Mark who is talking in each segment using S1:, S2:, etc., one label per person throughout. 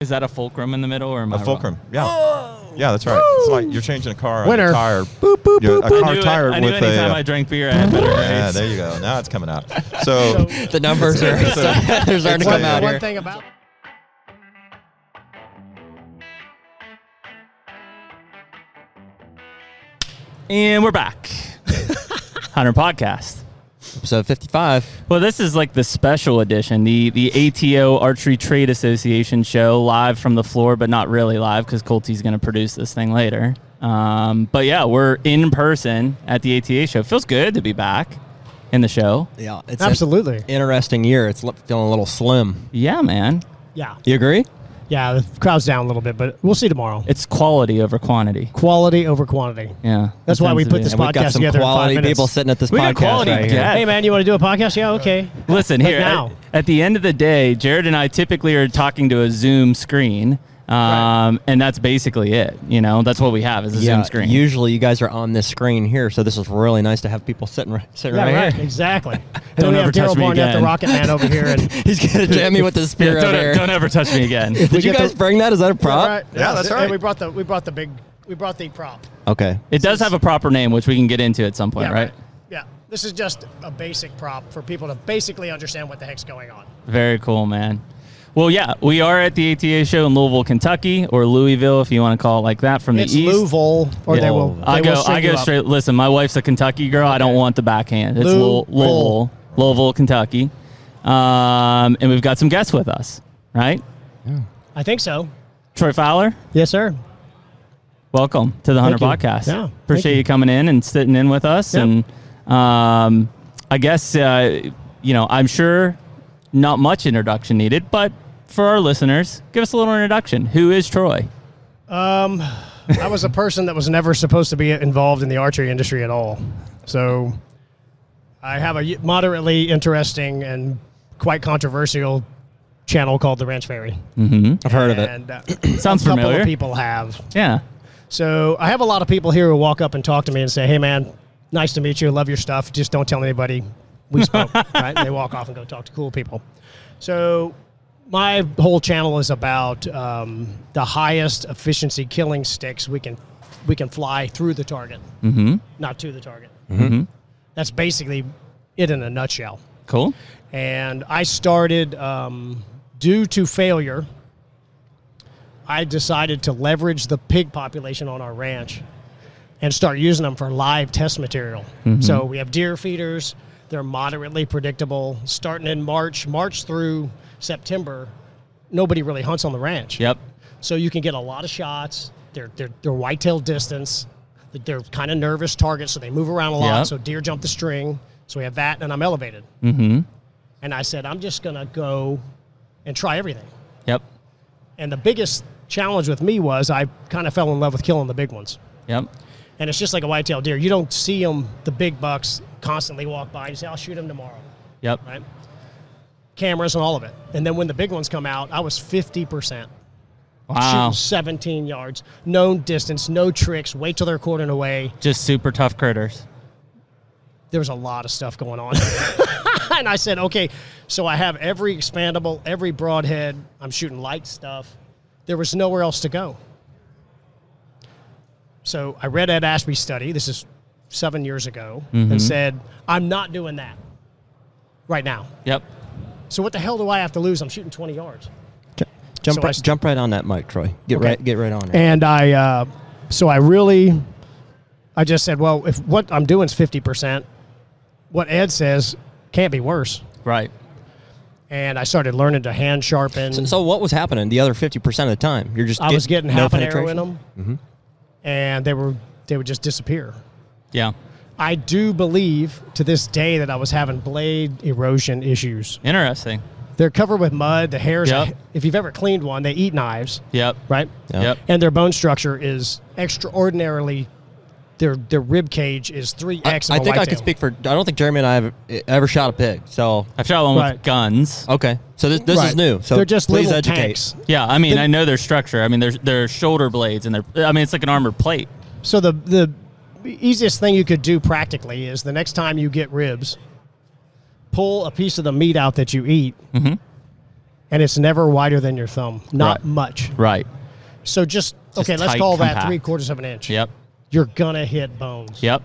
S1: Is that a fulcrum in the middle or am I
S2: A
S1: wrong?
S2: fulcrum. Yeah. Yeah, that's right. It's like you're changing a car on a
S3: Winner.
S2: tire.
S3: Boop, boop,
S2: You're-
S3: boop,
S2: a
S3: boop.
S1: I
S2: car
S1: knew, it-
S2: tire
S1: I knew
S2: with
S1: anytime
S2: a. uh,
S1: I drank beer, I had better
S2: yeah,
S1: grades.
S2: there you go. Now it's coming out. So
S4: The numbers are
S2: It's a-
S4: they're starting to
S2: it's
S4: come
S2: a-
S4: out
S3: One
S4: here.
S3: thing about
S1: And we're back. Hunter Podcast.
S4: Episode 55.
S1: Well, this is like the special edition, the the ATO Archery Trade Association show, live from the floor, but not really live because Colty's going to produce this thing later. Um, but yeah, we're in person at the ATA show. Feels good to be back in the show.
S4: Yeah, it's an
S3: absolutely,
S4: interesting year. It's li- feeling a little slim.
S1: Yeah, man,
S3: yeah,
S4: You agree?
S3: yeah. The crowd's down a little bit, but we'll see tomorrow.
S1: it's quality over quantity.
S3: Quality over quantity.
S1: Yeah,
S3: That's why we put
S1: this.
S3: this
S4: And we've got
S3: podcast
S4: some
S3: together in five
S4: quality
S3: minutes.
S4: people sitting at this
S1: We got
S4: podcast
S1: quality
S4: right
S1: guests.
S4: here.
S3: Hey man, you want to do a podcast? Yeah, okay.
S1: Listen
S3: But
S1: here.
S3: now-
S1: At, at the end of the day, Jared and I typically are talking to a Zoom screen, um, and that's basically it. You know, that's what we have is a Zoom screen.
S4: Usually you guys are on this screen here, so this is really nice to have people sitting right, sitting
S3: Yeah,
S4: right,
S3: right.
S4: here.
S3: Exactly. And
S1: Don't
S3: then we
S1: ever
S3: have
S1: touch
S3: Daryl
S1: me
S3: Barnett, the
S1: again.
S3: Rocket Man, over here, and
S4: He's gonna jam me with the
S1: Yeah,
S4: spear
S1: don't,
S4: over
S1: e-
S4: here.
S1: don't ever touch me again.
S4: Did you guys bring that? Is that a prop?
S3: Right.
S2: Yeah, that's right.
S3: And we brought the we brought the big we brought the prop.
S4: Okay.
S1: it does have a proper name, which we can get into at some point,
S3: yeah,
S1: right?
S3: Yeah. This is just a basic prop for people to basically understand what the heck's going on.
S1: Very cool, man. Well, yeah, we are at the ATA show in Louisville, Kentucky, or Louisville, if you want to call it like that, from
S3: It's
S1: the east.
S3: Louisville, or they
S4: Yeah.
S3: will. They
S1: I
S3: will
S1: go,
S3: string
S1: I
S3: you
S1: go
S3: up.
S1: straight. Listen, my wife's a Kentucky girl. I don't want the backhand. It's Lou-
S3: Louisville.
S1: Louisville, Louisville, Kentucky, um, and we've got some guests with us, right?
S3: I think so.
S1: Troy Fowler,
S3: Yes, sir.
S1: welcome to the Hunter
S3: you.
S1: Podcast.
S3: Yeah, thank
S1: appreciate you. coming in and sitting in with us.
S3: Yeah.
S1: And um, I guess uh, you know, I'm sure not much introduction needed, but for our listeners, give us a little introduction. Who is Troy?
S3: I was a person that was never supposed to be involved in the archery industry at all. So I have a moderately interesting and quite controversial channel called The Ranch Fairy.
S4: I've heard of it.
S3: And uh,
S1: Sounds
S3: a couple
S1: familiar.
S3: of people have.
S1: Yeah.
S3: So I have a lot of people here who walk up and talk to me and say, "Hey, man, nice to meet you. Love your stuff. Just don't tell anybody we spoke." right? And they walk off and go talk to cool people. So my whole channel is about um, the highest efficiency killing sticks we can we can fly through the target, mm-hmm. not to the target. Mm-hmm. That's basically it in a nutshell
S1: Cool.
S3: and I started um, due to failure. I decided to leverage the pig population on our ranch and start using them for live test material. So we have deer feeders; they're moderately predictable. Starting in March, March through September, nobody really hunts on the ranch.
S1: Yep.
S3: So you can get a lot of shots. They're they're, they're whitetail distance. They're kind of nervous targets, so they move around a lot.
S1: Yep.
S3: So deer jump the string. So we have that, and I'm elevated. And I said, I'm just going to go and try everything.
S1: Yep.
S3: And the biggest challenge with me was I kind of fell in love with killing the big ones.
S1: Yep.
S3: And it's just like a whitetail deer. You don't see them, the big bucks, constantly walk by. You say, I'll shoot them tomorrow,
S1: Yep.
S3: right? Cameras and all of it. And then when the big ones come out, I was 50%.
S1: Wow.
S3: Shooting 17 yards, known distance, no tricks, wait till they're quartering away.
S1: Just super tough critters.
S3: there was a lot of stuff going on. and I said, okay, so I have every expandable, every broadhead. I'm shooting light stuff. There was nowhere else to go. So I read Ed Ashby's study, this is seven years ago, and said, I'm not doing that right now.
S1: Yep.
S3: So what the hell do I have to lose? I'm shooting 20 yards.
S4: Ju- Jump,
S3: So I
S4: right,
S3: st-
S4: jump right on that mic, Troy. Get
S3: Okay.
S4: right, get right on it.
S3: And I, uh, so I really, I just said, well, if what I'm doing is 50%, what Ed says can't be worse.
S1: Right.
S3: and I started learning to hand sharpen.
S4: So, so what was happening the other 50% of the time? You're just
S3: I was getting
S4: no
S3: half an arrow in
S4: penetration? Mm-hmm.
S3: them, and they were they would just disappear.
S1: Yeah.
S3: I do believe to this day that I was having blade erosion issues.
S1: Interesting.
S3: They're covered with mud. The hairs,
S1: Yep.
S3: if you've ever cleaned one, they eat knives,
S1: Yep.
S3: right?
S4: Yeah.
S1: Yep.
S3: And their bone structure is extraordinarily. Their their rib cage is three
S4: I, I
S3: X.
S4: think I could speak for. I don't think Jeremy and I have eh, ever shot a pig. So
S1: I've shot one
S3: Right.
S1: with guns.
S4: okay, so this, this is
S3: Right.
S4: new. So
S3: they're just
S4: please
S3: little
S4: educate.
S3: tanks.
S1: Yeah, I mean, I know their structure. I mean, their their shoulder blades and their. I mean, it's like an armored plate.
S3: So the the easiest thing you could do practically is the next
S4: Mm-hmm.
S3: time you get ribs, pull a piece of the meat out that you eat, and it's never wider than your thumb. Not
S1: Right.
S3: much.
S1: right.
S3: So just, okay, let's
S1: tight,
S3: call that
S1: compact.
S3: three quarters of an inch.
S1: Yep.
S3: You're gonna hit bones.
S1: Yep.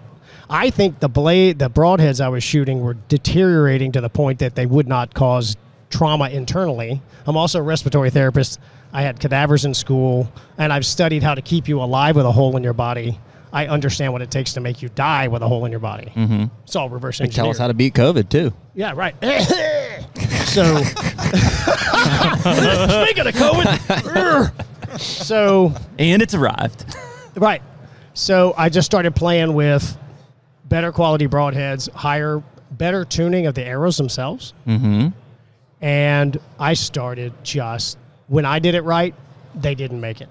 S3: I think the blade, the broadheads I was shooting were deteriorating to the point that they would not cause trauma internally. I'm also a respiratory therapist. I had cadavers in school, and I've studied how to keep you alive with a hole in your body. I understand what it takes to make you die with a hole in your body. Mm-hmm. It's all reverse engineering.
S4: Tell us how to beat COVID too.
S3: Yeah, right. so, speaking of COVID, so
S1: And it's arrived.
S3: Right. So I just started playing with better quality broadheads, higher, better tuning of the arrows themselves. Mm-hmm. And I started just when I did it right, they didn't make it.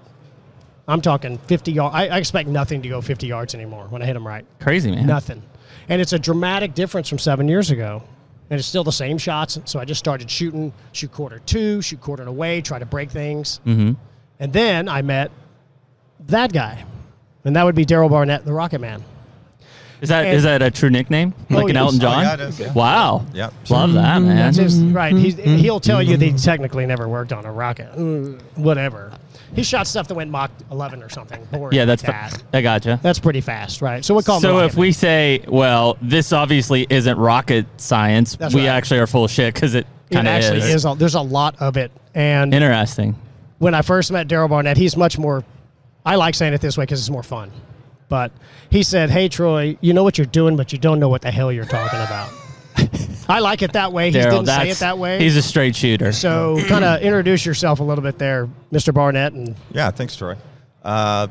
S3: I'm talking 50 yards. I, I expect nothing to go 50 yards anymore when I hit them right.
S1: Crazy man.
S3: Nothing. And it's a dramatic difference from seven years ago. And it's still the same shots. So I just started shooting, shoot quarter two, shoot quarter and away, try to break things. Mm-hmm. And then I met that guy. And that would be Daryl Barnett, the Rocket Man.
S1: Is that
S3: And-
S1: is that a true nickname? Like an
S3: yes.
S1: Elton
S3: Oh,
S1: John?
S2: yeah, it is, yeah.
S1: Wow.
S2: Yep.
S1: Love that man.
S3: That's his, right. He's, he'll tell you that he technically never worked on a rocket. Mm, Whatever. He shot stuff that went Mach 11 or something. Boring
S1: yeah, that's
S3: like that.
S1: fa- I gotcha.
S3: That's pretty fast, right? So we call him the
S1: so
S3: Rocket
S1: if we say, well, this obviously isn't rocket science,
S3: That's
S1: we
S3: right.
S1: actually are full of shit because it
S3: Man.
S1: kind
S3: it
S1: of
S3: actually
S1: is.
S3: is. a, there's a lot of it. And
S1: Interesting.
S3: when I first met Daryl Barnett, he's much more. I like saying it this way because it's more fun. But he said, "Hey Troy, you know what you're doing, but you don't know what the hell you're talking about." I like it that way. He
S1: Daryl,
S3: didn't
S1: that's
S3: say it that way.
S1: He's a straight shooter.
S3: so kind of introduce yourself a little bit there, Mr. Barnett, and
S2: Yeah, thanks, Troy. Uh,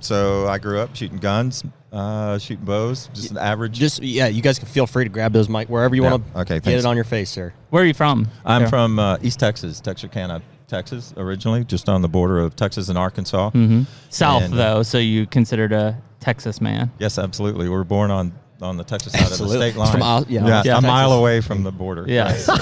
S2: so I grew up shooting guns, uh, shooting bows, just an average.
S4: Just yeah, you guys can feel free to grab those mic wherever you
S2: Yeah.
S4: want to.
S2: Okay,
S4: get
S2: thanks.
S4: it on your face, sir.
S1: Where are you from?
S2: I'm
S1: Daryl?
S2: from uh, East Texas, Texarkana, Texas, originally, just on the border of Texas and Arkansas. Mm-hmm.
S1: South
S2: and, uh,
S1: though, so you considered a Texas man.
S2: Yes, absolutely. We were born on, on the Texas side of
S4: Absolutely.
S2: the state line.
S4: From Aus- yeah,
S2: yeah,
S4: Austin,
S2: a mile
S4: Texas.
S2: away from the border.
S1: Yeah.
S2: Yes, of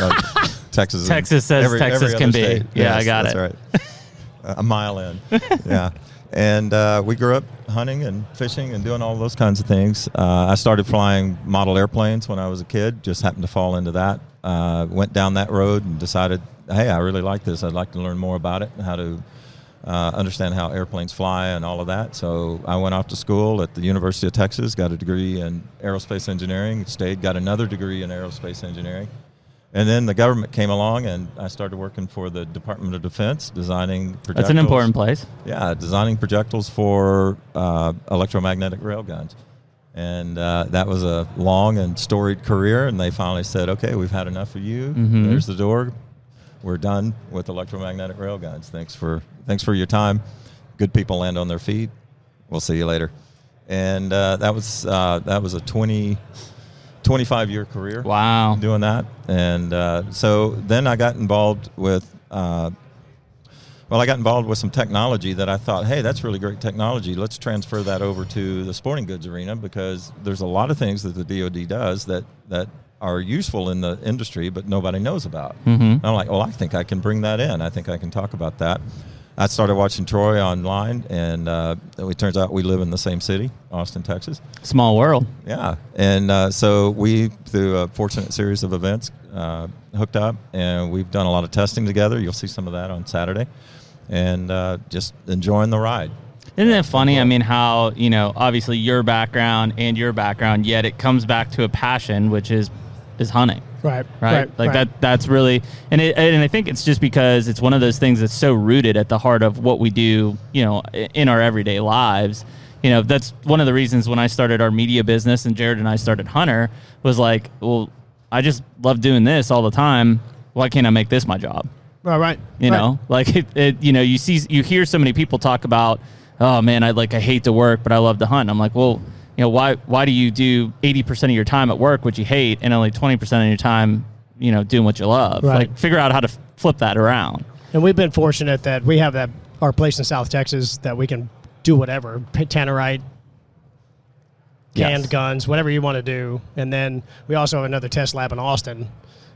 S2: Texas. and
S1: Texas says Texas
S2: other
S1: can be. Yeah, I got
S2: that's
S1: it.
S2: Right. a mile in. yeah. And uh, we grew up hunting and fishing and doing all those kinds of things. Uh, I started flying model airplanes when I was a kid, just happened to fall into that. Uh, went down that road and decided, hey, I really like this. I'd like to learn more about it and how to uh, understand how airplanes fly and all of that. So I went off to school at the University of Texas, got a degree in aerospace engineering, stayed, got another degree in aerospace engineering. And then the government came along, and I started working for the Department of Defense, designing projectiles.
S1: That's an important place.
S2: Yeah, designing projectiles for uh, electromagnetic rail guns. And uh, that was a long and storied career. And they finally said, okay, we've had enough of you.
S1: Mm-hmm.
S2: There's the door. We're done with electromagnetic rail guns. Thanks for, thanks for your time. Good people land on their feet. We'll see you later. And uh, that was uh, that was a 20, 25 year career
S1: Wow.
S2: doing that. And uh, so then I got involved with, uh, well, I got involved with some technology that I thought, hey, that's really great technology. Let's transfer that over to the sporting goods arena because there's a lot of things that the DoD does that that are useful in the industry, but nobody knows about. And I'm like, well, I think I can bring that in. I think I can talk about that. I started watching Troy online, and uh, it turns out we live in the same city, Austin, Texas.
S1: Small world.
S2: Yeah, and uh, so we, through a fortunate series of events, uh, hooked up, and we've done a lot of testing together. You'll see some of that on Saturday, and uh, just enjoying the ride.
S1: Isn't it funny? I mean, how, you know, obviously your background and your background, yet it comes back to a passion, which is is hunting.
S3: right,
S1: Right. like that that's really and it, and I think it's just because it's one of those things that's so rooted at the heart of what we do, you know, i- in our everyday lives. You know, that's one of the reasons when I started our media business and Jared and I started Hunter was like, well, I just love doing this all the time. Why can't I make this my job?
S3: right, right.
S1: you
S3: right.
S1: know like it, it you know you see you hear so many people talk about oh man i like i hate to work but i love to hunt i'm like well you know why why do you do 80% of your time at work which you hate and only 20% of your time you know doing what you love
S3: Right.
S1: like figure out how to f- flip that around
S3: And we've been fortunate that we have that our place in South Texas that we can do whatever p- tannerite, canned
S1: Yes.
S3: guns, whatever you want to do. And then we also have another test lab in Austin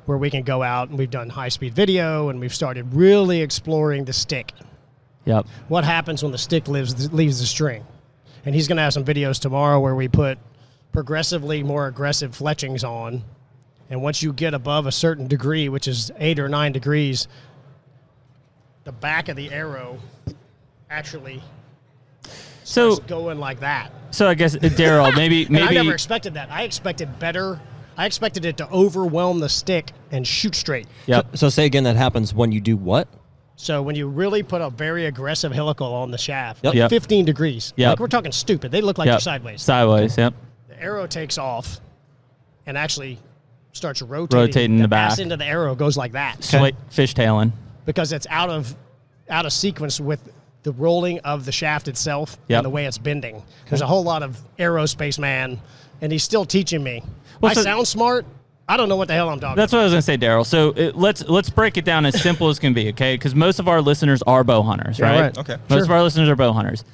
S3: where we can go out and we've done high speed video and we've started really exploring the stick.
S1: yep
S3: What happens when the stick lives leaves the string? And he's going to have some videos tomorrow where we put progressively more aggressive fletchings on. And once you get above a certain degree, which is eight or nine degrees, the back of the arrow actually
S1: So,
S3: is going like that.
S1: so I guess uh, Daryl, maybe,
S3: And I never
S1: maybe,
S3: expected that. I expected better. I expected it to overwhelm the stick and shoot straight.
S1: yep.
S4: So say again, that happens when you do what?
S3: So when you really put a very aggressive helical on the shaft,
S4: Yep.
S3: like
S1: Yep.
S3: 15 degrees,
S1: Yep.
S3: like we're talking stupid. They look like
S1: yep.
S3: they're sideways.
S1: Sideways. Yep.
S3: the arrow takes off and actually starts rotating.
S1: Rotating the back.
S3: ass into the arrow goes like that
S1: Swi- fishtailing.
S3: because it's out of out of sequence with the rolling of the shaft itself
S1: Yep.
S3: and the way it's bending. There's a whole lot of aerospace man, and he's still teaching me.
S1: Well,
S3: I
S1: so-
S3: sound smart. I don't know what the hell I'm talking.
S1: That's what I was gonna say, Daryl. So it, let's let's break it down as simple as can be, okay? Because most of our listeners are bow hunters, right?
S3: right.
S2: Okay.
S1: Most
S2: Sure.
S1: of our listeners are bow hunters.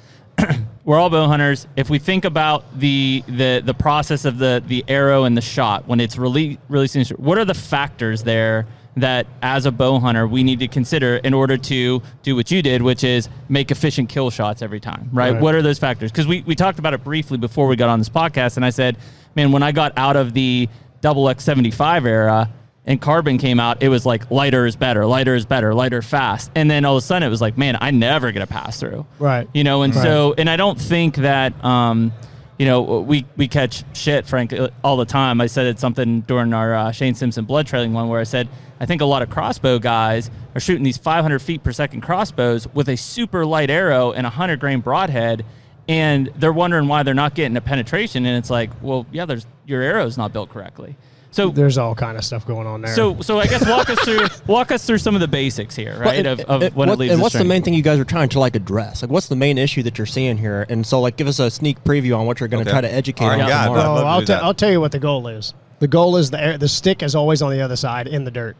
S1: We're all bow hunters. If we think about the the the process of the the arrow and the shot when it's rele- releasing, what are the factors there that as a bow hunter we need to consider in order to do what you did, which is make efficient kill shots every time, right?
S3: Right.
S1: What are those factors? Because we we talked about it briefly before we got on this podcast, and I said, man, when I got out of the double X seventy five era. And carbon came out, it was like lighter is better, lighter is better, lighter fast. And then all of a sudden it was like, man, I never get a pass through
S3: Right.
S1: you know and so and i don't think that um you know we we catch shit frank uh, all the time i said it something during our uh, shane simpson blood trailing one where i said i think a lot of crossbow guys are shooting these 500 feet per second crossbows with a super light arrow and a 100 grain broadhead and they're wondering why they're not getting a penetration and it's like well yeah there's your arrow's not built correctly so
S3: There's all kind of stuff going on there.
S1: so so i guess walk us through walk us through some of the basics here right
S4: Well,
S1: of,
S4: and-
S1: of
S4: and
S1: when
S4: what-
S1: it leaves
S4: and
S1: the
S4: what's the
S1: string.
S4: main thing you guys are trying to like address? Like, what's the main issue that you're seeing here? And so, like, give us a sneak preview on what you're going to
S2: Okay.
S4: try to educate
S2: All right,
S4: on
S2: yeah,
S4: tomorrow.
S2: I'd
S3: Oh,
S2: love to
S3: I'll,
S2: do
S3: te-
S2: that.
S3: I'll tell you what the goal is. The goal is the air, the stick is always on the other side in the dirt.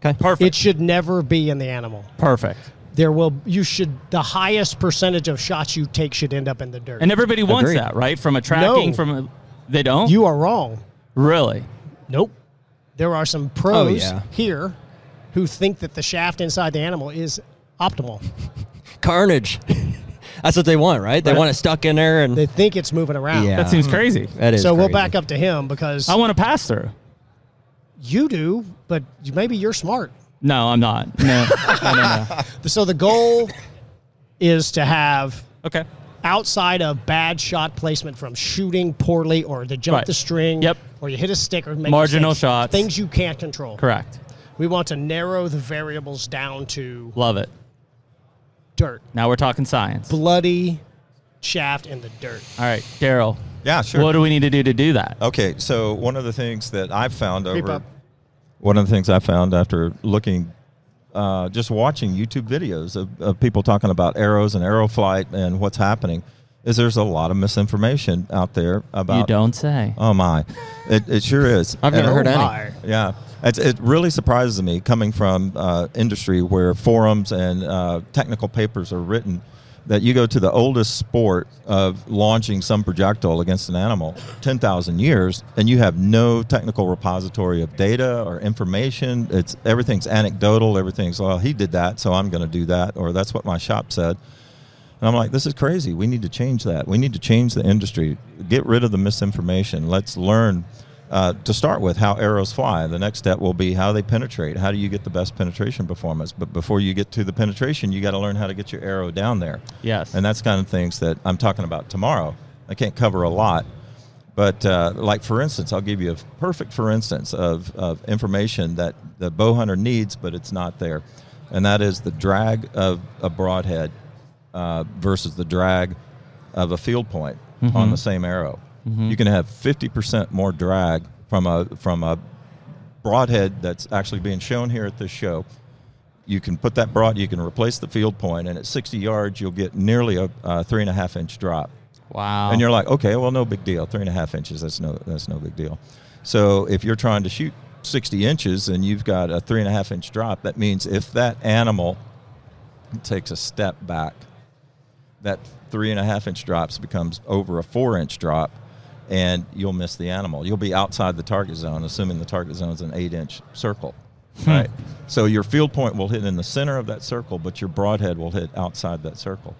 S4: Okay.
S3: It
S1: perfect
S3: should never be in the animal.
S1: perfect
S3: there will you should the highest percentage of shots you take should end up in the dirt.
S1: And everybody wants
S4: Agreed.
S1: that, right? From a tracking,
S3: No.
S1: from a, they don't.
S3: you are wrong.
S1: really?
S3: Nope. There are some pros
S1: Oh,
S4: yeah.
S3: here who think that the shaft inside the animal is optimal.
S4: Carnage. That's what they want, right? They
S3: Right.
S4: want it stuck in there, and
S3: They think it's moving around.
S4: Yeah.
S1: That seems crazy.
S4: that is.
S3: So we'll
S4: crazy.
S3: back up to him because
S1: I want to pass through.
S3: you do, but you- maybe you're smart.
S1: No, I'm not. No, no, no, no.
S3: So the goal is to have
S1: Okay.
S3: outside of bad shot placement from shooting poorly or to jump
S1: Right.
S3: the string
S1: Yep.
S3: or you hit a stick or make
S1: Marginal
S3: mistakes,
S1: shots.
S3: things you can't control.
S1: Correct.
S3: We want to narrow the variables down to
S1: Love it.
S3: dirt,
S1: Now we're talking science. All
S3: bloody shaft in the dirt.
S1: right, Daryl.
S2: Yeah, sure.
S1: What do we need to do to do that?
S2: Okay, so one of the things that I've found
S3: Creep
S2: over
S3: up.
S2: one of the things I found after looking, uh, just watching YouTube videos of, of people talking about arrows and arrow flight and what's happening, is there's a lot of misinformation out there about.
S1: you don't say.
S2: Oh my, it, it sure is.
S4: I've never
S2: And-
S4: heard
S3: Oh
S4: any.
S3: my.
S2: Yeah, it's, it really surprises me coming from uh, industry where forums and uh, technical papers are written that you go to the oldest sport of launching some projectile against an animal, 10,000 years, and you have no technical repository of data or information. It's everything's anecdotal. Everything's well, he did that, so I'm going to do that, or that's what my shop said. And I'm like, this is crazy. We need to change that. We need to change the industry. Get rid of the misinformation. Let's learn uh, to start with how arrows fly. The next step will be how they penetrate. How do you get the best penetration performance? But before you get to the penetration, you got to learn how to get your arrow down there.
S1: Yes.
S2: And that's kind of things that I'm talking about tomorrow. I can't cover a lot. But uh, like for instance, I'll give you a perfect for instance of, of information that the bow hunter needs, but it's not there, and that is the drag of a broadhead uh, versus the drag of a field point on the same arrow. You can have fifty percent more drag from a from a broadhead that's actually being shown here at this show. You can put that broad, you can replace the field point, and at sixty yards, you'll get nearly a, a three and a half inch drop
S1: Wow.
S2: and you're like, okay, well, no big deal. Three and a half inches, that's no, that's no big deal. So if you're trying to shoot 60 inches and you've got a three and a half inch drop, that means if that animal takes a step back, that three and a half inch drops becomes over a four inch drop, and you'll miss the animal. You'll be outside the target zone, assuming the target zone is an eight inch circle.
S1: Hmm.
S2: Right. So your field point will hit in the center of that circle, but your broadhead will hit outside that circle.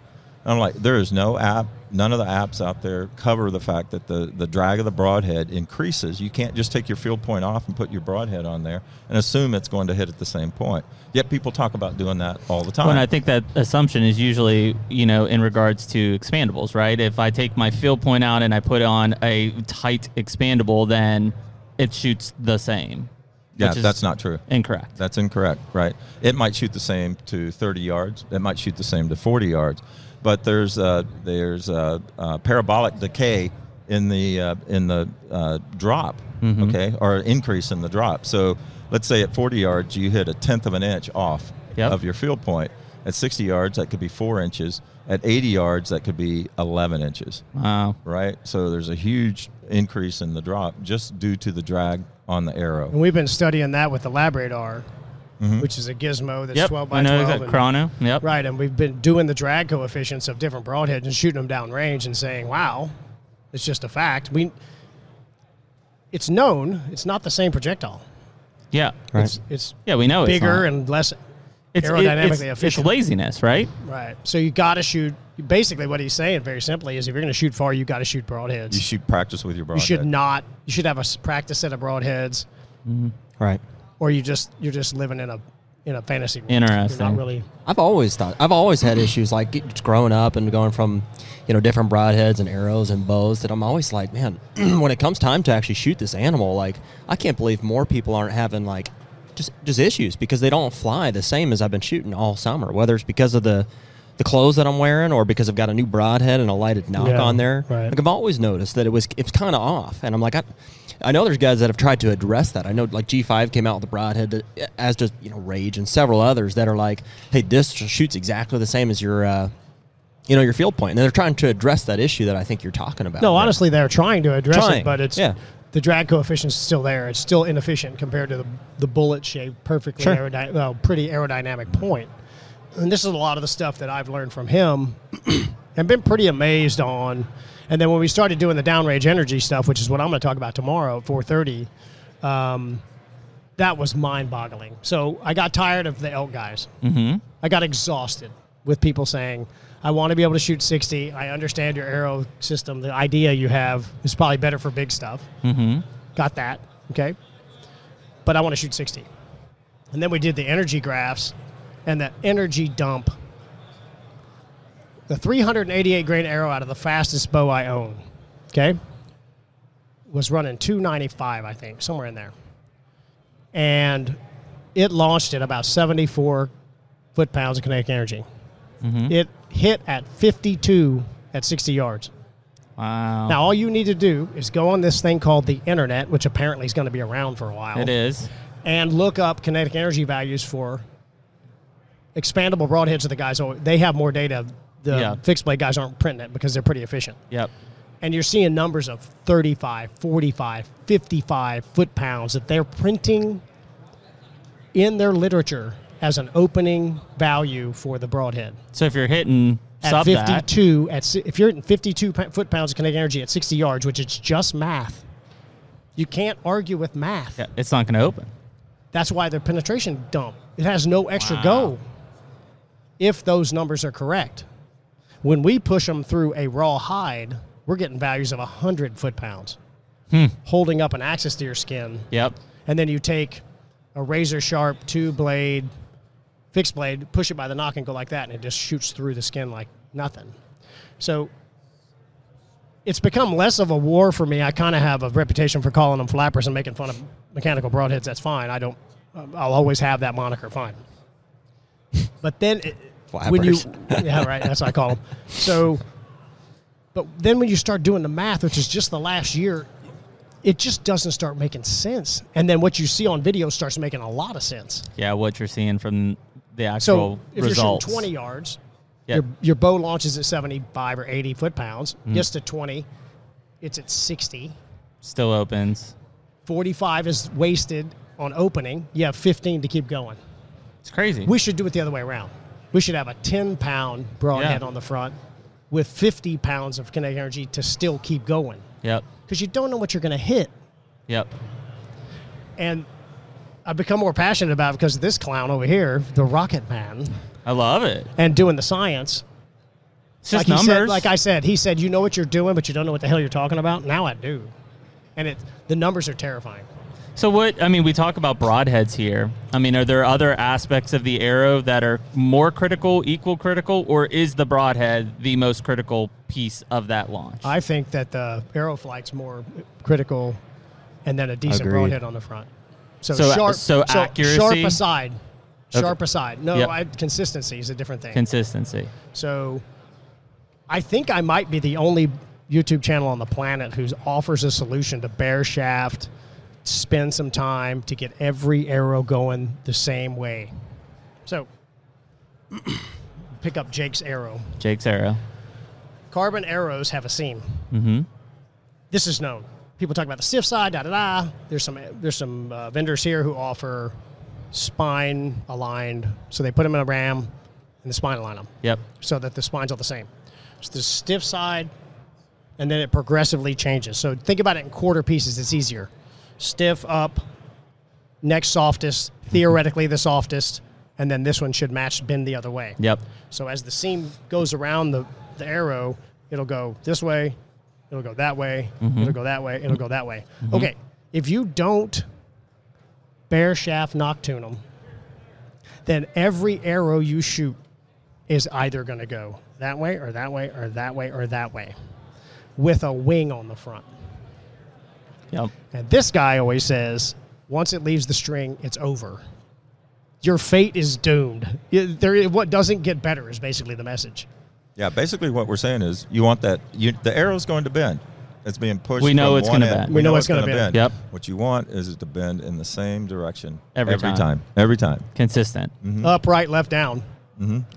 S2: And I'm like, there is no app, none of the apps out there cover the fact that the, the drag of the broadhead increases. You can't just take your field point off and put your broadhead on there and assume it's going to hit at the same point. Yet people talk about doing that all the time.
S1: Well, and I think that assumption is usually, you know, in regards to expandables, right? If I take my fill point out and I put on a tight expandable, then it shoots the same.
S2: yeah,
S1: which is
S2: that's not true.
S1: Incorrect.
S2: That's incorrect, right? It might shoot the same to 30 yards. It might shoot the same to 40 yards, but there's a, there's a, uh parabolic decay in the uh, in the uh, drop,
S3: Mm-hmm.
S2: okay, or increase in the drop. So let's say at 40 yards you hit a tenth of an inch off
S1: Yep.
S2: of your field point. At 60 yards that could be four inches. At 80 yards that could be 11 inches
S1: Wow.
S2: right? So there's a huge increase in the drop just due to the drag on the
S3: And
S2: arrow.
S3: we've been studying that with the lab radar, which is a gizmo
S1: Mm-hmm.
S3: that's
S1: Yep.
S3: 12 by
S1: I know
S3: 12.
S1: exactly.
S3: and-
S1: Chrono. Yep.
S3: Right, and we've been doing the drag coefficients of different broadheads and shooting them down range and saying, "Wow, it's just a fact." We, it's known. It's not the same projectile.
S1: Yeah.
S3: It's, it's
S1: Yeah, we know it's
S3: bigger
S1: not.
S3: and less
S1: it's, it-
S3: aerodynamically
S1: it's, it's
S3: efficient.
S1: laziness, right?
S3: right. So you got to shoot. Basically, what he's saying, very simply, is if you're going to shoot far, you got to shoot broadheads.
S2: You should practice with your
S3: You
S2: broadhead.
S3: should not. You should have a s- practice set of broadheads,
S4: Right.
S3: or you just you're just living in a in a fantasy world. You're
S1: Interesting.
S3: not really.
S4: I've always thought I've always had issues like just growing up and going from, you know, different broadheads and arrows and bows that I'm always like, man, when it comes time to actually shoot this animal, like I can't believe more people aren't having like just just issues because they don't fly the same as I've been shooting all summer, whether it's because of the the clothes that I'm wearing or because I've got a new broadhead and a lighted knock
S3: Yeah,
S4: on there.
S3: right.
S4: Like I've always noticed that it was it's kind of off, and I'm like, I, I know there's guys that have tried to address that. I know like G5 came out with the broadhead, that, as does you know Rage and several others that are like, hey, this shoots exactly the same as your, uh, you know, your field point, and they're trying to address that issue that I think you're talking about.
S3: No, honestly, they're trying to address it,
S4: Trying,
S3: but it's
S4: yeah.
S3: the drag coefficient's still there. It's still inefficient compared to the, the bullet shaped, perfectly
S4: Sure.
S3: aerody- well, pretty aerodynamic point. And this is a lot of the stuff that I've learned from him and been pretty amazed on. And then when we started doing the downrange energy stuff, which is what I'm going to talk about tomorrow at 4:30, um, that was mind-boggling. So I got tired of the elk guys. I got exhausted with people saying, I want to be able to shoot 60. I understand your arrow system. The idea you have is probably better for big stuff. Mm-hmm. Got that. Okay. But I want to shoot 60. And then we did the energy graphs and the energy dump. The 388 grain arrow out of the fastest bow I own, okay, was running 295, I think, somewhere in there. And it launched at about 74 foot pounds of kinetic energy.
S1: Mm-hmm.
S3: It hit at 52 at 60 yards.
S1: Wow.
S3: Now, all you need to do is go on this thing called the internet, which apparently is going to be around for a while,
S1: It is.
S3: and look up kinetic energy values for expandable broadheads of the guys. So they have more data. The
S1: Yeah.
S3: fixed blade guys aren't printing it because they're pretty efficient.
S1: Yep.
S3: And you're seeing numbers of 35, 45, 55 foot pounds that they're printing in their literature as an opening value for the broadhead
S1: So if you're hitting
S3: at
S1: sub that,
S3: 52 at si- if you're hitting 52 pa- foot pounds of kinetic energy at 60 yards which it's just math you can't argue with math
S1: yeah, it's not going to open.
S3: that's why their penetration dump it has no extra go if those numbers are correct when we push them through a raw hide we're getting values of 100 foot pounds
S1: Hmm.
S3: holding up an axis deer skin
S1: Yep.
S3: and then you take a razor sharp two blade fixed blade push it by the knock and go like that and it just shoots through the skin like nothing so it's become less of a war for me i kind of have a reputation for calling them flappers and making fun of mechanical broadheads that's fine i don't i'll always have that moniker fine but then it, when you yeah right that's what i call them so but then when you start doing the math which is just the last year it just doesn't start making sense. And then what you see on video starts making a lot of sense.
S1: Yeah, what you're seeing from the
S3: So
S1: actual
S3: if
S1: results.
S3: you're shooting 20 yards,
S1: Yeah. Mm-hmm.
S3: your, your bow launches at 75 or 80 foot pounds, gets to 20, it's at 60.
S1: Still opens.
S3: 45 is wasted on opening. You have 15 to keep going.
S1: It's crazy.
S3: We should do it the other way around. We should have a 10 pound broadhead
S1: Yeah.
S3: on the front with 50 pounds of kinetic energy to still keep going
S1: yep.
S3: because you don't know what you're going to hit.
S1: Yep.
S3: And I've become more passionate about it because of this clown over here, the Rocket Man,
S1: I love it.
S3: and doing the science.
S1: It's just
S3: like he said,
S1: numbers.
S3: like I said, he said, you know what you're doing, but you don't know what the hell you're talking about. Now I do, and it the numbers are terrifying.
S1: So what? I mean, we talk about broadheads here. I mean, are there other aspects of the arrow that are more critical, equal critical, or is the broadhead the most critical piece of that launch?
S3: I think that the arrow flight's more critical, and then a decent
S4: Agreed.
S3: broadhead on the front. So,
S1: So, uh,
S3: sharp,
S1: so accuracy?
S3: sharp aside,
S1: Okay.
S3: sharp aside. No,
S1: Yep.
S3: I, consistency is a different thing.
S1: Consistency.
S3: so, I think I might be the only YouTube channel on the planet who offers a solution to bear shaft, spend some time to get every arrow going the same way. So, pick up Jake's arrow.
S1: Jake's arrow.
S3: Carbon arrows have a seam.
S1: Mm-hmm.
S3: this is known. People talk about the stiff side, da da da. There's some there's some uh, vendors here who offer spine aligned, so they put them in a ram and the spine align them
S1: Yep.
S3: so that the spine's all the same. It's the stiff side, and then it progressively changes. So think about it in quarter pieces. It's easier. Stiff up, next softest, theoretically the softest, and then this one should match bend the other way.
S1: Yep.
S3: So as the seam goes around the, the arrow, it'll go this way, it'll go that way, it'll go that way, it'll go that way. Okay, if you don't bear shaft noctunum, then every arrow you shoot is either going to go that way or that way or that way or that way with a wing on the front.
S1: Yep.
S3: And this guy always says, once it leaves the string, it's over. Your fate is doomed. Yeah, There, what doesn't get better is basically the message.
S2: Yeah, basically what we're saying is you want that you the arrow's going to bend. It's being pushed.
S1: We know
S2: from
S1: it's
S2: one
S1: gonna
S2: end.
S1: bend.
S3: We know it's
S2: gonna
S3: gonna bend.
S1: Yep.
S2: What you want is it to bend in the same direction
S1: Every
S2: time.
S1: time.
S2: Every time. Mm-hmm.
S1: Consistent.
S3: Up, right, left, down.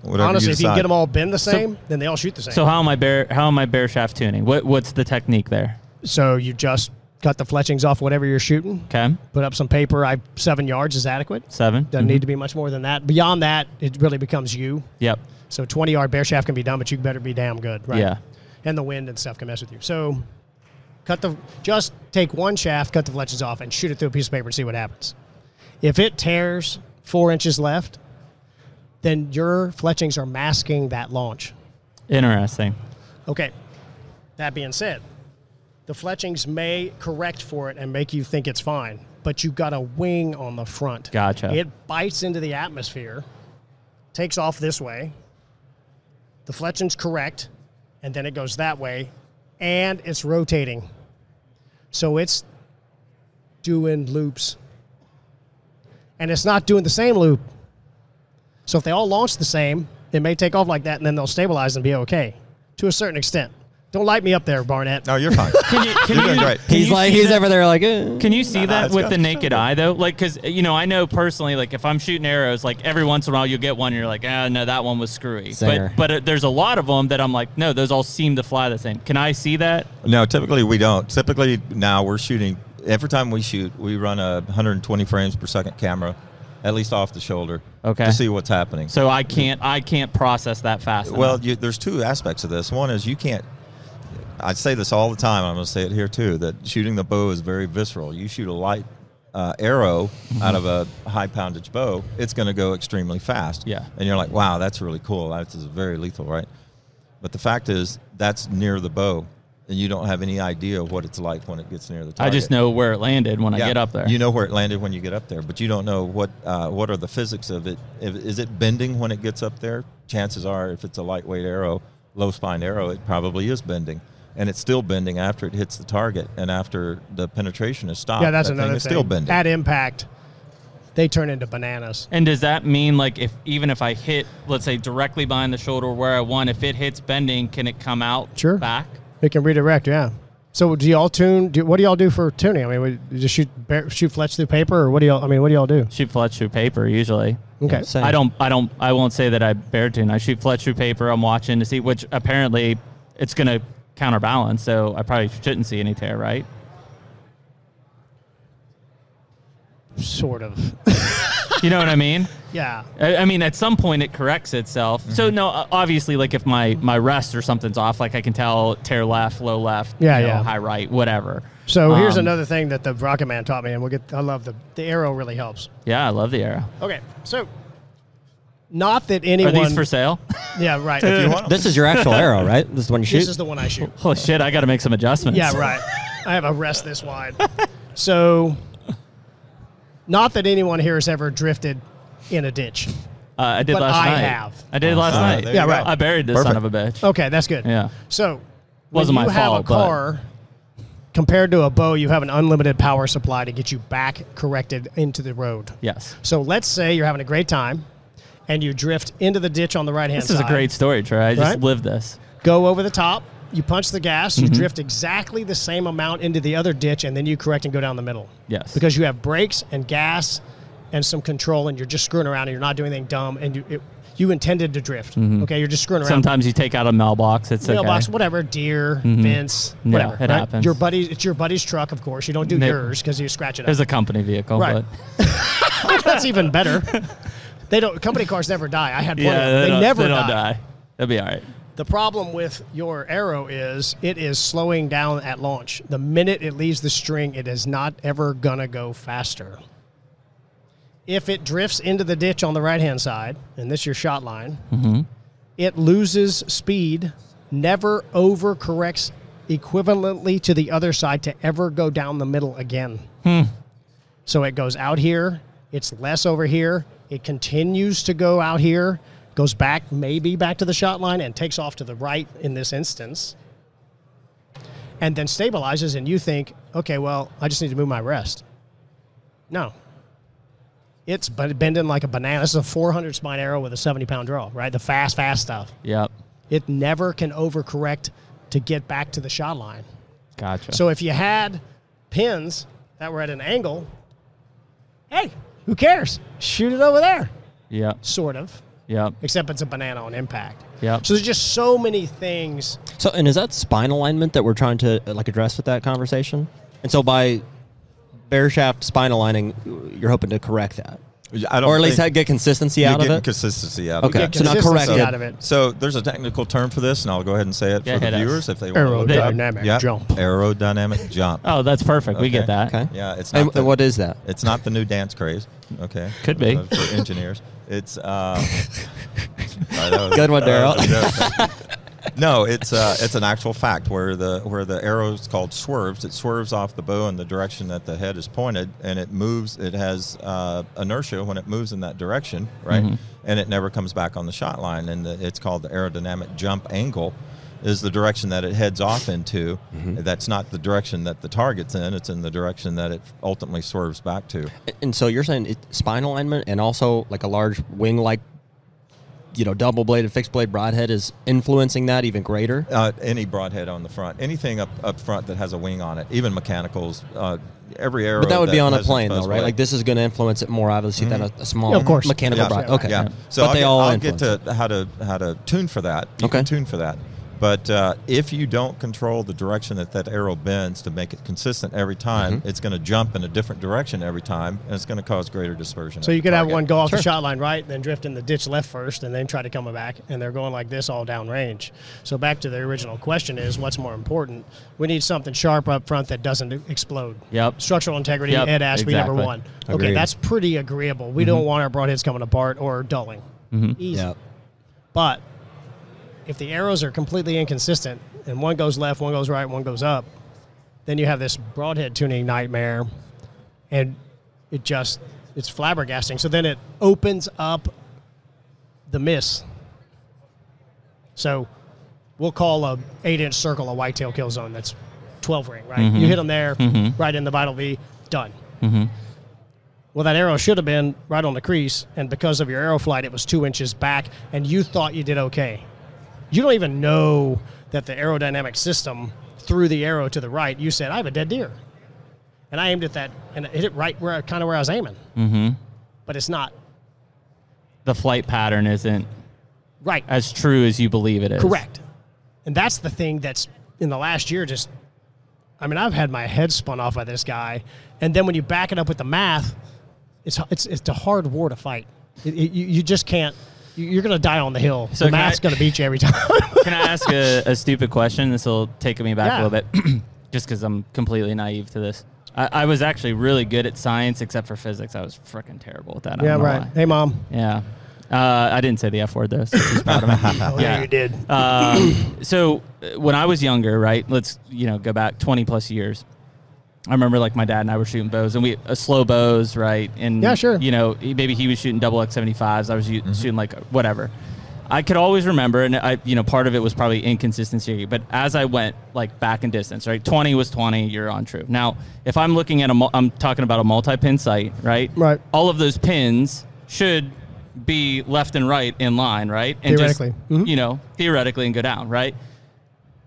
S2: Whatever
S3: Honestly, if you
S2: decide.
S3: can get them all bend the same, then they all shoot the same.
S1: So how am I bear? How am I bear shaft tuning? What What's the technique there?
S3: So you just cut the fletchings off whatever you're shooting,
S1: Okay.
S3: put up some paper. I seven yards is adequate.
S1: 7
S3: Doesn't
S1: Mhm.
S3: need to be much more than that. Beyond that, it really becomes you.
S1: Mm-hmm. Yep.
S3: So 20 yard bear shaft can be done, but you better be damn good, right?
S1: Yeah.
S3: And the wind and stuff can mess with you. So cut the just take one shaft, cut the fletchings off, and shoot it through a piece of paper and see what happens. If it tears four inches left, then your fletchings are masking that launch.
S1: Interesting.
S3: Okay. That being said, the fletchings may correct for it and make you think it's fine, but you've got a wing on the front.
S1: Gotcha.
S3: It bites into the atmosphere, takes off this way. The fletchings correct, and then it goes that way, and it's rotating. So it's doing loops. And it's not doing the same loop. So if they all launch the same, it may take off like that, and then they'll stabilize and be okay to a certain extent. Don't light me up there, Barnett.
S2: No, you're fine.
S1: Can you, can
S2: You're doing great.
S1: can
S4: he's
S1: you
S4: like
S1: see
S4: he's
S1: that?
S4: over there like eh.
S1: Can you see that
S2: it's
S1: with
S2: got-
S1: the naked eye though? Like, cause uh, you know, I know personally, like if I'm shooting arrows, like every once in a while you'll get one, and you're like, ah, no, that one was screwy.
S4: Zinger.
S1: But but uh, there's a lot of them that I'm like, no, those all seem to fly the same. Can I see that?
S2: No, typically we don't. Typically now we're shooting. Every time we shoot, we run a 120 frames per second camera, at least off the shoulder,
S1: Okay.
S2: to see what's happening.
S1: So I can't I can't process that fast.
S2: well,
S1: enough.
S2: you, there's two aspects of this. One is you can't. I say this all the time. I'm going to say it here too. That shooting the bow is very visceral. You shoot a light uh, arrow
S1: Mm-hmm.
S2: out of a high poundage bow, it's going to go extremely fast.
S1: Yeah.
S2: And you're like, wow, that's really cool. That's very lethal, right? But the fact is, that's near the bow, and you don't have any idea what it's like when it gets near the
S1: I
S2: target.
S1: just know where it landed when I
S2: Yeah.
S1: get up there.
S2: You know where it landed when you get up there, but you don't know what uh, what are the physics of it. If, is it bending when it gets up there? Chances are, if it's a lightweight arrow, low spine arrow, it probably is bending, and it's still bending after it hits the target and after the penetration is stopped.
S3: yeah, that's
S2: that
S3: another
S2: It's
S3: thing.
S2: still bending.
S3: At impact, they turn into bananas.
S1: and does that mean like if even if I hit, let's say directly behind the shoulder where I want, if it hits bending, can it come out
S3: Sure.
S1: back?
S3: It can redirect, yeah. So do y'all tune? Do, what do y'all do for tuning? I mean, we- you just shoot bear, shoot fletch through paper, or what do y'all? I mean, what do y'all do?
S1: Shoot fletch through paper usually.
S3: Okay,
S4: Same.
S1: I don't. I don't. I won't say that I bear tune. I shoot fletch through paper. I'm watching to see, which apparently it's going to counterbalance. So I probably shouldn't see any tear, right?
S3: sort of.
S1: You know what I mean?
S3: Yeah,
S1: I, I mean, at some point it corrects itself.
S3: Mm-hmm.
S1: So no, o- obviously, like if my my rest or something's off, like I can tell tear left, low left,
S3: Yeah,
S1: you know,
S3: yeah.
S1: high right, whatever.
S3: So here's
S1: Um,
S3: another thing that the Rocket Man taught me, and we'll get. I love the the arrow really helps.
S1: Yeah, I love the arrow.
S3: Okay, so Not that
S1: Are
S3: anyone.
S1: these for sale?
S3: yeah, right.
S2: If you want 'em.
S4: This is your actual arrow, right? This is the one you shoot.
S3: This is the one I shoot.
S1: Holy shit, I got to make some adjustments.
S3: Yeah, right. I have a rest this wide. So, not that anyone here has ever drifted in a ditch.
S1: Uh, I did
S3: But
S1: last
S3: I
S1: night.
S3: have.
S1: I did last
S2: Ah,
S1: night.
S2: there you Yeah,
S3: go. right. Oh.
S1: I buried this son
S2: Perfect.
S1: of a bitch.
S3: Okay, that's good.
S1: Yeah.
S3: So,
S1: Wasn't
S3: when
S1: my
S3: you have
S1: fault,
S3: a
S1: but-
S3: car compared to a bow, you have an unlimited power supply to get you back corrected into the road.
S1: Yes.
S3: So let's say you're having a great time and you drift into the ditch on the right hand
S1: This
S3: side.
S1: is a great story, Troy. I just
S3: Right?
S1: lived this.
S3: Go over the top, you punch the gas,
S1: Mm-hmm.
S3: you drift exactly the same amount into the other ditch, and then you correct and go down the middle.
S1: Yes.
S3: Because you have brakes and gas and some control, and you're just screwing around and you're not doing anything dumb, and you, it, you intended to drift. Okay, you're just screwing around.
S1: Mm-hmm. Sometimes you take out a mailbox. It's
S3: Mailbox,
S1: okay. Mm-hmm.
S3: whatever, deer, fence,
S1: Yeah,
S3: whatever.
S1: it happens.
S3: Your buddy, it's your buddy's truck, of course. You don't do
S1: Nope.
S3: yours because you scratch it up.
S1: It was a company vehicle,
S3: Right.
S1: but
S3: That's even better. They don't. Company cars never die. I had one.
S1: yeah,
S3: they,
S1: they, don't,
S3: never
S1: they don't
S3: die.
S1: die. They'll be all right.
S3: The problem with your arrow is it is slowing down at launch. The minute it leaves the string, it is not ever gonna go faster. If it drifts into the ditch on the right hand side, and this is your shot line, it loses speed, never overcorrects equivalently to the other side to ever go down the middle again. So it goes out here, it's less over here, it continues to go out here, goes back, maybe back to the shot line, and takes off to the right in this instance, and then stabilizes. And you think, okay, well, I just need to move my rest. No. It's bu- bending like a banana. This is a 400 spine arrow with a 70 pound draw, right? The fast, fast stuff.
S1: Yep.
S3: It never can overcorrect to get back to the shot line.
S1: Gotcha.
S3: So if you had pins that were at an angle, hey, who cares? Shoot it over there,
S1: yep.
S3: sort of.
S1: Yep.
S3: Except it's a banana on impact.
S1: Yep.
S3: So there's just so many things.
S4: So, and is that spine alignment that we're trying to uh, like address with that conversation? And so, by bear shaft spine aligning, you're hoping to correct that,
S2: I don't
S4: or at least
S2: think
S4: get consistency
S2: you're
S4: out of
S2: getting
S4: it.
S2: consistency out
S4: Okay.
S2: of it.
S4: So not
S3: consistency
S4: corrected.
S3: out of it.
S2: So there's a technical term for this, and I'll go ahead and say it
S1: Yeah,
S2: for
S1: hit
S2: the
S1: us.
S2: viewers if they want. to look it up.
S3: Aerodynamic
S2: Yep.
S3: jump.
S2: Aerodynamic jump.
S1: Oh, that's perfect. We get
S2: Okay.
S1: that.
S4: okay.
S2: Yeah, it's not
S4: And,
S2: the-
S4: and what is that?
S2: It's not the new dance craze. Okay.
S1: Could be.
S2: Uh, for engineers. It's uh, sorry, that was-
S4: Good one,
S2: that was a joke. no, it's uh, it's an actual fact where the where the arrow is called swerves. It swerves off the bow in the direction that the head is pointed, and it moves. It has uh, inertia when it moves in that direction, right? And it never comes back on the shot line, and the, it's called the aerodynamic jump angle. Is the direction that it heads off into? That's not the direction that the target's in. It's in the direction that it ultimately swerves back to.
S4: And so you're saying it, spine alignment and also like a large wing like, you know, double bladed fixed blade broadhead is influencing that even greater.
S2: Uh, any broadhead on the front, anything up up front that has a wing on it, even mechanicals, uh, every arrow.
S4: But that would be on a
S2: has its
S4: plane though,
S2: best
S4: right?
S2: way.
S4: Like this is going to influence it more obviously than a, a small,
S3: Yeah, of course.
S4: mechanical
S2: Mm-hmm. Yeah.
S4: broad. Okay.
S2: Yeah. So
S4: but
S2: I'll
S4: they
S2: get,
S4: all
S2: I'll get
S4: influence it.
S2: to how to how to tune for that. You
S4: Okay.
S2: can tune for that. But uh, if you don't control the direction that that arrow bends to make it consistent every time, it's going to jump in a different direction every time, and it's going to cause greater dispersion.
S3: So
S2: at
S3: you
S2: the
S3: could have
S2: target.
S3: one go off the shot line right, then drift in the ditch left first, and then try to come back, and they're going like this all down range. So back to the original question is, what's more important? We need something sharp up front that doesn't explode.
S1: Yep.
S3: Structural integrity,
S1: Yep,
S3: Ed Ashby
S1: exactly. Mm-hmm.
S3: number one. Okay,
S4: Agreed.
S3: that's pretty agreeable. We don't want our broadheads coming apart or dulling. Easy.
S4: Yeah.
S3: But if the arrows are completely inconsistent and one goes left, one goes right, one goes up, then you have this broadhead tuning nightmare and it just it's flabbergasting. So then it opens up the miss. So we'll call a eight inch circle a whitetail kill zone that's twelve ring, right? You hit them there, right in the vital V, done. Well, that arrow should have been right on the crease, and because of your arrow flight, it was two inches back, and you thought you did okay. You don't even know that the aerodynamic system threw the arrow to the right. You said, I have a dead deer. And I aimed at that and it hit it right where kind of where I was aiming. Mm-hmm. But it's not
S1: The flight pattern isn't
S3: right.
S1: as true as you believe it is.
S3: Correct. And that's the thing that's in the last year just I mean, I've had my head spun off by this guy. And then when you back it up with the math, it's it's it's a hard war to fight. It, it- you, you just can't you- you're going to die on the hill.
S1: So
S3: the
S1: can I-
S3: math's going to beat you every time.
S1: Can I ask a, a stupid question? This will take me back a
S3: Yeah.
S1: little bit, just because I'm completely naive to this. I, I was actually really good at science, except for physics. I was freaking terrible at that. I'm
S3: yeah,
S1: not gonna
S3: right.
S1: lie.
S3: Hey, mom.
S1: Yeah. Uh, I didn't say the F word though. So she's proud of me.
S3: Oh,
S1: Yeah.
S3: yeah, you did.
S1: Um, so uh, when I was younger, right? Let's you know go back twenty plus years. I remember like my dad and I were shooting bows, and we uh, slow bows, right? And
S3: Yeah, sure.
S1: You know, he- maybe he was shooting double X seventy fives. I was u- shooting like uh, whatever. I could always remember, and I, you know, part of it was probably inconsistency. But as I went like back in distance, right, twenty was twenty. You're on true. Now, if I'm looking at a, mul- I'm talking about a multi-pin sight, right?
S3: Right.
S1: All of those pins should be left and right in line, right? And just,
S3: Theoretically. Mhm.
S1: you know, theoretically and go down, right?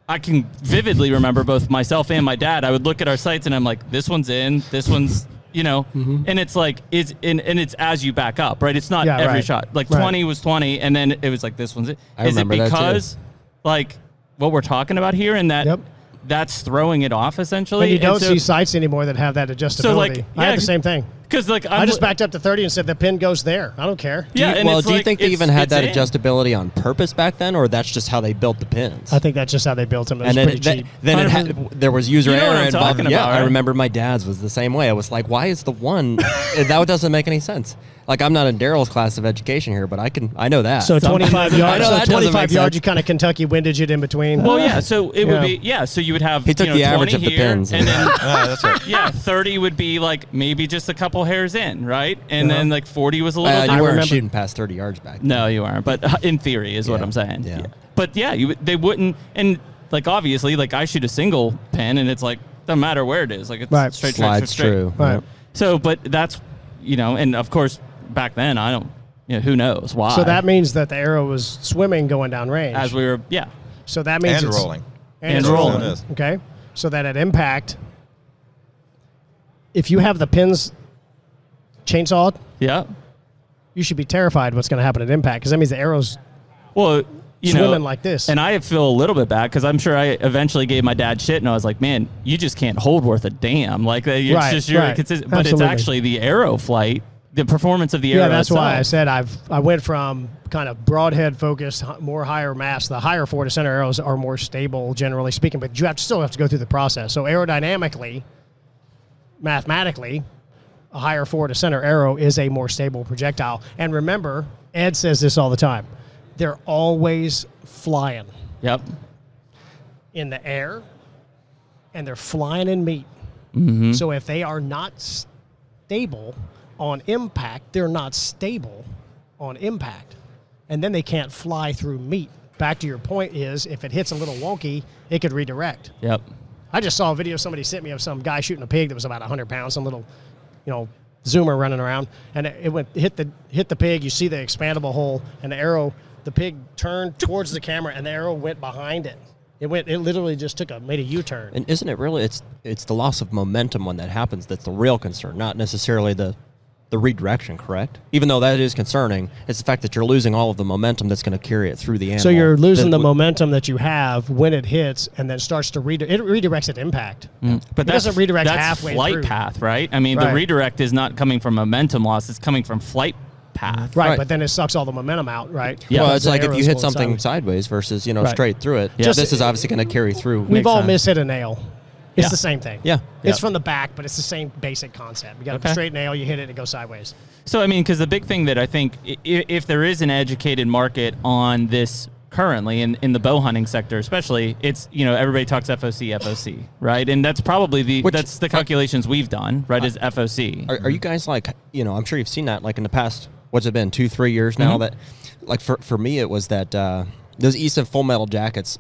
S1: I can vividly remember both myself and my dad. I would look at our sites and I'm like, this one's in, this one's, you know, and it's like, it's and, and it's as you back up, right? It's not
S3: Mm-hmm. Yeah,
S1: every
S3: right.
S1: shot. Like
S3: Right.
S1: 20 was 20, and then it was like, this one's it.
S4: I
S1: Is it
S4: remember that too.
S1: because, like, what we're talking about here and that
S3: Yep.
S1: that's throwing it off essentially?
S3: But you
S1: And
S3: don't
S1: so-
S3: see sites anymore that have that adjustability.
S1: like,
S3: I
S1: yeah,
S3: had the same thing.
S1: Cause like
S3: i
S1: I'm,
S3: just backed up to 30 and said the pin goes there. I don't care.
S1: Yeah,
S4: do you,
S1: and
S4: well,
S1: it's
S4: do you
S1: like,
S4: think they
S1: it's-
S4: even had
S1: it's
S4: that
S1: in.
S4: adjustability on purpose back then, or that's just how they built the pins?
S3: I think that's just how they built them. It
S4: and
S3: was
S4: then,
S3: pretty
S4: then-
S3: cheap.
S4: then it ha-
S1: 100%.
S4: there was user
S1: You know what
S4: error
S1: I'm
S4: involved.
S1: talking
S4: yeah,
S1: about,
S4: I
S1: right?
S4: remember my dad's was the same way. I was like, why is the one that doesn't make any sense? Like I'm not in Daryl's class of education here, but I can I know that. Uh,
S3: So
S1: Something
S3: 25
S1: doesn't- I
S3: yards.
S1: know,
S3: So
S4: that doesn't
S3: 25
S4: make sense.
S3: yards. You kind of Kentucky windage it in between.
S1: Well, yeah. So it
S3: Yeah.
S1: would be yeah. So you would have
S4: He took
S1: you know,
S4: the average
S1: 20
S4: of the
S1: here,
S4: pins.
S1: and then
S2: Ah, that's right.
S1: yeah, thirty would be like maybe just a couple hairs in, right? And then like forty was a little.
S4: Uh, you
S1: different.
S4: weren't
S3: remember-
S4: shooting past 30 yards back. then.
S1: No, you aren't. But uh, in theory, is what
S4: Yeah,
S1: I'm saying.
S4: yeah.
S1: But yeah, you, would- they wouldn't. And like obviously, like I shoot a single pin, and it's like doesn't matter where it is. Like it's
S3: Right.
S1: straight, straight, straight,
S4: Slides
S1: straight.
S4: true.
S3: Right.
S4: Yep.
S1: So, but that's you know, and of course back then I don't. You know, who knows why?
S3: So that means that the arrow was swimming going down range.
S1: as we were yeah.
S3: so that means
S2: And
S3: it's-
S2: rolling.
S3: and,
S1: And
S3: it's
S1: rolling.
S2: It is.
S3: Okay. So that at impact, if you have the pins chainsawed,
S1: Yeah.
S3: you should be terrified what's going to happen at impact because that means the arrows.
S1: Well, you know,
S3: Swimming like this.
S1: and I feel a little bit bad because I'm sure I eventually gave my dad shit, and I was like, "Man, you just can't hold worth a damn." Like, uh, it's
S3: Right,
S1: just you're
S3: right.
S1: consistent. But
S3: Absolutely.
S1: it's actually the arrow flight, the performance of the arrow.
S3: yeah, that's why I
S1: itself.
S3: said I've I went from kind of broadhead focused, h- more higher mass. The higher four to center arrows are more stable, generally speaking, but you have to still have to go through the process. So aerodynamically, mathematically, a higher forward to center arrow is a more stable projectile. And remember, Ed says this all the time: they're always flying
S1: Yep.
S3: in the air, and they're flying in meat. So if they are not stable on impact, they're not stable on impact, and then they can't fly through meat. Back to your point is, if it hits a little wonky, it could redirect.
S1: Yep.
S3: I just saw a video somebody sent me of some guy shooting a pig that was about 100 pounds, some little, you know, zoomer running around, and it, it went hit the hit the pig. You see the expandable hole, and the arrow. The pig turned towards the camera, and the arrow went behind it. It went. It literally just took a made a U turn.
S4: And isn't it really it's it's the loss of momentum when that happens that's the real concern, not necessarily the the redirection, correct? Even though that is concerning, it's the fact that you're losing all of the momentum that's going to carry it through the animal.
S3: So you're losing
S4: That
S3: the
S4: w-
S3: momentum that you have when it hits, and then starts to redirect. It redirects at impact.
S4: Mm.
S1: But
S3: It
S1: that's
S3: doesn't redirect
S1: that's
S3: halfway
S1: flight
S3: through.
S1: path, right? I mean,
S3: Right.
S1: the redirect is not coming from momentum loss; it's coming from flight path.
S3: Right,
S4: Right.
S3: but then it sucks all the momentum out. Right.
S1: Yeah.
S4: Well,
S1: Because
S4: it's
S3: the
S4: like if you
S3: arrow's
S4: hit
S3: going
S4: something
S3: sideways.
S4: sideways, versus you know
S1: Right.
S4: straight through it.
S1: Yeah.
S4: Just, this is obviously going to carry through.
S3: We've
S1: Makes
S3: all
S1: sense.
S3: missed a nail. It's
S1: Yeah.
S3: the same thing.
S4: Yeah.
S3: It's
S1: Yeah.
S3: from the back, but it's the same basic concept. You got a
S1: Okay.
S3: straight nail, you hit it, it goes sideways.
S1: So I mean, because the big thing that I think, i- i- if there is an educated market on this currently in, in the bow hunting sector, especially, it's you know everybody talks FOC, FOC, right? And that's probably the
S4: Which-
S1: that's the calculations we've done, right? Is FOC?
S4: Are, are you guys like you know? I'm sure you've seen that like in the past. What's it been? Two, three years now.
S3: Mm-hmm.
S4: That like for for me, it was that uh, those Easton Full Metal jackets.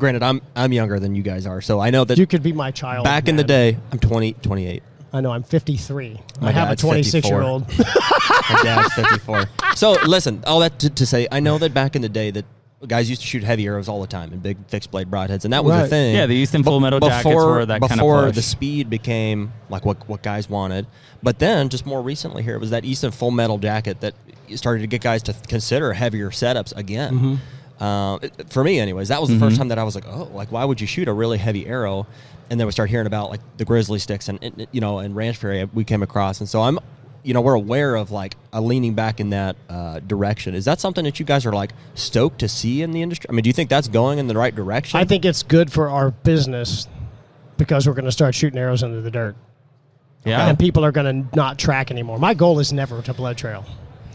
S4: Granted, I'm I'm younger than you guys are, so I know that
S3: You could be my child.
S4: back in the
S3: man.
S4: day, I'm 20, 28.
S3: I know I'm 53.
S4: My
S3: I have a
S4: dad's
S3: 26 year
S4: 54.
S3: old.
S4: My dad's 54. So listen, all that to, to say, I know that back in the day that guys used to shoot heavy arrows all the time and big fixed blade broadheads, and that was a
S3: Right.
S4: thing.
S1: Yeah, the Easton Full Metal jackets were that kind of
S4: before
S1: push.
S4: the speed became like what what guys wanted. But then just more recently here it was that Easton Full Metal jacket that started to get guys to consider heavier setups again. Uh, it- for me, anyways, that was the first time that I was like, oh, like why would you shoot a really heavy arrow? And then we start hearing about like the grizzly sticks and- and you know and ranch fairy we came across, and so I'm. You know, we're aware of like a leaning back in that uh, direction. Is that something that you guys are like stoked to see in the industry? I mean, do you think that's going in the right direction?
S3: I think it's good for our business because we're going to start shooting arrows under the dirt.
S1: yeah.
S3: And people are going to not track anymore. My goal is never to blood trail.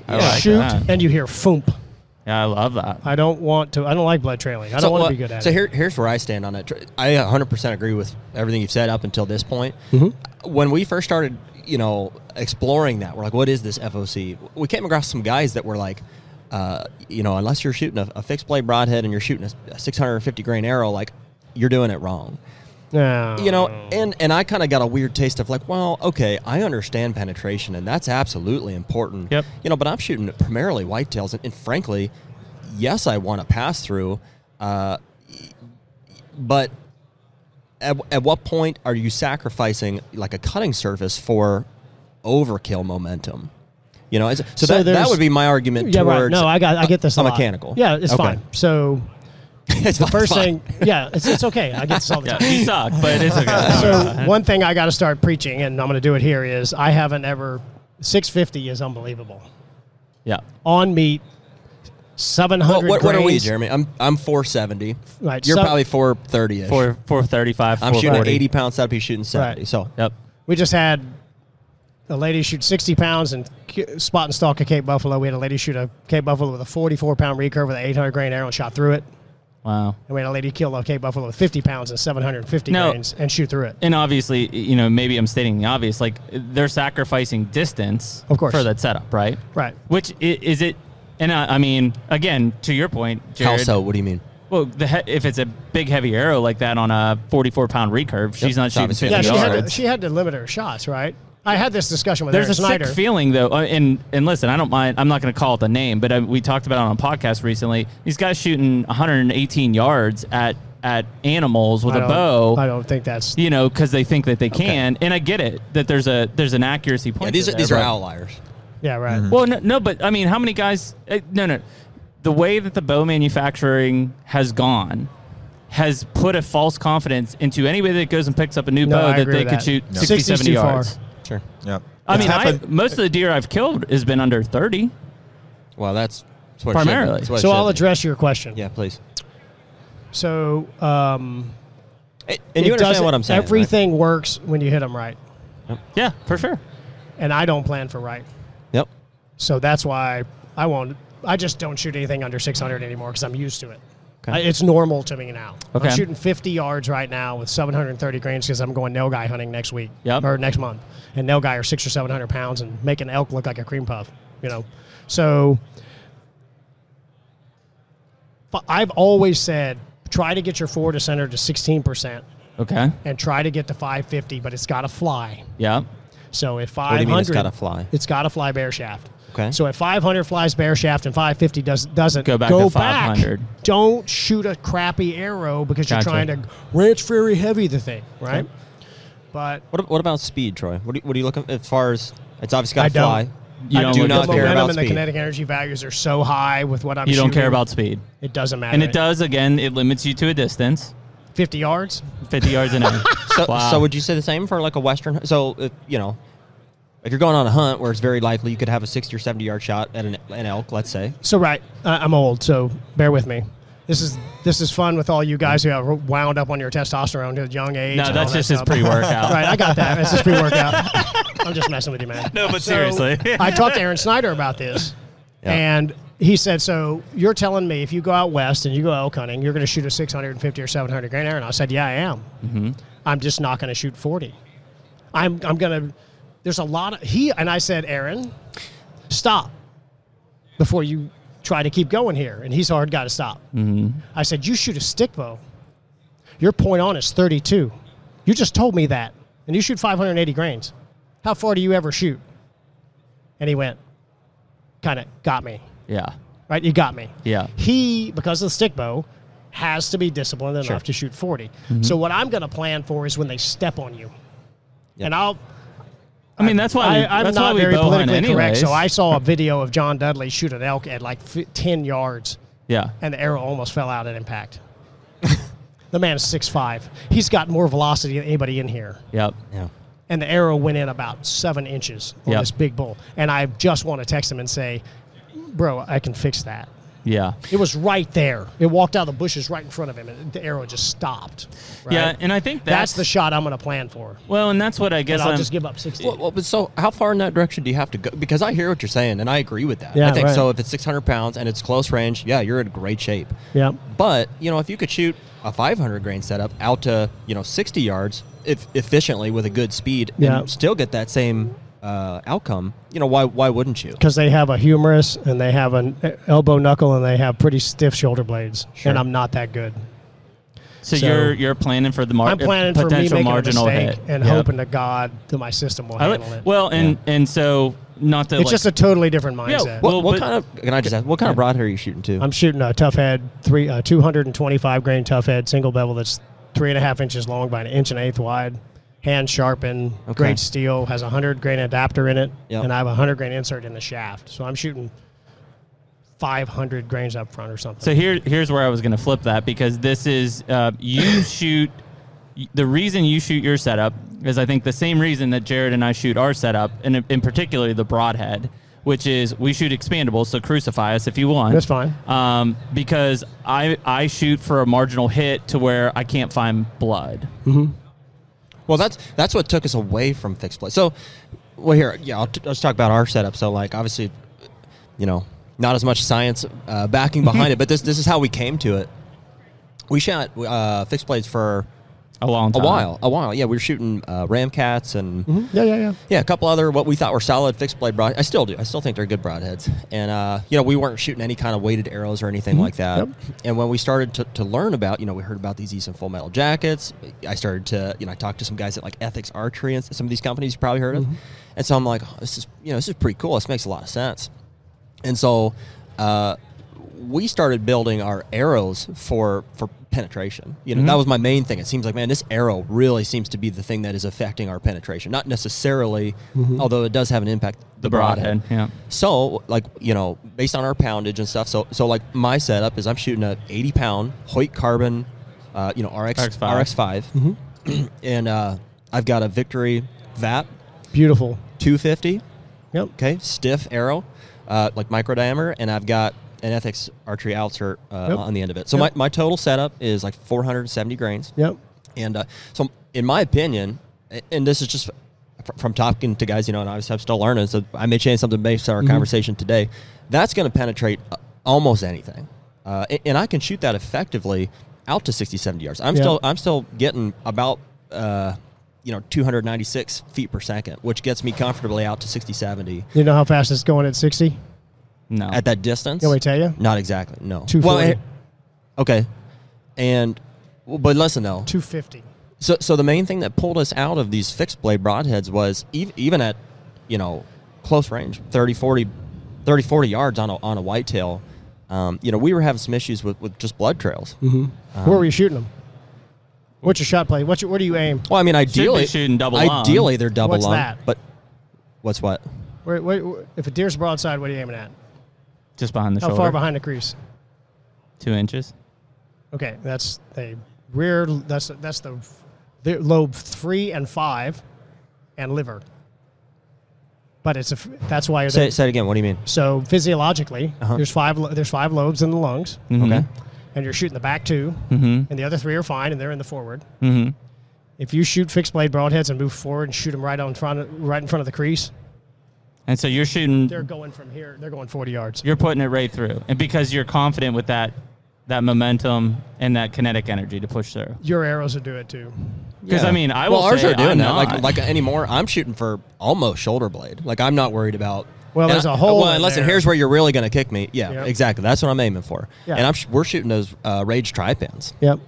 S1: I like
S3: shoot,
S1: that.
S3: and you hear foomp.
S1: Yeah, I love that.
S3: I don't want to. I don't like blood trailing. I don't want to be good at
S4: so
S3: it.
S4: here, here's where I stand on it. Tr- I 100% agree with everything you've said up until this point. When we first started, you know, exploring that, we're like, what is this FOC? We came across some guys that were like, uh, you know, unless you're shooting a, a fixed blade broadhead and you're shooting a, a 650 grain arrow, like, you're doing it wrong.
S3: No.
S4: You know, and, and I kind of got a weird taste of like, well, okay, I understand penetration, and that's absolutely important.
S1: Yep.
S4: You know, but I'm shooting at primarily whitetails, and, and frankly, yes, I want to pass through, uh, but at, at what point are you sacrificing like a cutting surface for overkill momentum? You know, it's- so,
S3: So
S4: that, that
S3: there's-
S4: would be my argument
S3: yeah, right.
S4: towards
S3: No, I got. I get this.
S4: a
S3: lot.
S4: mechanical.
S3: Yeah, it's
S4: Okay.
S3: fine. So
S4: It's
S3: the
S4: fine,
S3: first
S4: it's fine.
S3: thing, yeah, it's, it's okay. I get this all the
S1: Yeah,
S3: time.
S1: you suck, but it's okay.
S3: So one thing I got to start preaching, and I'm going to do it here, is I haven't ever. 650 is unbelievable
S1: yeah.
S3: on meat. 700
S4: What, what, what are we,
S3: grains.
S4: Jeremy? I'm I'm 470.
S3: Right,
S4: You're
S3: so-
S4: probably 430 ish.
S1: Four, 435,
S4: I'm shooting an
S1: 440.
S4: 80 pound setup. He's shooting 70.
S3: Right.
S4: So
S1: Yep.
S3: We just had a lady shoot 60 pounds and k- spot and stalk a Cape Buffalo. We had a lady shoot a Cape Buffalo with a 44 pound recurve with an 800 grain arrow and shot through it.
S1: Wow.
S3: And we had a lady kill a Cape Buffalo with 50 pounds and 750
S1: No.
S3: grains and shoot through it.
S1: And obviously, you know, maybe I'm stating the obvious. Like they're sacrificing distance,
S3: Of course.
S1: for that setup, right?
S3: Right.
S1: Which i- is it? And I, I mean, again, to your point,
S4: how
S1: Jared.
S4: so? What do you mean?
S1: Well, the he- if it's a big heavy arrow like that on a 44 pound recurve, she's not
S4: it's
S1: shooting
S4: obviously-
S1: 50
S3: Yeah, she had, to,
S1: yards.
S3: she had to limit her shots, right? I had this discussion with
S1: There's
S3: Aaron
S1: a
S3: Snyder.
S1: sick feeling though, uh, and and listen, I don't mind. I'm not going to call it the name, but uh, we talked about it on a podcast recently. These guys shooting 118 yards at at animals with
S3: I
S1: a
S3: don't-
S1: bow.
S3: I don't think that's.
S1: you know, because they think that they can, and I get it that there's a there's an accuracy point.
S4: Yeah, these
S1: to
S4: are,
S1: there,
S4: these are
S1: but-
S4: outliers.
S3: Yeah, right.
S4: Mm-hmm.
S1: Well, no, no, but I mean, how many guys? eh, No, no. The way that the bow manufacturing has gone has put a false confidence into anybody that goes and picks up a new
S3: No,
S1: bow
S3: I
S1: that
S3: agree
S1: they
S3: with
S1: could
S3: that.
S1: shoot
S3: No.
S1: 60,
S3: 60 's
S1: 70
S3: too far.
S1: yards.
S4: Sure.
S2: Yeah.
S1: I
S2: It's
S1: mean, I,
S2: happened-
S1: most of the deer I've killed has been under 30.
S4: Well, that's, that's what it should be.
S1: Primarily.
S4: That's what it
S3: so
S4: should
S3: I'll
S4: be.
S3: address your question.
S4: Yeah, please.
S3: So, um,
S4: And, and
S3: it
S4: you understand
S3: doesn't-
S4: what I'm saying? right?
S3: Everything works when you hit them right.
S1: Yeah, for sure.
S3: And I don't plan for right.
S4: Yep.
S3: So that's why I won't. I just don't shoot anything under 600 anymore because I'm used to it.
S4: Okay.
S3: I- it's normal to me now.
S1: Okay.
S3: I'm shooting 50 yards right now with 730 grains because I'm going nail guy hunting next week
S1: Yep.
S3: or next month, and nail guy are six or 700 pounds and make an elk look like a cream puff. You know, so but I've always said try to get your four to center to 16 percent
S1: Okay.
S3: and try to get to 550, but it's got to fly.
S1: Yeah.
S3: So if
S4: do
S3: 500,
S4: you mean it's gotta fly?
S3: It's got to fly bear shaft.
S4: Okay.
S3: So if 500 flies bear shaft and 550 does doesn't
S1: Go back to 500.
S3: Don't shoot a crappy arrow because
S1: Gotcha.
S3: you're trying to ranch very heavy the thing, right?
S4: Okay.
S3: But
S4: What, ab- what about speed, Troy? What are, what are you looking as far as it's obviously got
S3: I
S4: to fly?
S3: don't.
S1: You
S4: I
S1: don't
S4: do
S1: look
S4: not
S1: at
S3: the
S1: care
S4: care
S3: momentum
S4: about
S3: and the
S4: speed.
S3: kinetic energy values are so high with what I'm
S1: You don't care
S3: shooting,
S1: about speed.
S3: it doesn't matter.
S1: And it does, again, it limits you to a distance
S3: 50 yards.
S1: 50 yards an hour.
S4: So,
S1: Wow.
S4: so would you say the same for like a western? So if, you know, if you're going on a hunt where it's very likely you could have a 60 or 70 yard shot at an, an elk, let's say.
S3: So right, I I'm old, so bear with me. This is this is fun with all you guys who have wound up on your testosterone at a young age.
S1: No,
S3: and
S1: that's
S3: all that
S1: just his
S3: stuff.
S1: pre workout.
S3: Right, I got that. It's just pre-workout. I'm just messing with you, man.
S1: No, but
S3: So,
S1: seriously.
S3: I talked to Aaron Snyder about this,
S4: Yeah.
S3: and he said, "So you're telling me if you go out west and you go elk hunting, you're going to shoot a 650 or 700 grain arrow?" And I said, "Yeah, I am.
S1: Mm-hmm.
S3: I'm just not going to shoot 40. I'm I'm going to. There's a lot of he and I said, Aaron, stop before you try to keep going here. And he's hard. Got to stop.
S1: Mm-hmm.
S3: I said, you shoot a stick bow. Your point on is 32. You just told me that. And you shoot 580 grains. How far do you ever shoot? And he went, kind of got me.
S1: Yeah.
S3: Right? You got me.
S1: Yeah.
S3: He, because of the stick bow, has to be disciplined enough to shoot 40.
S1: Mm-hmm.
S3: So what I'm going to plan for is when they step on you.
S4: Yeah.
S3: And I'll
S1: I mean, that's why we,
S3: I, I'm
S1: that's
S3: not
S1: why
S3: very
S1: we bow hunt
S3: politically correct, so
S1: anyways.
S3: I saw a video of John Dudley shoot an elk at like f- 10 yards,
S1: yeah.
S3: and the arrow almost fell out at impact. the man is 6'5. He's got more velocity than anybody in here,
S1: Yep.
S4: Yeah.
S3: and the arrow went in about seven inches on
S1: Yep.
S3: this big bull. And I just want to text him and say, Bro, I can fix that.
S1: Yeah.
S3: It was right there. It walked out of the bushes right in front of him, and the arrow just stopped. right?
S1: Yeah, and I think
S3: that's,
S1: that's,
S3: the shot I'm going to plan for.
S1: well, and that's what I guess
S3: And I'll
S1: I'm-
S3: just give up 60.
S4: Well, well, but so how far in that direction do you have to go? Because I hear what you're saying, and I agree with that.
S3: Yeah,
S4: I think
S3: right.
S4: so. If it's 600 pounds and it's close range, yeah, you're in great shape.
S3: yeah.
S4: But you know, if you could shoot a 500 grain setup out to you know 60 yards, if efficiently with a good speed,
S3: Yeah.
S4: and still get that same uh, outcome, you know, why why wouldn't you?
S3: Because they have a humerus, and they have an eh, elbow knuckle, and they have pretty stiff shoulder blades.
S4: Sure.
S3: And I'm not that good.
S1: so,
S3: so-
S1: you're you're planning for the mar-
S3: I'm planning for me
S1: potential
S3: making a
S1: marginal hit
S3: mistake and
S1: Yep.
S3: hoping to God that my system will
S1: I li-
S3: handle it.
S1: well, and and so not to
S3: it's
S1: like,
S3: just a totally different mindset.
S1: well,
S4: What,
S1: but-
S4: what kind of can I just ask? What kind of broadhead are you shooting to?
S3: I'm shooting a tough head, three, uh, 225 grain tough head, single bevel that's three and a half inches long by an inch and an eighth wide, hand sharpened,
S4: Okay.
S3: great steel, has a 100 grain adapter in it,
S4: Yep.
S3: and I have a 100 grain insert in the shaft. So I'm shooting 500 grains up front or something.
S1: So here, here's where I was going to flip that because this is uh, you shoot. The reason you shoot your setup is I think the same reason that Jared and I shoot our setup, and in particular the broadhead, which is we shoot expandables. So crucify us if you want.
S3: That's fine.
S1: Um, because I I shoot for a marginal hit to where I can't find blood.
S4: Well, that's that's what took us away from fixed play. So, well, here, yeah, I'll t- let's talk about our setup. So, like, obviously, you know, not as much science uh, backing behind it, but this this is how we came to it. We shot uh, fixed blades for
S1: A long
S4: a
S1: time.
S4: while, a while. Yeah, we were shooting uh, Ramcats and
S3: Mm-hmm. yeah, yeah, yeah.
S4: yeah, a couple other what we thought were solid fixed blade broad. I still do. I still think they're good broadheads. And uh, you know, we weren't shooting any kind of weighted arrows or anything like that.
S3: Mm-hmm. Yep.
S4: And when we started to, to learn about, you know, we heard about these Easton Full Metal Jackets. I started to, you know, I talked to some guys at like Ethics Archery and s- some of these companies you probably heard of.
S3: Mm-hmm.
S4: And so I'm like, oh, this is, you know, this is pretty cool. This makes a lot of sense. And so uh, we started building our arrows for for penetration. You know,
S1: Mm-hmm.
S4: that was my main thing. It seems like, man, this arrow really seems to be the thing that is affecting our penetration. Not necessarily, although it does have an impact.
S1: Mm-hmm. The broadhead. Yeah.
S4: So, like you know, based on our poundage and stuff. So, so like my setup is I'm shooting a 80 pound Hoyt carbon, uh, you know, RX
S1: RX5.
S4: RX5,
S1: Mm-hmm.
S4: and uh, I've got a Victory Vap
S3: Beautiful.
S4: 250.
S3: Yep.
S4: Okay, stiff arrow, uh, like micro diameter, and I've got an ethics archery outsert uh,
S3: Yep.
S4: on the end of it. So
S3: Yep.
S4: my, my total setup is like 470 grains,
S3: Yep.
S4: and uh, so in my opinion, a- and this is just fr- from talking to guys, you know, and obviously I'm still learning, so I may change something based
S3: Mm-hmm.
S4: on our conversation today. That's going to penetrate uh, almost anything, uh, a- and I can shoot that effectively out to 60, 70 yards. I'm
S3: Yeah.
S4: still I'm still getting about. Uh, you know 296 feet per second which gets me comfortably out to 60 70
S3: You know how fast it's going at 60?
S1: No.
S4: at that distance.
S3: Can we tell you?
S4: Not exactly. No.
S3: 240.
S4: eh, okay. And well, but listen though.
S3: 250.
S4: So so the main thing that pulled us out of these fixed blade broadheads was ev- even at you know close range 30 40 30 40 yards on a, on a whitetail um, you know we were having some issues with, with just blood trails
S3: Mm-hmm. Where were you shooting them? What's your shot play? What's your, where do you aim?
S4: well i mean ideally
S1: shooting double lung.
S4: ideally they're double
S3: What's
S4: lung,
S3: that?
S4: but what's what
S3: Where, where, where- if a deer's broadside, what are you aiming at?
S1: just behind the
S3: How
S1: shoulder.
S3: far behind the crease?
S1: Two inches.
S3: Okay, that's a rear. That's that's the, the lobe three and five, and liver. But it's a. f- That's why.
S4: say,
S3: they- Mm-hmm.
S4: say it again what do you mean
S3: so physiologically,
S4: Uh-huh. Mm-hmm.
S3: there's five. lo- There's five lobes in the lungs,
S4: okay
S3: and you're shooting the back 2
S1: Mhm.
S3: and the other three are fine, and they're in the forward.
S1: Mm-hmm.
S3: If you shoot fixed blade broadheads and move forward and shoot them right on front, of- right in front of the crease,
S1: And so you're shooting.
S3: they're going from here. They're going 40 yards.
S1: You're putting it right through, and because you're confident with that, that momentum and that kinetic energy to push through.
S3: Your arrows will do it too.
S1: Because
S4: Yeah.
S1: I mean, I
S4: well,
S1: will
S4: ours
S1: say
S4: are doing
S1: I'm
S4: that.
S1: not.
S4: Like, like anymore, I'm shooting for almost shoulder blade. Like I'm not worried about.
S3: Well,
S4: and
S3: there's
S4: I-
S3: a hole
S4: Well,
S3: in
S4: and listen,
S3: there.
S4: here's where you're really going to kick me. Yeah,
S3: Yep.
S4: exactly. That's what I'm aiming for.
S3: Yeah.
S4: And I'm sh- we're shooting those uh, rage tripans.
S3: Yep.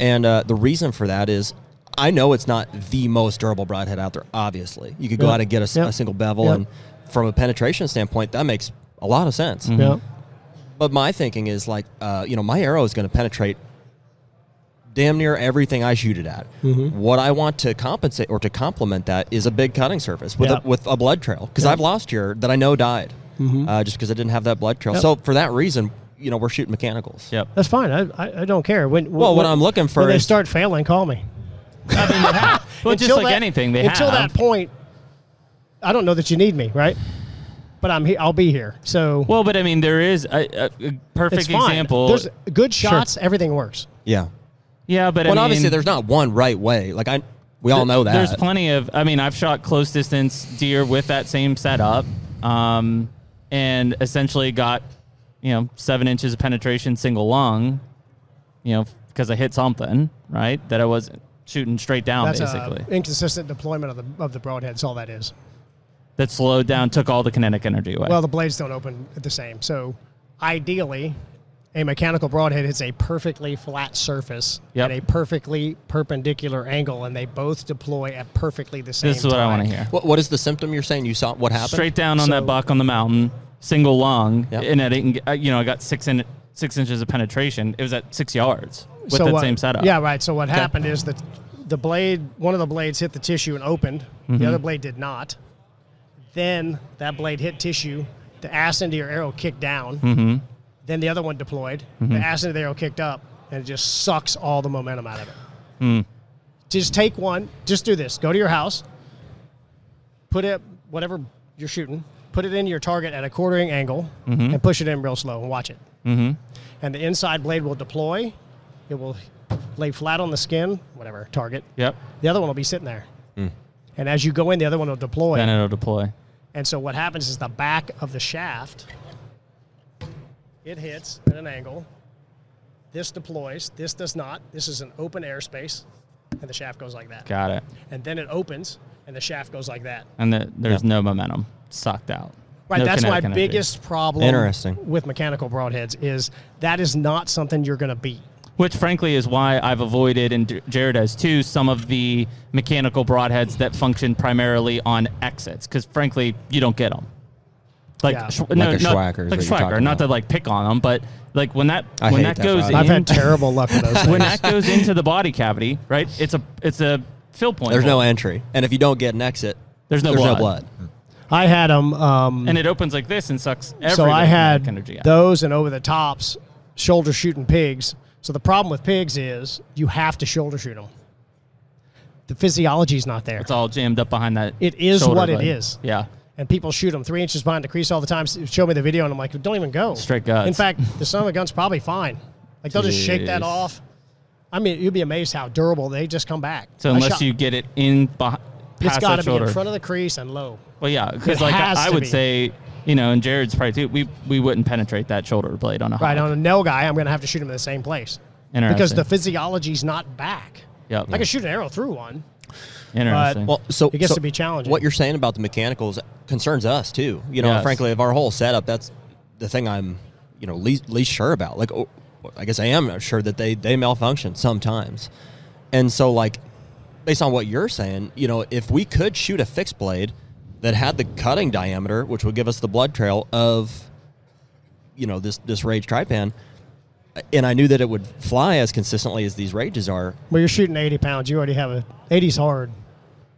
S4: And uh, the reason for that is, I know it's not the most durable broadhead out there. Obviously, you could go
S3: Yep.
S4: out and get a, s-
S3: Yep.
S4: a single bevel,
S3: Yep.
S4: and from a penetration standpoint, that makes a lot of sense.
S1: Mm-hmm.
S3: Yep.
S4: But my thinking is like, uh, you know, my arrow is going to penetrate damn near everything I shoot it at.
S1: Mm-hmm.
S4: What I want to compensate or to complement that is a big cutting surface with,
S3: Yeah.
S4: a, with a blood trail because I've lost here that I know died
S1: Mm-hmm.
S4: uh, just because I didn't have that blood trail.
S3: Yep.
S4: So for that reason, you know, we're shooting mechanicals.
S1: Yep.
S3: That's fine. I, I, I don't care. When,
S4: Well, what I'm looking for
S3: when they
S4: is-
S3: start failing, call me.
S1: Well, just
S3: Until
S1: like
S3: that-
S1: anything, they
S3: until
S1: have.
S3: that point, I don't know that you need me, right? but I'm he- I'll be here. So
S1: Well, but I mean, there is a, a- a perfect
S3: it's fine.
S1: example.
S3: There's good shots. Everything works.
S4: Yeah.
S1: yeah, but
S4: Well,
S1: I mean,
S4: obviously, there's not one right way. Like I, we all know that.
S1: There's plenty of. I mean, I've shot close distance deer with that same setup, um, and essentially got, you know, seven inches of penetration single lung, you know, because I hit something right that I wasn't shooting straight down
S3: That's
S1: Um,
S3: uh,
S1: basically.
S3: a inconsistent deployment of the of the broadheads. All that is.
S1: that slowed down, took all the kinetic energy away.
S3: Well, the blades don't open at the same. So ideally, a mechanical broadhead hits a perfectly flat surface
S1: Yep.
S3: at a perfectly perpendicular angle, and they both deploy at perfectly the same.
S1: this is what I
S3: time.
S1: want to hear.
S4: What, what is the symptom you're saying? You saw what happened?
S1: Straight down on
S3: So-
S1: that buck on the mountain, single lung,
S4: Yep.
S1: and I didn't. Get, I- you know, I got six in six inches of penetration. It was at six yards with
S3: so
S1: that
S3: what-
S1: same setup.
S3: Yeah, right. So what happened is that the blade, one of the blades hit the tissue and opened.
S1: Mm-hmm.
S3: The other blade did not. Then that blade hit tissue. The ass into your arrow kicked down.
S1: Mm-hmm.
S3: Then the other one deployed. The ass into the arrow kicked up, and it just sucks all the momentum out of it. Just take one. Just do this. Go to your house. Put it whatever you're shooting. Put it in your target at a quartering angle
S1: Mm-hmm.
S3: and push it in real slow and watch it and the inside blade will deploy. It will lay flat on the skin, whatever target.
S1: Yep.
S3: The other one will be sitting there. And as you go in, the other one will deploy.
S1: Then it'll deploy.
S3: and so what happens is the back of the shaft, it hits at an angle. This deploys. This does not. This is an open airspace, and the shaft goes like that.
S1: Got it.
S3: And then it opens, and the shaft goes like that.
S1: and that there's no momentum, sucked out.
S3: Right,
S1: No
S3: that's my
S1: kinetic energy.
S3: biggest problem
S4: Interesting.
S3: with mechanical broadheads is that is not something you're going to beat.
S1: Which, frankly, is why I've avoided, and J- Jared has too, some of the mechanical broadheads that function primarily on exits, because frankly, you don't get them. Like,
S3: Yeah.
S1: sh-
S3: Like
S1: no,
S4: a
S1: not-
S4: Schwacker is
S1: like
S4: what you're
S1: Schwacker.
S4: talking
S1: Not
S4: about.
S1: to like pick on them, but like when that
S4: I
S1: when
S4: hate
S1: that
S4: that
S1: goes
S4: shot.
S1: in,
S3: I've had terrible luck with those.
S1: when
S3: things.
S1: that goes into the body cavity, right? It's a it's a fill point.
S4: There's no
S1: hole.
S4: entry, and if you don't get an exit,
S1: There's no blood.
S3: I had them. Um,
S1: and it opens like this and sucks. Every
S3: so
S1: bit
S3: I
S1: of
S3: had
S1: kinetic energy out.
S3: those and over the tops, shoulder shooting pigs. So the problem with pigs is you have to shoulder shoot them. The physiology's not there,
S1: It's all jammed up behind that.
S3: It is
S1: shoulder
S3: what it
S1: blade.
S3: is.
S1: Yeah.
S3: and people shoot them three inches behind the crease all the time. S- Show me the video, and I'm like, don't even go.
S1: Straight guts.
S3: In fact, the son of a gun's probably fine. Like they'll just shake that
S1: Jeez.
S3: off. I mean, you'd be amazed how durable they just come back.
S1: So
S3: I
S1: unless
S3: shot-
S1: you get it in behind,
S3: it's
S1: past that
S3: got to be in
S1: shoulder.
S3: front of the crease and low.
S1: well, yeah,
S3: It
S1: because like
S3: has
S1: I, I
S3: to
S1: would
S3: be.
S1: say, you know, and Jared's probably too. We we wouldn't penetrate that shoulder blade on a
S3: Right
S1: hawk.
S3: on a no guy, I'm going to have to shoot him in the same place because
S1: Interesting.
S3: the physiology's not back.
S1: Yep.
S3: I can shoot an arrow through one.
S1: Interesting.
S4: Well, so
S3: It gets
S4: so
S3: to be challenging.
S4: What you're saying about the mechanicals concerns us too. You know,
S1: Yes.
S4: frankly, of our whole setup, that's the thing I'm, you know, least least sure about. Like, oh, I guess I am sure that they they malfunction sometimes, and so like, based on what you're saying, you know, if we could shoot a fixed blade that had the cutting diameter, which would give us the blood trail of, you know, this this rage tripan. And I knew that it would fly as consistently as these rages are.
S3: Well, you're shooting 80 pounds. You already have a 80's hard.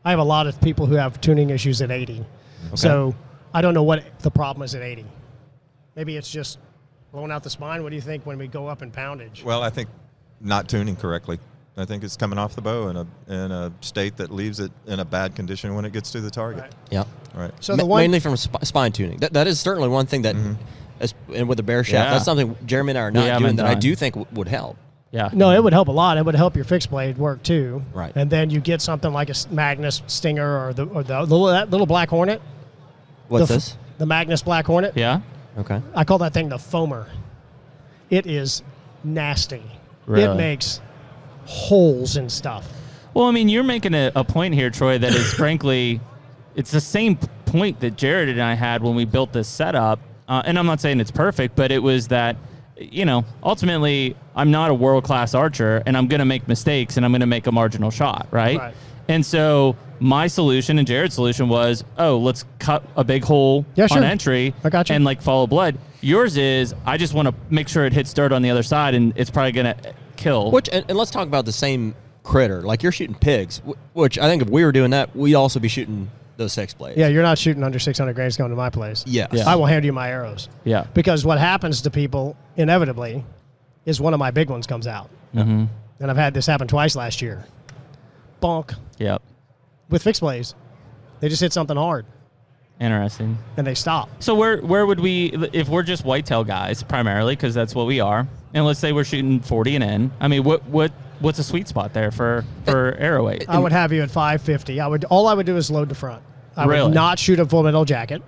S3: I have a lot of people who have tuning issues at 80. So I don't know what the problem is at 80. Maybe it's just blowing out the spine. What do you think when we go up in poundage?
S2: Well, I think not tuning correctly. I think it's coming off the bow in a in a state that leaves it in a bad condition when it gets to the target.
S4: Yeah.
S2: Right.
S3: so
S4: Ma-
S3: the one
S4: mainly from sp- spine tuning. That, that is certainly one thing that, as, and with a bear shaft,
S1: Yeah.
S4: that's something Jeremy and I are
S1: We
S4: not
S1: haven't
S4: doing that I
S1: done.
S4: do think w- would help.
S1: yeah.
S3: no, it would help a lot. It would help your fixed blade work too.
S4: Right.
S3: And then you get something like a S- Magnus Stinger or the or the little that little Black Hornet.
S4: What's
S3: the, f-
S4: this?
S3: The Magnus Black Hornet.
S1: Yeah.
S4: Okay.
S3: I call that thing the foamer. It is nasty. It
S1: Really?
S3: makes holes and stuff.
S1: Well, I mean, you're making a, a point here, Troy, that is frankly, it's the same p- point that Jared and I had when we built this setup. Uh, and I'm not saying it's perfect, but it was that, you know, ultimately, I'm not a world class archer and I'm going to make mistakes and I'm going to make a marginal shot, right?
S3: Right.
S1: And so my solution and Jared's solution was, oh, let's cut a big hole
S3: Yeah, sure.
S1: on entry
S3: I got you.
S1: and like follow blood. Yours is, I just want to make sure it hits dirt on the other side and it's probably going to kill.
S4: Which, and, and let's talk about the same critter. Like you're shooting pigs, wh- which I think if we were doing that, we'd also be shooting those six blades.
S3: Yeah, you're not shooting under 600 grains going to my place.
S4: Yes.
S1: Yeah.
S3: I will hand you my arrows.
S1: Yeah.
S3: Because what happens to people inevitably is one of my big ones comes out. And I've had this happen twice last year. Bonk
S1: Yep.
S3: with fixed blades. They just hit something hard.
S1: Interesting.
S3: and they stop.
S1: So where where would we if we're just whitetail guys primarily because that's what we are, and let's say we're shooting forty and in. I mean, what what what's a sweet spot there for for arrow weight?
S3: I would have you at 550. I would all I would do is load the front. I
S1: Really?
S3: would not shoot a full metal jacket.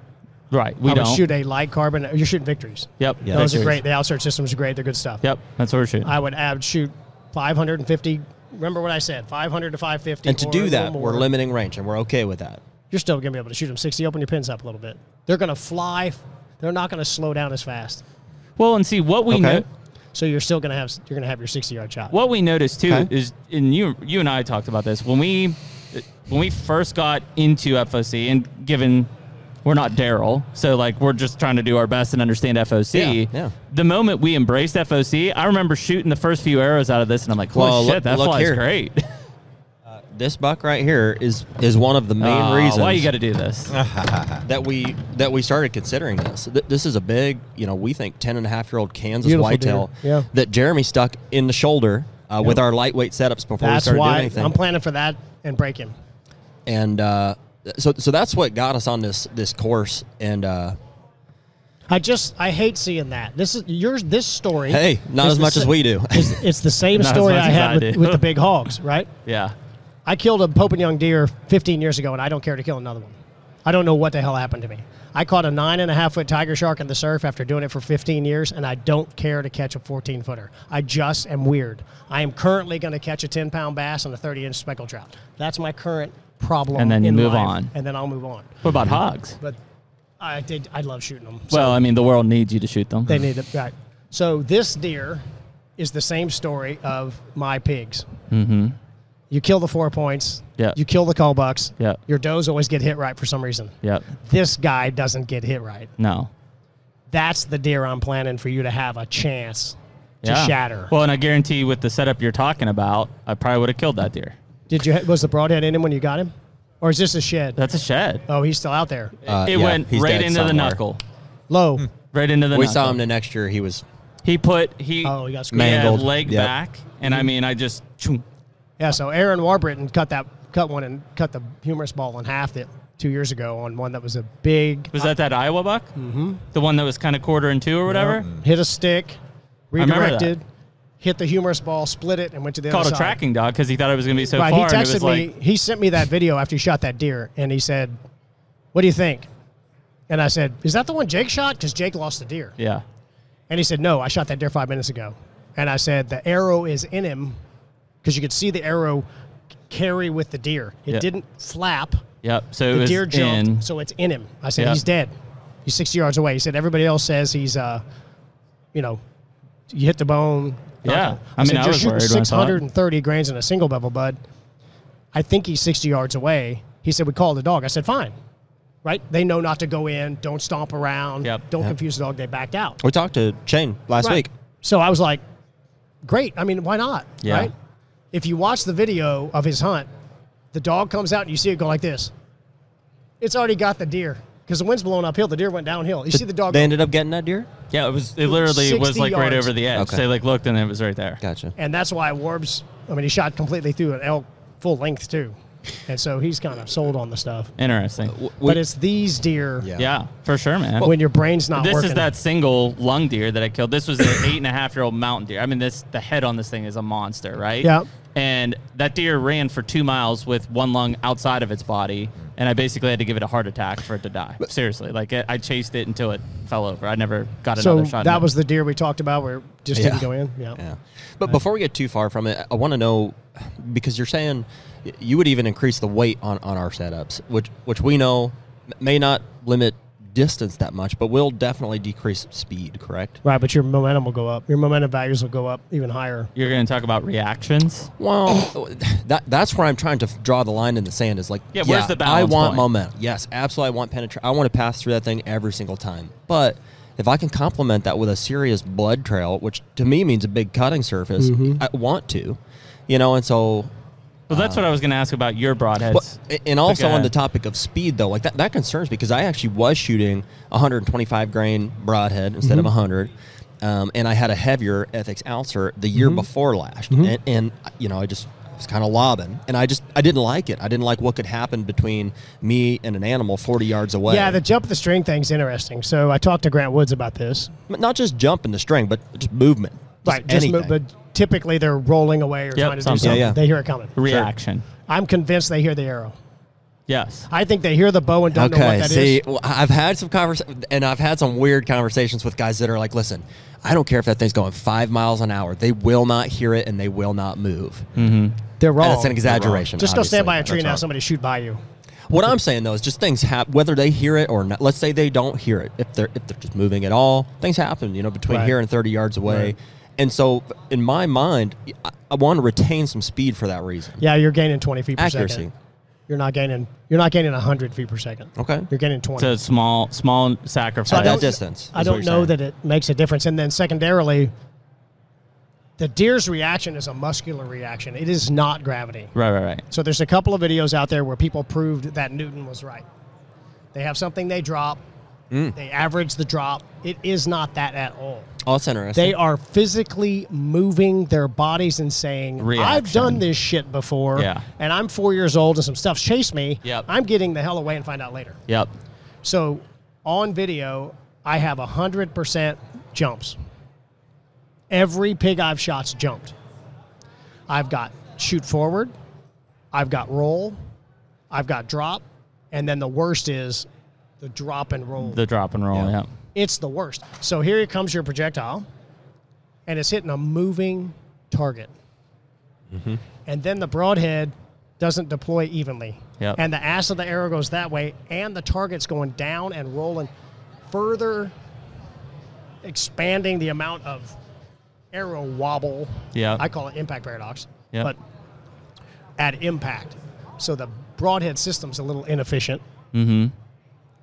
S1: right, we
S3: I would
S1: don't.
S3: shoot a light carbon. You're shooting victories.
S1: Yep,
S4: Yeah.
S3: Those
S1: Victories.
S3: are great. The outsert systems are great. They're good stuff.
S1: Yep, that's what we're shooting.
S3: I would ab shoot 550. Remember what I said? 500 to 550.
S4: And to
S3: or
S4: do that,
S3: more.
S4: we're limiting range, and we're okay with that.
S3: You're still gonna be able to shoot them 60. Open your pins up a little bit. They're gonna fly. They're not gonna slow down as fast.
S1: well, and see what we
S4: Okay.
S1: know.
S3: So you're still gonna have you're gonna have your 60 yard shot.
S1: What we noticed too
S4: Okay.
S1: is, and you you and I talked about this when we when we first got into FOC, and given we're not Daryl, so like we're just trying to do our best and understand FOC.
S4: Yeah, yeah.
S1: The moment we embraced FOC, I remember shooting the first few arrows out of this, and I'm like, "Holy
S4: Well,
S1: shit,
S4: look-
S1: that
S4: look
S1: flies
S4: here.
S1: great!"
S4: This buck right here is is one of the main
S1: Uh,
S4: reasons
S1: why you got to do this?
S4: that we that we started considering this. Th- this is a big, you know, we think 10 and a half year old Kansas
S3: Beautiful
S4: whitetail
S3: deer, yeah.
S4: that Jeremy stuck in the shoulder uh, with our lightweight setups before we
S3: That's
S4: started doing
S3: why
S4: anything.
S3: I'm planning for that and break him.
S4: and uh, so so that's what got us on this this course. And uh,
S3: I just I hate seeing that. This is yours. This story.
S4: hey, not
S3: is
S4: as
S3: the
S4: much as
S3: sa-
S4: we do.
S3: is- it's the same
S1: Not as
S3: story
S1: much
S3: I
S1: as
S3: had
S1: I
S3: with,
S1: do.
S3: with the big hogs, right?
S1: yeah,
S3: I killed a Pope and Young deer 15 years ago, and I don't care to kill another one. I don't know what the hell happened to me. I caught a nine and a half foot tiger shark in the surf after doing it for 15 years, and I don't care to catch a 14 footer. I just am weird. I am currently going to catch a 10 pound bass and a 30 inch speckled trout. That's my current problem.
S1: And then you
S3: in
S1: move
S3: life,
S1: on.
S3: And then I'll move on.
S1: what about hogs?
S3: But I did. I love shooting them.
S1: Well, I mean, the world needs you to shoot them.
S3: They need it right. So this deer is the same story of my pigs. Mm-hmm. You kill the four points.
S1: Yeah.
S3: You kill the call bucks.
S1: Yeah.
S3: Your does always get hit right for some reason.
S1: Yep.
S3: This guy doesn't get hit right.
S1: No.
S3: That's the deer I'm planning for you to have a chance to
S1: Yeah.
S3: shatter.
S1: Well, and I guarantee with the setup you're talking about, I probably would have killed that deer.
S3: Did you was the broadhead in him when you got him, or is this a shed?
S1: That's a shed.
S3: oh, he's still out there.
S4: Uh,
S1: it
S4: yeah,
S1: went
S4: he's
S1: right
S4: dead
S1: into the
S4: somewhere.
S1: knuckle.
S3: Low.
S1: Right into the
S4: We
S1: knuckle.
S4: saw him the next year. He was
S1: He put he
S3: Oh, he got Mm-hmm.
S1: he had
S4: Mangled.
S1: leg
S4: Yep.
S1: back, and I mean, I just choom.
S3: Yeah. So Aaron Warbritton cut that cut one and cut the humerus ball in half that two years ago on one that was a big
S1: was that that Iowa buck? Mm-hmm. The one that was kind of quarter in two or whatever.
S3: Mm. hit a stick,
S1: remember that.
S3: redirected, hit the humerus ball, split it, and went to the
S1: Called
S3: other
S1: a
S3: side.
S1: tracking dog because he thought it was going to be so
S3: right,
S1: far.
S3: he
S1: and it
S3: texted
S1: was
S3: me.
S1: like,
S3: he sent me that video after he shot that deer, and he said, "What do you think?" And I said, "Is that the one Jake shot? Because Jake lost the deer."
S1: yeah,
S3: And he said, "No, I shot that deer five minutes ago." And I said, "The arrow is in him, because you could see the arrow carry with the deer. It
S1: Yeah.
S3: didn't flap.
S1: yep. So it
S3: The
S1: was
S3: deer jumped,
S1: in.
S3: so it's in him." I said,
S1: Yeah.
S3: "He's dead. He's sixty yards away." He said, "Everybody else says he's, uh, you know, you hit the bone."
S1: Yeah. I
S3: I,
S1: mean,
S3: mean,
S1: I
S3: you're
S1: was
S3: shooting
S1: worried when I saw it."
S3: 630 grains in a single bevel, bud. I think he's 60 yards away. He said, We called the dog. I said, Fine. Right? They know not to go in. Don't stomp around.
S1: Yep.
S3: Don't
S4: Yep.
S3: confuse the dog. They backed out.
S4: we talked to Shane last
S3: Right.
S4: week.
S3: So I was like, Great. I mean, why not?
S1: Yeah.
S3: Right? If you watch the video of his hunt, the dog comes out and you see it go like this. It's already got the deer because the wind's blowing uphill. The deer went downhill. You see the dog
S4: They
S3: go-
S4: ended up getting that deer.
S1: yeah, it was. It literally was
S3: 60
S1: like right
S3: yards.
S1: over the edge.
S4: Okay.
S1: They like looked and it was right there.
S4: Gotcha.
S3: and that's why Warbs. I mean, he shot completely through an elk full length too, and so he's kind of sold on the stuff.
S1: Interesting.
S4: We-
S3: but it's these deer
S4: Yeah.
S1: yeah, for sure, man.
S3: when your brain's not
S1: this
S3: working.
S1: is that single lung deer that I killed. This was an eight and a half year old mountain deer. I mean, this the head on this thing is a monster, right?
S3: Yeah.
S1: And that deer ran for two miles with one lung outside of its body, and I basically had to give it a heart attack for it to die. Seriously, like I I chased it until it fell over. I never got
S3: So
S1: another shot. in
S3: that
S1: it.
S3: was the deer we talked about where it just
S4: Yeah.
S3: didn't go in. Yeah.
S4: Yeah. But before we get too far from it, I want to know because you're saying y- you would even increase the weight on, on our setups, which which we know m- may not limit distance that much, but will definitely decrease speed, correct?
S3: Right, but your momentum will go up. Your momentum values will go up even higher.
S1: You're going to talk about reactions.
S4: Well, that that's where I'm trying to f- draw the line in the sand is like
S1: Yeah, where's the
S4: I
S1: balance
S4: want
S1: point?
S4: momentum. Yes, absolutely I want penetration. I want to pass through that thing every single time. But if I can complement that with a serious blood trail, which to me means a big cutting surface,
S1: Mm-hmm.
S4: I want to. You know, and so
S1: Well,
S3: Uh,
S1: that's what I was going to ask about your broadheads.
S4: But, and also
S1: Okay.
S4: on the topic of speed, though, like that, that concerns me because I actually was shooting 125 grain broadhead instead of
S3: Mm-hmm.
S4: 100,
S3: Mm-hmm.
S4: um, and I had a heavier ethics ouncer the year before last, and, and you know I just was kind of lobbing, and I just I didn't like it. I didn't like what could happen between me and an animal forty yards away.
S3: Yeah, the jump the string thing's interesting. So I talked to Grant Woods about this.
S4: But not just jumping the string, but just movement. Just
S3: right, just mo-
S4: anything.
S3: but typically they're rolling away or trying to do
S1: something.
S3: something.
S4: Yeah, yeah.
S3: They hear it coming.
S1: Reaction.
S3: I'm convinced they hear the arrow.
S1: Yes.
S3: I think they hear the bow and don't know what
S4: Okay,
S3: that is.
S4: see, well, I've had some conversations, and I've had some weird conversations with guys that are like, "Listen, I don't care if that thing's going five miles an hour; they will not hear it and they will not move."
S3: They're wrong.
S4: And that's an exaggeration.
S3: Just go stand by a
S4: obviously.
S3: tree and have
S2: wrong.
S3: somebody shoot by you.
S4: What I'm saying though is just things happen whether they hear it or not. Let's say they don't hear it. If they're if they're just moving at all, things happen. You know, between
S3: Right.
S4: here and 30 yards away. And so, in my mind, I, I want to retain some speed for that reason.
S3: Yeah, you're gaining 20 feet per
S4: Accuracy.
S3: second. You're not gaining. You're not gaining 100 feet per second.
S4: Okay.
S3: You're gaining 20.
S1: It's a small, small
S4: At
S1: sacrifice.
S4: that distance.
S3: I
S4: is what
S3: don't
S4: you're
S3: know
S4: saying.
S3: that it makes a difference. And then secondarily, the deer's reaction is a muscular reaction. It is not gravity.
S1: right, right, right.
S3: So there's a couple of videos out there where people proved that Newton was right. They have something they drop.
S1: Mm.
S3: They average the drop. It is not that at all.
S4: Oh, that's interesting.
S3: They are physically moving their bodies and saying, "I've
S1: Reaction.
S3: done this shit before,
S1: Yeah.
S3: and I'm four years old, and some stuff's chased me.
S1: Yep.
S3: I'm getting the hell away and find out later."
S1: Yep.
S3: So on video, I have 100% jumps. Every pig I've shot's jumped. I've got shoot forward, I've got roll, I've got drop, and then the worst is the drop and roll.
S1: The drop and roll.
S4: Yeah.
S1: Yeah.
S3: it's the worst. So here comes your projectile, and it's hitting a moving target.
S1: Mm-hmm.
S3: And then the broadhead doesn't deploy evenly.
S1: Yep.
S3: And the ass of the arrow goes that way, and the target's going down and rolling further, expanding the amount of arrow wobble.
S1: Yeah.
S3: I call it impact paradox.
S1: Yep.
S3: But at impact. So the broadhead system's a little inefficient. Mm-hmm.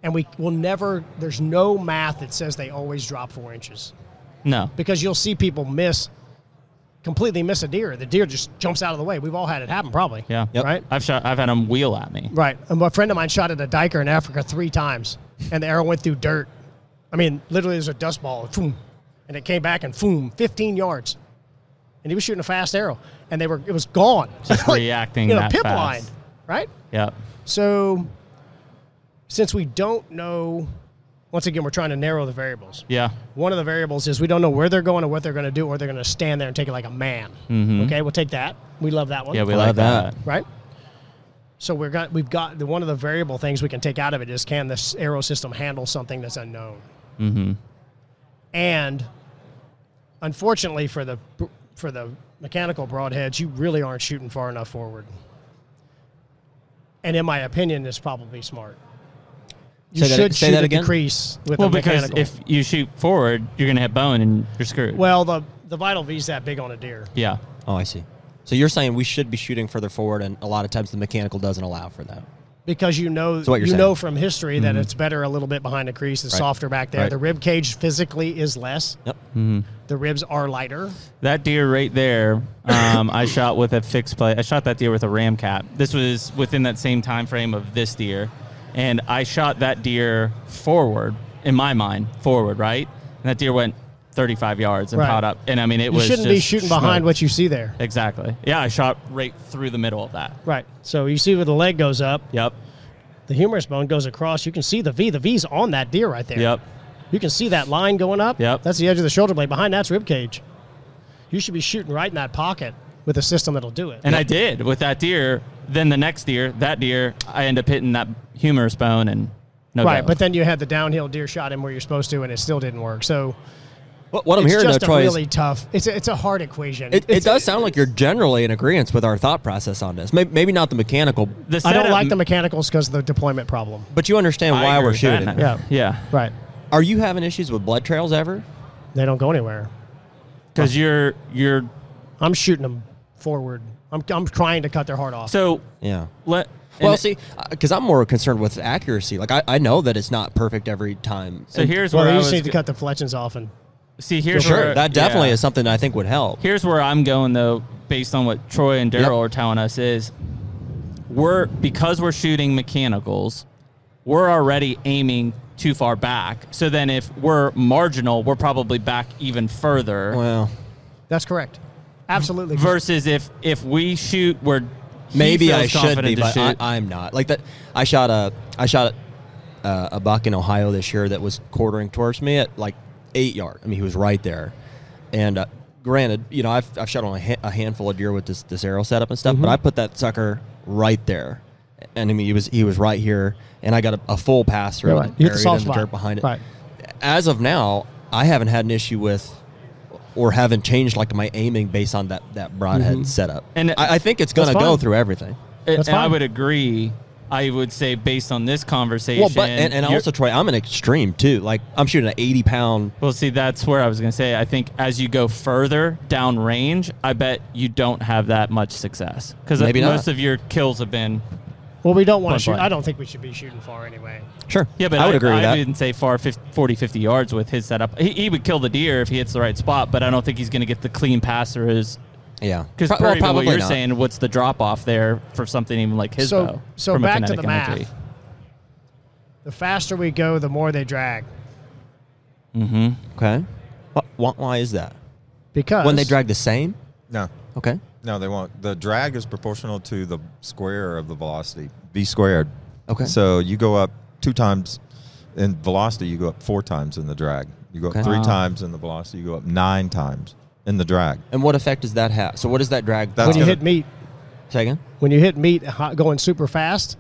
S3: And we will never, there's no math that says they always drop four inches
S1: No.
S3: because you'll see people miss, completely miss a deer. The deer just jumps out of the way. We've all had it happen, probably.
S1: Yeah.
S4: Yep.
S3: Right?
S1: I've shot. I've had them wheel at me.
S3: Right. And a friend of mine shot at a diker in Africa three times, and the arrow went through dirt. I mean, literally, there's a dust ball, boom, and it came back and boom, 15 yards. And he was shooting a fast arrow, and they were it was gone.
S1: Just
S3: Like,
S1: reacting
S3: in a
S1: that
S3: pip line,
S1: fast.
S3: right?
S1: Yep.
S3: So, since we don't know, once again, we're trying to narrow the variables.
S1: Yeah.
S3: One of the variables is we don't know where they're going or what they're going to do, or they're going to stand there and take it like a man. Okay, we'll take that. We love that one
S1: Mm-hmm. Yeah. We
S4: I
S1: like
S4: love
S1: that.
S4: that.
S3: right? So we're got we've got the, one of the variable things we can take out of it is can this arrow system handle something that's unknown? Mm-hmm. And unfortunately for the for the mechanical broadheads, you really aren't shooting far enough forward. And in my opinion, it's probably smart. You
S4: Say that-
S3: should
S4: say
S3: shoot
S4: that
S3: at
S4: again?
S3: the crease with
S1: Well,
S3: a
S1: because
S3: mechanical.
S1: if you shoot forward, you're gonna hit bone and you're screwed.
S3: well, the the vital V's that big on a deer.
S1: Yeah.
S4: Oh, I see. So you're saying we should be shooting further forward, and a lot of times the mechanical doesn't allow for that.
S3: because you know
S4: So what you're
S3: you
S4: saying. Mm-hmm.
S3: know from history that it's better a little bit behind the crease, it's
S4: Right.
S3: softer back there.
S4: Right.
S3: The rib cage physically is less.
S4: Yep.
S3: The ribs are lighter.
S1: That deer right there, um, I shot with a fixed play. I shot that deer with a ram cap. This was within that same time frame of this deer, and I shot that deer forward in my mind, forward, right? And that deer went 35 yards and
S3: Right.
S1: piled up. And I mean, it
S3: You
S1: was
S3: shouldn't be
S1: just
S3: shooting
S1: smoke.
S3: behind what you see there.
S1: Exactly. Yeah, I shot right through the middle of that.
S3: Right. So you see where the leg goes up,
S1: Yep.
S3: the humerus bone goes across. You can see the V. The V's on that deer right there.
S1: Yep.
S3: You can see that line going up.
S1: Yep.
S3: That's the edge of the shoulder blade. Behind that's rib cage. You should be shooting right in that pocket with a system that'll do it.
S1: And I did with that deer. Then the next deer, that deer, I end up hitting that humerus bone and no
S3: right.
S1: go.
S3: But then you had the downhill deer shot in where you're supposed to, and it still didn't work. So
S4: What, what I'm
S3: it's
S4: hearing, though,
S3: just a
S4: Troy, is
S3: really tough. It's a, it's a hard equation.
S4: It, it does sound like you're generally in agreement with our thought process on this. Maybe, maybe not the mechanical,
S1: the
S3: I don't
S1: setup-
S3: like the mechanicals because of the deployment problem.
S4: but you understand
S1: I
S4: why
S1: agree
S4: we're
S1: with that
S4: shooting.
S1: now.
S3: Yeah.
S1: Yeah.
S3: Right.
S4: Are you having issues with blood trails ever?
S3: They don't go anywhere.
S1: Because you're you're
S3: I'm shooting them forward. I'm, I'm trying to cut their heart off.
S1: so
S4: Yeah.
S1: let
S4: Well,
S1: and-
S4: see, because I'm more concerned with accuracy. Like I, I know that it's not perfect every time.
S1: So
S4: And
S1: here's
S3: well,
S1: where
S3: you
S1: I
S3: just
S1: was
S3: need to
S1: go-
S3: cut the fletchings off. And
S1: see here's
S4: sure
S1: where,
S4: that definitely
S1: yeah.
S4: is something I think would help.
S1: Here's where I'm going though, based on what Troy and Daryl
S4: Yep.
S1: are telling us is we're because we're shooting mechanicals, we're already aiming too far back. So then if we're marginal, we're probably back even further.
S4: Well,
S3: that's correct. Absolutely.
S1: Versus if if we shoot, where he
S4: Maybe
S1: feels
S4: I should
S1: confident
S4: be,
S1: to
S4: but I,
S1: shoot.
S4: I'm not. Like that, I shot a I shot uh, a, a buck in Ohio this year that was quartering towards me at like eight yard. I mean, he was right there. And uh, granted, you know, I've, I've shot only ha- a handful of deer with this this arrow setup and stuff, but I put that sucker right there. And I mean, he was he was right here, and I got a, a full pass through.
S3: Right.
S4: and
S3: You hit
S4: buried
S3: the soft
S4: in the
S3: spot.
S4: dirt behind it.
S3: Right.
S4: As of now, I haven't had an issue with. Or haven't changed like my aiming based on that that broadhead setup,
S1: And
S4: and
S1: it-
S4: I, I think it's
S3: That's
S4: gonna go
S3: fine.
S4: through everything.
S1: and
S3: That's
S1: I
S3: fine.
S1: would agree. I would say based on this conversation.
S4: Well, but and, and
S1: you're-
S4: also Troy, I'm an extreme too. Like I'm shooting an 80 pound.
S1: Well, see, that's where I was going to say. I think as you go further down range, I bet you don't have that much success because
S4: Maybe not.
S1: most of your kills have been.
S3: Well, we don't want
S1: Point
S3: to shoot.
S1: blank.
S3: I don't think we should be shooting far anyway.
S4: Sure.
S1: Yeah, but
S4: I would agree with that.
S1: didn't say far 50, 40, 50 yards with his setup. He, he would kill the deer if he hits the right spot, but I don't think he's going to get the clean pass or his.
S4: Yeah.
S1: Because
S4: Pro- well,
S1: what you're
S4: not.
S1: saying, what's the drop off there for something even like his
S3: so
S1: bow?
S3: so
S1: from a
S3: back to the
S1: kinetic
S3: math.
S1: energy?
S3: The faster we go, the more they drag.
S4: Okay. Wh- wh- why is that?
S3: Because
S4: When they drag the same?
S2: No,
S4: Okay.
S2: no, they won't. The drag is proportional to the square of the velocity, v squared.
S4: Okay.
S2: So you go up two times in velocity, you go up four times in the drag. You go up
S4: Okay.
S2: three
S1: Wow.
S2: times in the velocity, you go up nine times in the drag.
S4: And what effect does that have? So what does that drag?
S2: That's
S3: when
S4: cause?
S3: you
S2: gonna-
S3: hit meat,
S4: Say again?
S3: when you hit meat hot- going super fast,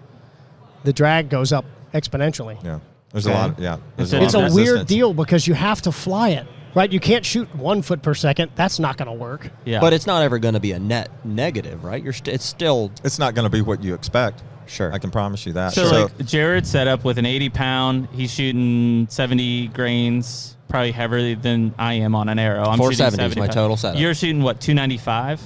S3: the drag goes up exponentially.
S2: Yeah. There's
S4: Okay.
S2: a lot. Of, yeah. There's
S1: It's
S3: It's
S2: lot
S3: a
S2: of
S3: weird
S2: resistance.
S3: deal because you have to fly it, right? You can't shoot one foot per second. That's not going to work.
S1: Yeah.
S4: But it's not ever going to be a net negative, right? You're st- it's still
S2: It's not going to be what you expect.
S4: Sure.
S2: I can promise you that.
S1: So, like Jared set up with an 80 pound. He's shooting 70 grains, probably heavier than I am on an arrow. I'm shooting
S4: 470 is
S1: 70
S4: my
S1: pound-
S4: total setup.
S1: You're shooting what 295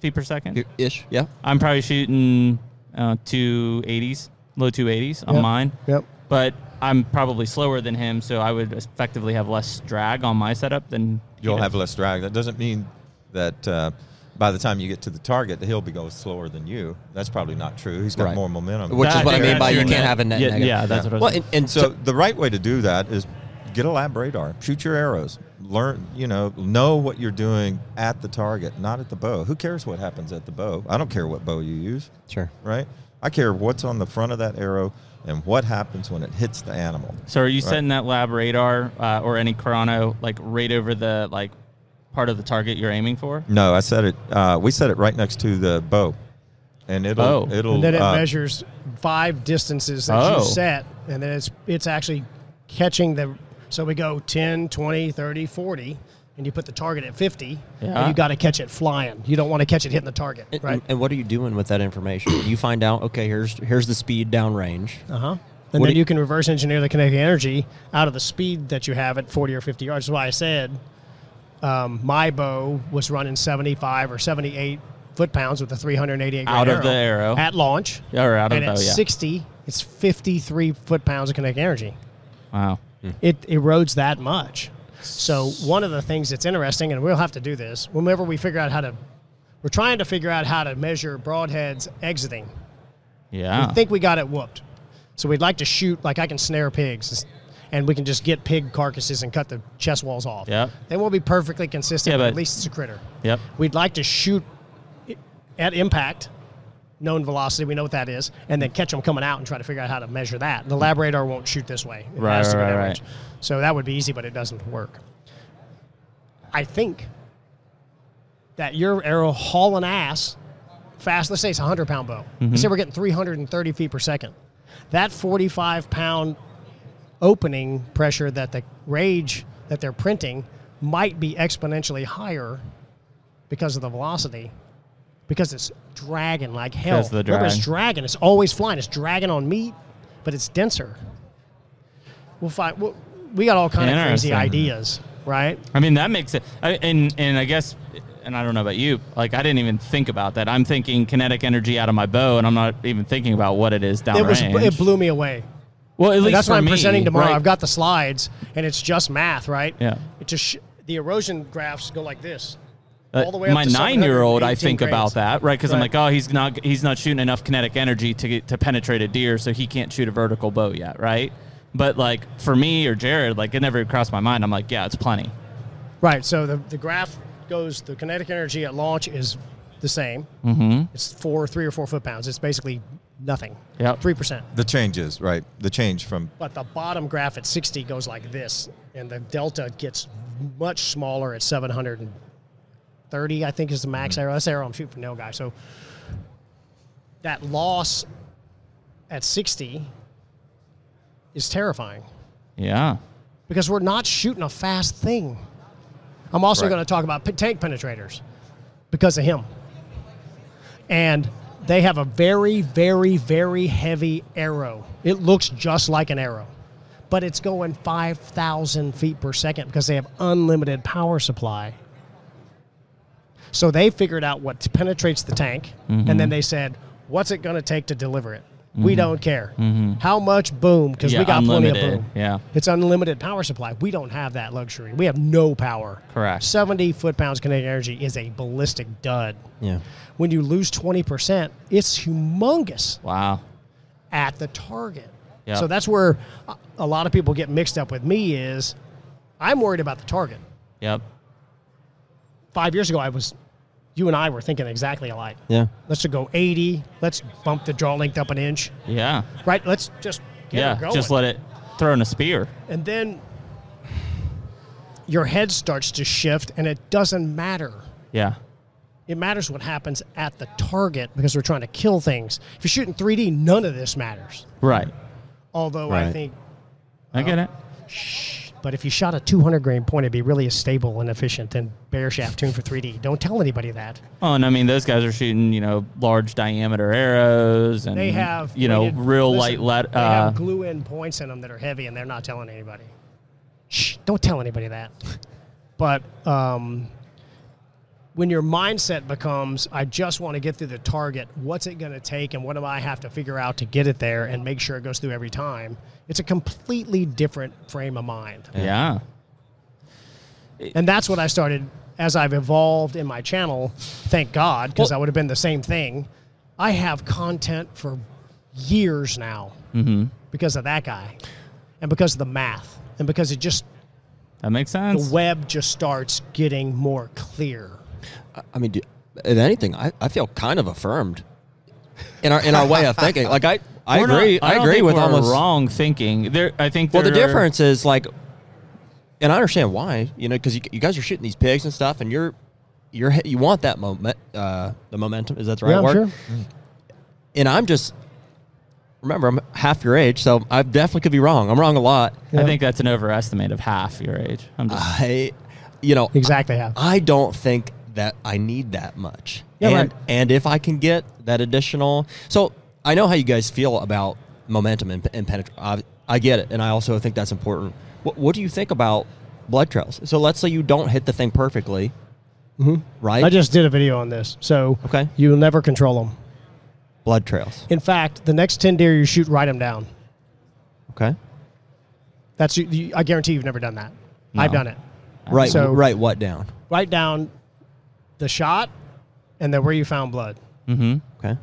S1: feet per second.
S4: ish. Yeah.
S1: I'm probably shooting uh, 280s, low 280s on
S3: Yep.
S1: mine.
S3: Yep.
S1: But I'm probably slower than him, so I would effectively have less drag on my setup than he
S2: you'll
S1: does.
S2: have less drag. That doesn't mean that uh, by the time you get to the target, he'll be going slower than you. That's probably not true. He's got
S4: Right.
S2: more momentum.
S4: Which
S1: That-
S4: is what I
S1: think
S4: mean by
S1: that's
S4: you
S1: your
S4: can't have a net
S1: yeah,
S4: negative.
S1: Yeah, that's
S2: Yeah.
S1: what I was.
S4: Well, and, and
S2: so
S4: so
S2: the right way to do that is get a lab radar, shoot your arrows, learn, you know, know what you're doing at the target, not at the bow. Who cares what happens at the bow? I don't care what bow you use,
S4: sure.
S2: right? I care what's on the front of that arrow and what happens when it hits the animal.
S1: So are you
S2: Right.
S1: setting that lab radar uh, or any chrono like right over the like part of the target you're aiming for?
S2: No, I said it. Uh, we set it right next to the bow, and it'll
S1: Oh.
S2: it'll
S3: And then it
S2: uh,
S3: measures five distances that
S1: Oh.
S3: you set, and then it's it's actually catching the. So we go 10, 20, 30, 40, and you put the target at 50,
S1: Yeah.
S3: and you got to catch it flying. You don't want to catch it hitting the target,
S4: And,
S3: right?
S4: and what are you doing with that information? you find out, okay, here's here's the speed downrange.
S3: Uh huh. And
S4: What
S3: then
S4: do-
S3: you can reverse engineer the kinetic energy out of the speed that you have at 40 or 50 yards. That's why I said um, my bow was running 75 or 78 foot pounds with a 388 grain
S1: Out of the arrow.
S3: at launch.
S1: Yeah, or out of
S3: and
S1: the-
S3: at
S1: yeah.
S3: 60, it's 53 foot pounds of kinetic energy.
S1: Wow.
S3: It erodes that much. So one of the things that's interesting, and we'll have to do this whenever we figure out how to, we're trying to figure out how to measure broadheads exiting.
S1: Yeah.
S3: I think we got it whooped. So we'd like to shoot like I can snare pigs, and we can just get pig carcasses and cut the chest walls off.
S1: Yep.
S3: They won't be perfectly consistent,
S1: Yeah,
S3: but,
S1: but-
S3: at least it's a critter.
S1: yep.
S3: We'd like to shoot i- at impact, known velocity. We know what that is, and then catch them coming out and try to figure out how to measure that. The lab radar won't shoot this way. It
S1: Right,
S3: has to go
S1: right,
S3: that
S1: right,
S3: range. So that would be easy, but it doesn't work. I think that your arrow hauling ass fast. Let's say it's a hundred pound bow. Let's
S1: Mm-hmm.
S3: say we're getting 330 feet per second. That 45 pound opening pressure that the rage that they're printing might be exponentially higher because of the velocity, because it's dragging like hell.
S1: Because of the
S3: Remember, it's
S1: drag.
S3: dragging. It's always flying. It's dragging on meat, but it's denser. We'll find. We'll, we got all kind of
S1: Interesting.
S3: crazy ideas, right?
S1: I mean, that makes it. I, and and I guess, and I don't know about you. Like, I didn't even think about that. I'm thinking kinetic energy out of my bow, and I'm not even thinking about what it is down
S3: It was.
S1: range.
S3: It blew me away.
S1: well, at least
S3: that's
S1: for
S3: what I'm
S1: me,
S3: presenting tomorrow.
S1: right?
S3: I've got the slides, and it's just math, right?
S1: Yeah.
S3: It just sh- the erosion graphs go like this.
S1: Uh,
S3: all the way up
S1: my
S3: to
S1: nine-year-old, I
S3: 718
S1: think about
S3: grains.
S1: that, right? Because I'm like,
S3: Right.
S1: oh, he's not he's not shooting enough kinetic energy to get, to penetrate a deer, so he can't shoot a vertical bow yet, right? But like for me or Jared, like it never crossed my mind. I'm like, yeah, it's plenty.
S3: Right. So the, the graph goes the kinetic energy at launch is the same.
S1: Mm-hmm.
S3: It's four, three or four foot pounds. It's basically nothing.
S1: Yep.
S3: Three percent.
S2: The changes, right? The change from
S3: But the bottom graph at 60 goes like this, and the delta gets much smaller at 730, I think is the
S1: Mm-hmm.
S3: max arrow. That's the arrow I'm shooting for no guy. So that loss at 60 is terrifying
S1: Yeah.
S3: because we're not shooting a fast thing. I'm also
S2: Right.
S3: going to talk about p- tank penetrators because of him. And they have a very, very, very heavy arrow. It looks just like an arrow, but it's going 5,000 feet per second because they have unlimited power supply. So they figured out what penetrates the tank, and
S1: Mm-hmm.
S3: then they said, What's it going to take to deliver it? We don't care. How much boom? Because
S1: Mm-hmm. Yeah,
S3: we got plenty
S1: unlimited.
S3: of boom.
S1: Yeah.
S3: It's unlimited power supply. We don't have that luxury. We have no power.
S1: Correct.
S3: 70 foot pounds kinetic energy is a ballistic dud.
S4: Yeah.
S3: When you lose 20%, it's humongous
S1: Wow.
S3: at the target.
S1: Yeah.
S3: So that's where a- a lot of people get mixed up with me is I'm worried about the target.
S1: Yep.
S3: 5 years ago I was you and I were thinking exactly alike.
S4: Yeah.
S3: Let's go 80. Let's bump the draw length up an inch.
S1: Yeah.
S3: Right? Let's just get her
S1: yeah.
S3: going.
S1: Just let it throw in a spear.
S3: And then your head starts to shift, and it doesn't matter.
S1: Yeah.
S3: It matters what happens at the target because we're trying to kill things. If you're shooting 3D, none of this matters.
S1: Right.
S3: Although I
S4: Right.
S3: think,
S1: I
S3: Uh-huh.
S1: get it.
S3: but if you shot a 200 grain point, it'd be really stable and efficient and bear shaft tuned for 3D. Don't tell anybody that.
S1: Oh, and I mean, those guys are shooting, you know, large diameter arrows, and
S3: They have,
S1: you know,
S3: weighted-
S1: real
S3: listen,
S1: light. Let,
S3: they
S1: uh,
S3: have glue in points in them that are heavy, and they're not telling anybody. Shh, don't tell anybody that. But um, when your mindset becomes, I just want to get through the target, what's it going to take, and what do I have to figure out to get it there and make sure it goes through every time? It's a completely different frame of mind.
S1: yeah.
S3: And that's what I started as I've evolved in my channel. Thank God, because I would have been the same thing. I have content for years now because of that guy and because of the math and because it just,
S1: That makes sense.
S3: the web just starts getting more clear.
S4: I- I mean, do, if anything, I, I feel kind of affirmed in our in our way of thinking. Like I, I
S1: We're not-
S4: agree. I
S1: don't
S4: agree
S1: think
S4: with
S1: we're
S4: almost
S1: wrong thinking. There, I think.
S4: Well, the
S1: there are-
S4: difference is like, and I understand why. You know, because you, you guys are shooting these pigs and stuff, and you're you're you want that moment, uh, the momentum. Is that the right word? And I'm just remember I'm half your age, so I definitely could be wrong. I'm wrong a lot.
S1: I think that's an overestimate of half your age. I'm just.
S4: I, you know,
S3: Exactly. How.
S4: I don't think that I need that much.
S3: Yeah,
S4: and,
S3: right.
S4: and if I can get that additional, so I know how you guys feel about momentum and, and penetration. I, I get it, and I also think that's important. What, what do you think about blood trails? So let's say you don't hit the thing perfectly, right?
S3: Mm-hmm. I just did a video on this. So
S4: Okay.
S3: you'll never control them.
S4: blood trails.
S3: In fact, the next 10 deer you shoot, write them down.
S4: Okay,
S3: That's, you- you, I guarantee you've never done that. I've
S1: No.
S3: done it.
S4: right.
S3: So-
S4: right. What down?
S3: write down the shot and then where you found blood.
S1: Mm-hmm.
S4: Okay.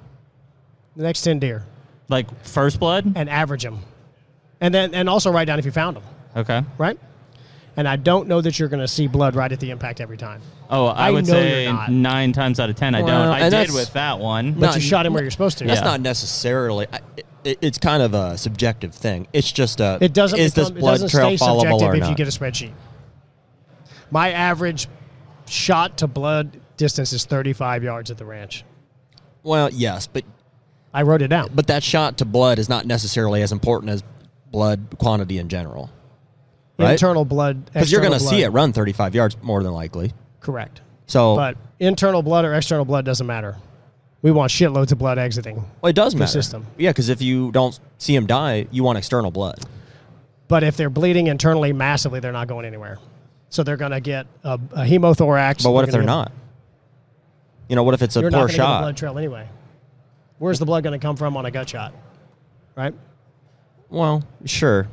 S3: The next 10 deer
S1: Like first blood.
S3: and average them. And then and also write down if you found them,
S1: Okay.
S3: right? And I don't know that you're going to see blood right at the impact every time.
S1: Oh, I,
S3: I
S1: would
S3: know you're
S1: say
S3: not.
S1: nine times out of ten, I
S4: Well,
S1: don't. I
S4: and
S1: did
S4: that's-
S1: with that one.
S3: But
S4: No,
S3: you shot him where
S4: no,
S3: you're supposed to.
S4: That's
S1: Yeah.
S4: not necessarily. I, it, it's kind of a subjective thing. It's just a.
S3: It doesn't
S4: Is
S3: become,
S4: this blood
S3: it doesn't
S4: trail
S3: stay
S4: followable
S3: subjective
S4: or
S3: if
S4: not?
S3: you get a spreadsheet. My average shot to blood distance is 35 yards at the ranch.
S4: well, yes, but
S3: I wrote it down.
S4: but that shot to blood is not necessarily as important as blood quantity in general right?
S3: Internal blood.
S4: because you're going to
S3: external
S4: see it
S3: blood.
S4: run 35 yards more than likely
S3: Correct.
S4: so
S3: But internal blood or external blood doesn't matter. We want shitloads of blood exiting.
S4: well, it does matter
S3: system.
S4: yeah because if you don't see him die you want external blood
S3: But if they're bleeding internally massively, they're not going anywhere. So they're going to get a, a hemothorax.
S4: but what
S3: We're
S4: if they're
S3: gonna
S4: not you know what if it's a
S3: get- You're
S4: poor
S3: not going to get a blood
S4: shot
S3: trail anyway. Where's the blood going to come from on a gut shot? Right?
S4: well sure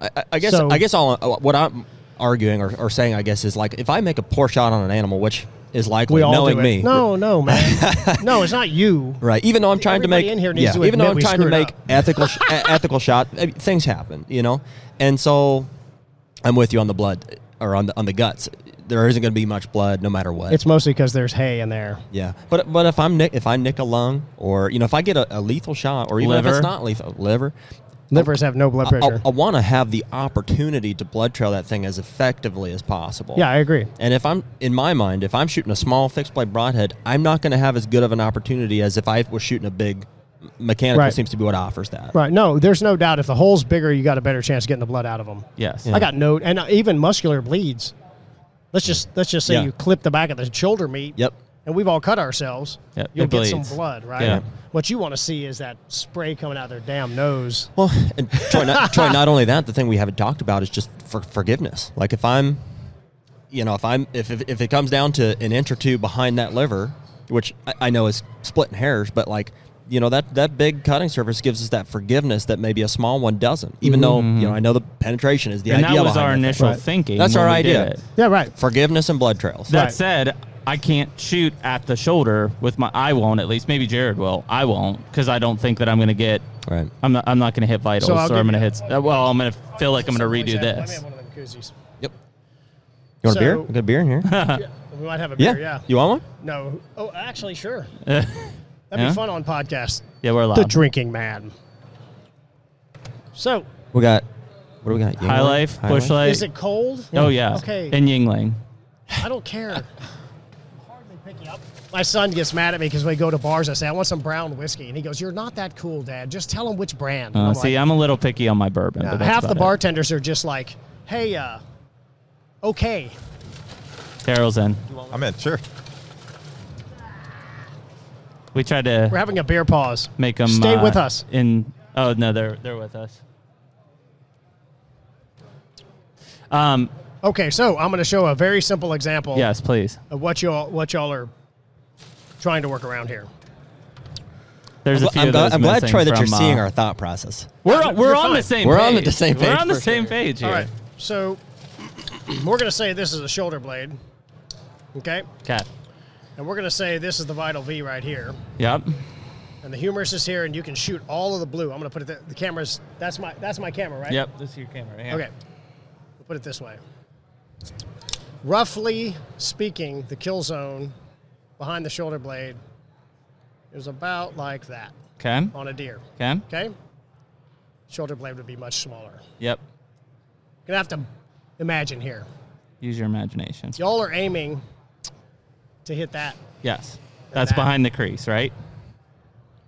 S4: i, I- I guess
S3: So-
S4: i guess all uh, what i'm arguing or, or saying i guess is like if i make a poor shot on an animal which is likely
S3: We all
S4: knowing
S3: do it.
S4: me
S3: No, no, man. no, it's not you.
S4: Right. Even though I'm trying
S3: Everybody
S4: to make
S3: in here needs
S4: yeah,
S3: to
S4: even though
S3: admit
S4: I'm
S3: we
S4: trying to
S3: screwed
S4: make
S3: up.
S4: ethical sh- e- ethical shot, I mean, things happen, you know. And so I'm with you on the blood or on the on the guts. there isn't going to be much blood no matter what.
S3: It's mostly because there's hay in there.
S4: yeah, but but if I'm nick, if I nick a lung or you know if I get a, a lethal shot or even if
S1: Liver.
S4: it's not lethal liver,
S3: Livers have no blood
S4: I,
S3: pressure.
S4: want to have the opportunity to blood trail that thing as effectively as possible.
S3: yeah, I agree.
S4: And if I'm in my mind, if I'm shooting a small fixed blade broadhead, I'm not going to have as good of an opportunity as if I was shooting a big m- mechanical.
S3: Right.
S4: Seems to be what offers that.
S3: Right. No, there's no doubt. If the hole's bigger, you got a better chance of getting the blood out of them.
S1: Yes.
S3: I got no, and even muscular bleeds. Let's just let's just say
S4: Yeah.
S3: you clip the back of the shoulder meat.
S4: Yep.
S3: And we've all cut ourselves.
S1: Yep, it
S3: You'll get
S1: bleeds.
S3: some blood, right?
S1: Yeah.
S3: What you want to see is that spray coming out of their damn nose.
S4: Well, and Troy, not, Troy, not only that, the thing we haven't talked about is just for forgiveness. Like if I'm, you know, if I'm, if, if, if it comes down to an inch or two behind that liver, which I, I know is splitting hairs, but like, you know, that, that big cutting surface gives us that forgiveness that maybe a small one doesn't, even though, you know, I know the penetration is the
S1: Mm-hmm. and that
S4: idea
S1: was
S4: behind
S1: our
S4: it.
S1: initial
S3: Right.
S1: thinking.
S4: That's
S1: when
S4: our
S1: we did
S4: idea.
S1: it.
S3: Yeah. Right.
S4: Forgiveness and blood trails.
S1: That
S3: Right.
S1: said, I can't shoot at the shoulder with my. I won't at least. Maybe Jared will. I won't because I don't think that I'm going to get.
S4: right.
S1: I'm not. I'm not going to hit vitals,
S3: So I'll
S1: or I'm
S3: give
S1: going to hit. Uh, well, I'm going to feel like I'm going to redo
S3: Let me
S1: this.
S3: have one of them koozies.
S4: Yep. You want a beer?
S3: So-
S4: We got a beer in here? yeah.
S3: yeah. We might have a beer. Yeah.
S4: You want one?
S3: No. Oh, actually, sure.
S1: Yeah.
S3: That'd
S1: Yeah?
S3: be fun on podcast.
S1: Yeah, we're
S3: The
S1: allowed.
S3: drinking man. So,
S4: We got, what do we got? Yingling?
S1: High life,
S4: High
S1: bush life.
S3: is it cold?
S1: Oh yeah.
S3: Okay.
S1: And Yingling.
S3: I don't care. Hardly picking up. My son gets mad at me because we go to bars. I say, I want some brown whiskey. And he goes, You're not that cool, Dad. Just tell him which brand.
S1: Uh,
S3: And I'm
S1: see,
S3: like,
S1: I'm a little picky on my bourbon.
S3: "No."
S1: but that's
S3: half the
S1: about it.
S3: bartenders are just like, Hey, uh, okay.
S1: Daryl's in.
S2: I'm in. Sure.
S1: We tried
S3: We're
S1: to
S3: having a beer pause.
S1: make uh, them
S3: Stay with us.
S1: In oh no, they're they're with us. Um.
S3: Okay, so I'm going to show a very simple example
S1: Yes, please.
S3: of what y'all, what y'all are trying to work around here.
S1: There's a few
S4: I'm,
S1: of
S4: glad-
S1: those
S4: I'm glad,
S1: missing
S4: Troy, that
S1: from,
S4: you're seeing
S1: uh,
S4: our thought process.
S1: We're, we're
S3: You're
S1: on
S3: fine.
S1: the same.
S4: We're
S1: page.
S4: on the same
S1: We're
S4: page
S1: on the
S4: for
S1: same
S4: sure.
S1: page here.
S3: All right, so we're going to say this is a shoulder blade. Okay,
S1: Okay.
S3: and we're going to say this is the vital V right here.
S1: Yep.
S3: and the humerus is here, and you can shoot all of the blue. I'm gonna put it. The, the camera's that's my that's my camera, right?
S1: Yep. This is your camera. Right here.
S3: Okay. We'll put it this way. Roughly speaking, the kill zone behind the shoulder blade is about like that
S1: Okay.
S3: on a deer.
S1: Okay.
S3: Okay. Shoulder blade would be much smaller.
S1: Yep.
S3: Gonna have to imagine here.
S1: Use your imagination.
S3: Y'all are aiming to hit that.
S1: Yes. That's
S3: that.
S1: behind the crease, right?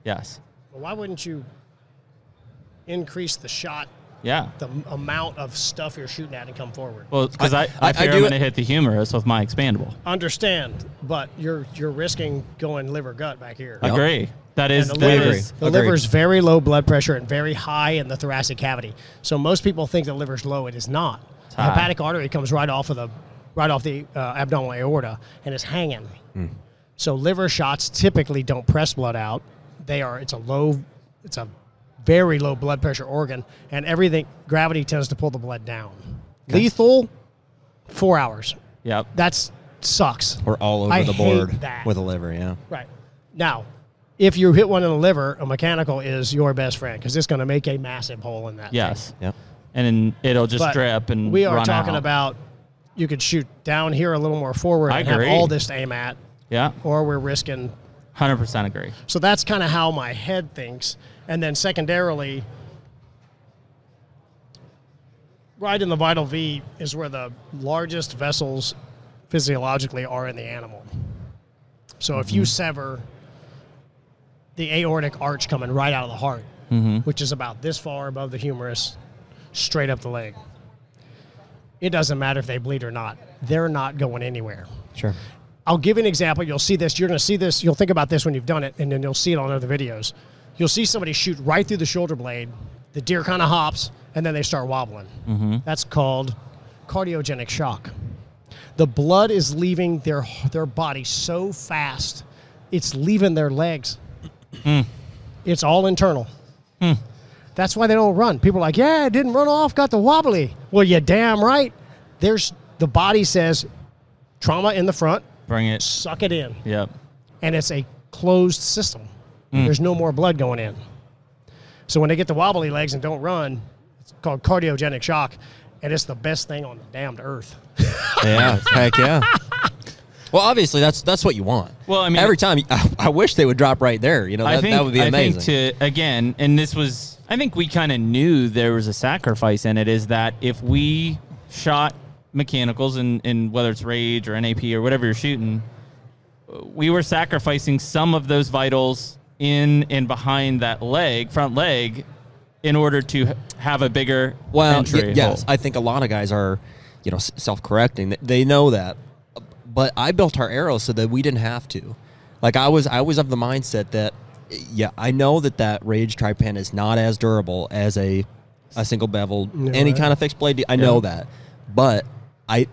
S1: Yes.
S3: Well, why wouldn't you increase the shot,
S1: Yeah.
S3: the m- amount of stuff you're shooting at, and come forward?
S1: Well, because I, I,
S4: I- I- I
S1: fear I
S4: do
S1: am
S4: it-
S1: going to hit the humerus with my expandable.
S3: Understand, but you're you're risking going liver gut back here.
S4: Yep.
S1: Agree. That is
S3: And the
S1: that
S3: liver,
S1: is-
S3: the
S4: Agree.
S3: liver's very low blood pressure and very high in the thoracic cavity. So most people think the liver's low. It is not. The
S1: high.
S3: hepatic artery comes right off of the right off the uh, abdominal aorta and is hanging. So liver shots typically don't press blood out. They are it's a low it's a very low blood pressure organ and everything gravity tends to pull the blood down. Lethal 4 hours.
S1: Yep.
S3: That's sucks.
S4: We're all over
S3: I
S4: the
S3: hate
S4: board
S3: that.
S4: with a liver, yeah.
S3: Right. Now, if you hit one in the liver, a mechanical is your best friend because it's going to make a massive hole in that. thing.
S1: Yes.
S4: Yep.
S1: And then it'll just
S3: But
S1: drip and
S3: we are
S1: run
S3: talking
S1: out.
S3: about you could shoot down here a little more forward
S1: I
S3: and
S1: agree.
S3: have all this to aim at,
S1: Yeah.
S3: or we're risking.
S1: Hundred percent agree.
S3: So that's kind of how my head thinks. And then secondarily, right in the vital V is where the largest vessels physiologically are in the animal. So if you sever the aortic arch coming right out of the heart, which is about this far above the humerus, straight up the leg, it doesn't matter if they bleed or not. They're not going anywhere.
S4: Sure.
S3: I'll give you an example. You'll see this. You're going to see this. You'll think about this when you've done it, and then you'll see it on other videos. You'll see somebody shoot right through the shoulder blade. The deer kind of hops, and then they start wobbling. That's called cardiogenic shock. The blood is leaving their their body so fast, it's leaving their legs. It's all internal. That's why they don't run. People are like, yeah, it didn't run off, got the wobbly. Well, you damn right. There's the body says trauma in the front,
S1: Bring it.
S3: suck it in.
S1: Yep.
S3: And it's a closed system. There's no more blood going in. So when they get the wobbly legs and don't run, it's called cardiogenic shock. and it's the best thing on the damned earth.
S4: Yeah, heck yeah. Well, obviously that's that's what you want.
S1: Well, I mean-
S4: every time I, I wish they would drop right there. You know, that, that would be amazing.
S1: I think to again, and this was I think we kind of knew there was a sacrifice in it. Is that if we shot mechanicals and and whether it's rage or NAP or whatever you're shooting, we were sacrificing some of those vitals in and behind that leg, front leg, in order to h- have a bigger
S4: Well, y-
S1: entry hole.
S4: yes, I think a lot of guys are, you know, s- self-correcting. Th- They know that, but I built our arrows so that we didn't have to. Like I was, I was of the mindset that, yeah, I know that that rage tripen is not as durable as a, a single bevel, any
S3: right.
S4: kind of fixed blade. I know that, but I,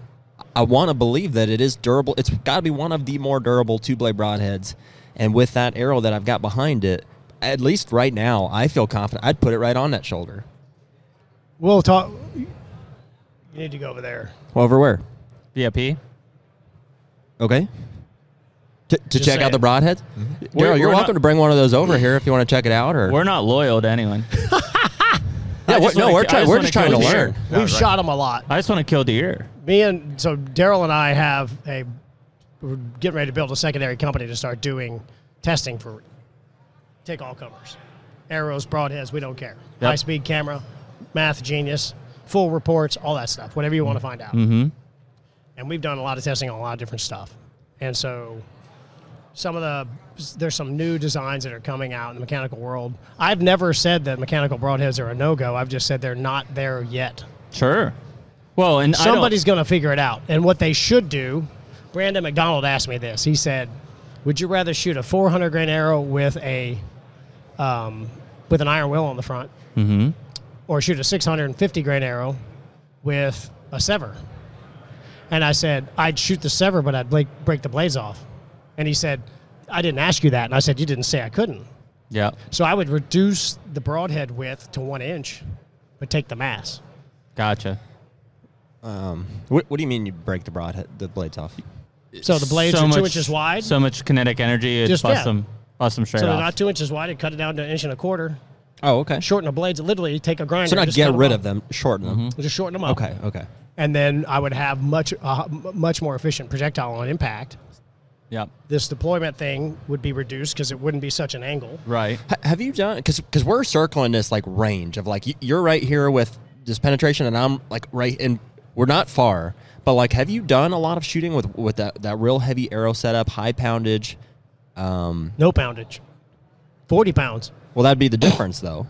S4: I want to believe that it is durable. It's got to be one of the more durable two blade broadheads, and with that arrow that I've got behind it, at least right now, I feel confident. I'd put it right on that shoulder.
S3: We'll talk. You need to go over there.
S4: Over where?
S1: VIP.
S4: Okay. To, to
S3: Just
S4: check out the
S3: saying.
S4: broadhead,
S1: Mm-hmm. We're-
S4: Daryl, you're
S1: we're not-
S4: welcome to bring one of those over here if you want to check it out. Or
S1: We're not loyal to anyone.
S4: yeah,
S1: I
S4: we're,
S1: just
S4: no,
S1: wanna-
S4: we're
S1: I
S4: trying.
S1: just
S4: We're
S1: wanna
S4: just trying to
S1: kill the
S4: learn.
S1: deer.
S3: We've shot him a lot.
S1: I just want to kill deer.
S3: Me and so Daryl and I have a we're getting ready to build a secondary company to start doing testing for take all comers, arrows, broadheads. We don't care.
S1: Yep.
S3: High speed camera, math genius, full reports, all that stuff. Whatever you want to find out.
S1: Mm-hmm.
S3: and we've done a lot of testing on a lot of different stuff. And so some of the there's some new designs that are coming out in the mechanical world. I've never said that mechanical broadheads are a no-go. I've just said they're not there yet.
S1: Sure. Well, and I don't-
S3: Somebody's going to figure it out. And what they should do, Brandon McDonald asked me this. He said, "Would you rather shoot a 400 grain arrow with a um, with an iron will on the front,
S1: Mm-hmm.
S3: or shoot a 650 grain arrow with a sever?" And I said, "I'd shoot the sever, but I'd break, break the blades off." And he said, "I didn't ask you that." And I said, "You didn't say I couldn't."
S1: yeah.
S3: So I would reduce the broadhead width to one inch, but take the mass.
S1: Gotcha.
S4: Um, what, what do you mean you break the broadhead, the blades off?
S3: So the blades
S1: So
S3: are two
S1: much-
S3: inches wide.
S1: So much kinetic energy. It
S3: Just-
S1: busts,
S3: yeah.
S1: them, busts them straight
S3: So they're
S1: off.
S3: not two inches wide. It cut it down to an inch and a quarter.
S4: Oh, okay.
S3: Shorten the blades. Literally, take a grinder.
S4: So not
S3: just
S4: get
S3: cut
S4: rid
S3: off.
S4: of them, shorten them.
S1: Mm-hmm.
S3: Just shorten them up.
S4: Okay, okay.
S3: And then I would have much, uh, m- much more efficient projectile on impact.
S1: yeah.
S3: This deployment thing would be reduced because it wouldn't be such an angle.
S1: Right.
S4: H- have you done? Because because we're circling this like range of like y- you're right here with this penetration, and I'm like right, and we're not far. But like, have you done a lot of shooting with with that that real heavy arrow setup, high poundage? Um,
S3: No poundage. Forty pounds.
S4: well, that'd be the difference, though.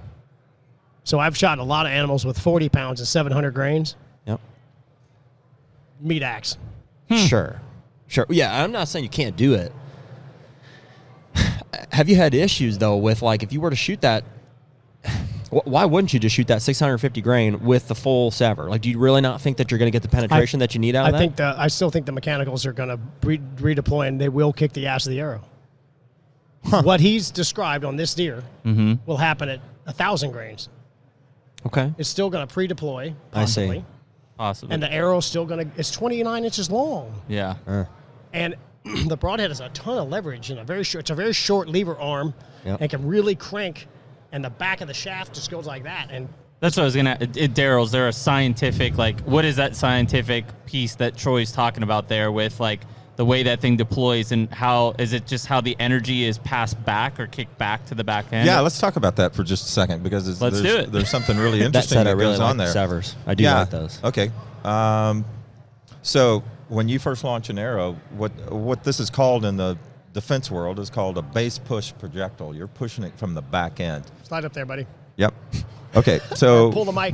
S3: So I've shot a lot of animals with forty pounds and seven hundred grains
S4: Yep.
S3: meat axe. Hmm.
S4: Sure. Sure. Yeah, I'm not saying you can't do it. Have you had issues though with like if you were to shoot that wh- why wouldn't you just shoot that 650 grain with the full sever? Like do you really not think that you're going to get the penetration that you need out
S3: I
S4: of that?
S3: think the I still think the mechanicals are going to re- redeploy and they will kick the ass of the arrow. What he's described on this deer
S4: Mm-hmm.
S3: will happen at a thousand grains.
S4: okay.
S3: It's still going to pre-deploy.
S4: I see. Mm.
S3: Possibly,
S1: Possibly.
S3: And the arrow's still going to. It's 29 inches long,
S1: yeah.
S4: Uh,
S3: and the broadhead has a ton of leverage and a very short. It's a very short lever arm,
S4: Yep.
S3: and can really crank. And the back of the shaft just goes like that. And
S1: That's what I was gonna. It, it- Daryl's. There a scientific like. What is that scientific piece that Troy's talking about there with like the way that thing deploys and how is it just how the energy is passed back or kicked back to the back end?
S2: Yeah, let's talk about that for just a second because it's,
S1: Let's
S2: there's,
S1: do it.
S2: there's something really
S4: that
S2: interesting
S4: said
S2: that,
S4: I really
S2: goes
S4: like
S2: on there. Uh,
S4: severs. I do like those.
S2: Okay. Um, so when you first launch an arrow, what what this is called in the defense world is called a base push projectile. You're pushing it from the back end.
S3: slide up there, buddy.
S2: Yep. Okay. So
S3: Pull the mic.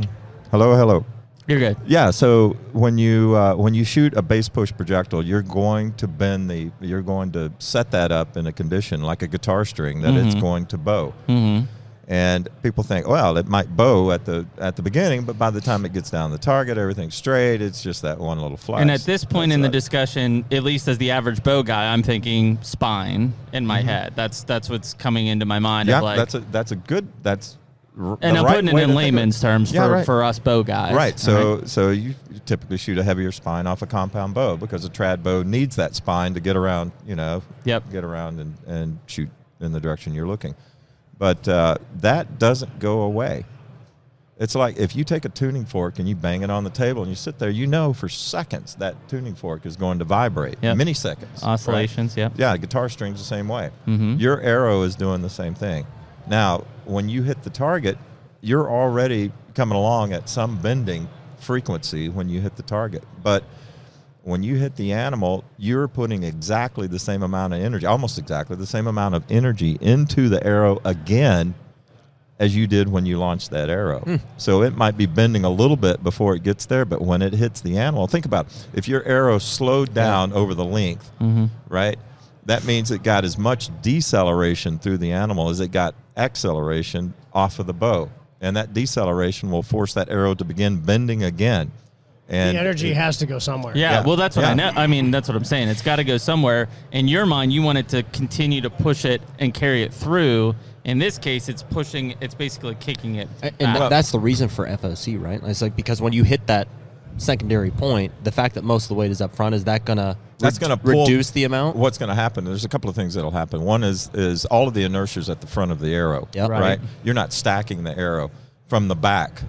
S2: hello, hello.
S1: you're good.
S2: Yeah. So when you uh, when you shoot a base push projectile, you're going to bend the you're going to set that up in a condition like a guitar string that it's going to bow.
S1: Mm-hmm.
S2: And people think, well, it might bow at the at the beginning, but by the time it gets down the target, everything's straight. It's just that one little flash.
S1: And at this point in the
S2: That's
S1: discussion, at least as the average bow guy, I'm thinking spine in my head. That's that's what's coming into my
S2: it.
S1: mind.
S2: Mm-hmm. yeah,
S1: of like,
S2: that's a that's a good that's r-
S1: and
S2: the
S1: I'm
S2: right
S1: putting it
S2: way to
S1: in
S2: think of
S1: layman's terms
S2: Yeah,
S1: for,
S2: right.
S1: for us bow guys. Uh-huh.
S2: Right.
S1: All
S2: So so you typically shoot a heavier spine off a compound bow because a trad bow needs that spine to get around, you know,
S1: Yep.
S2: get around and, and shoot in the direction you're looking. But uh, that doesn't go away. It's like if you take a tuning fork and you bang it on the table and you sit there, you know for seconds that tuning fork is going to vibrate.
S1: Yep.
S2: Many seconds.
S1: Oscillations, yep.
S2: Yeah, guitar strings the same way. Your arrow is doing the same thing. Now, when you hit the target, you're already coming along at some bending frequency when you hit the target. But when you hit the animal, you're putting exactly the same amount of energy, almost exactly the same amount of energy into the arrow again as you did when you launched that arrow.
S3: Hmm.
S2: So it might be bending a little bit before it gets there, but when it hits the animal, think about it. if your arrow slowed down over the length,
S3: Mm-hmm.
S2: right? That means it got as much deceleration through the animal as it got acceleration off of the bow. And that deceleration will force that arrow to begin bending again. And
S3: the energy has to go somewhere.
S1: Yeah,
S2: Yeah.
S1: well, that's what I
S2: Yeah.
S1: know. I mean, that's what I'm saying. It's got to go somewhere. In your mind, you want it to continue to push it and carry it through. In this case, it's pushing. It's basically kicking it.
S4: And
S1: back.
S4: tha- that's the reason for FOC, right? It's like because when you hit that secondary point, the fact that most of the weight is up front is that gonna
S2: that's
S4: re-
S2: going to
S4: reduce the amount.
S2: What's going to happen? There's a couple of things that'll happen. One is is all of the inertia's at the front of the arrow.
S4: Yep.
S2: Right.
S4: Right.
S2: You're not stacking the arrow from the back.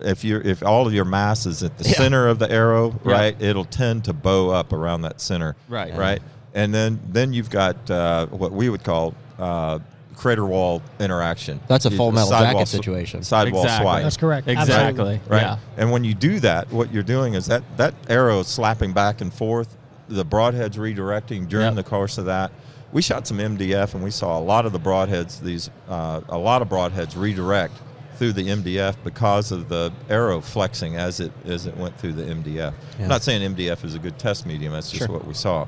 S2: If you are if all of your mass is at the
S4: Yeah.
S2: center of the arrow,
S1: Yeah.
S2: right, it'll tend to bow up around that center.
S1: Right.
S2: Right. And then then you've got uh, what we would call uh, crater wall interaction.
S4: That's a Full Metal
S2: Sidewall
S4: Jacket
S2: sw-
S4: situation.
S2: Sidewall
S1: Exactly.
S2: swipe
S3: That's correct.
S1: Exactly.
S2: right?
S1: Yeah.
S2: And when you do that, what you're doing is that that arrow is slapping back and forth. The broadhead's redirecting during
S1: Yep.
S2: the course of that. We shot some MDF and we saw a lot of the broadheads. These uh, a lot of broadheads redirect through the MDF because of the arrow flexing as it as it went through the MDF.
S4: Yeah.
S2: I'm not saying MDF is a good test medium. That's just
S4: Sure.
S2: what we saw.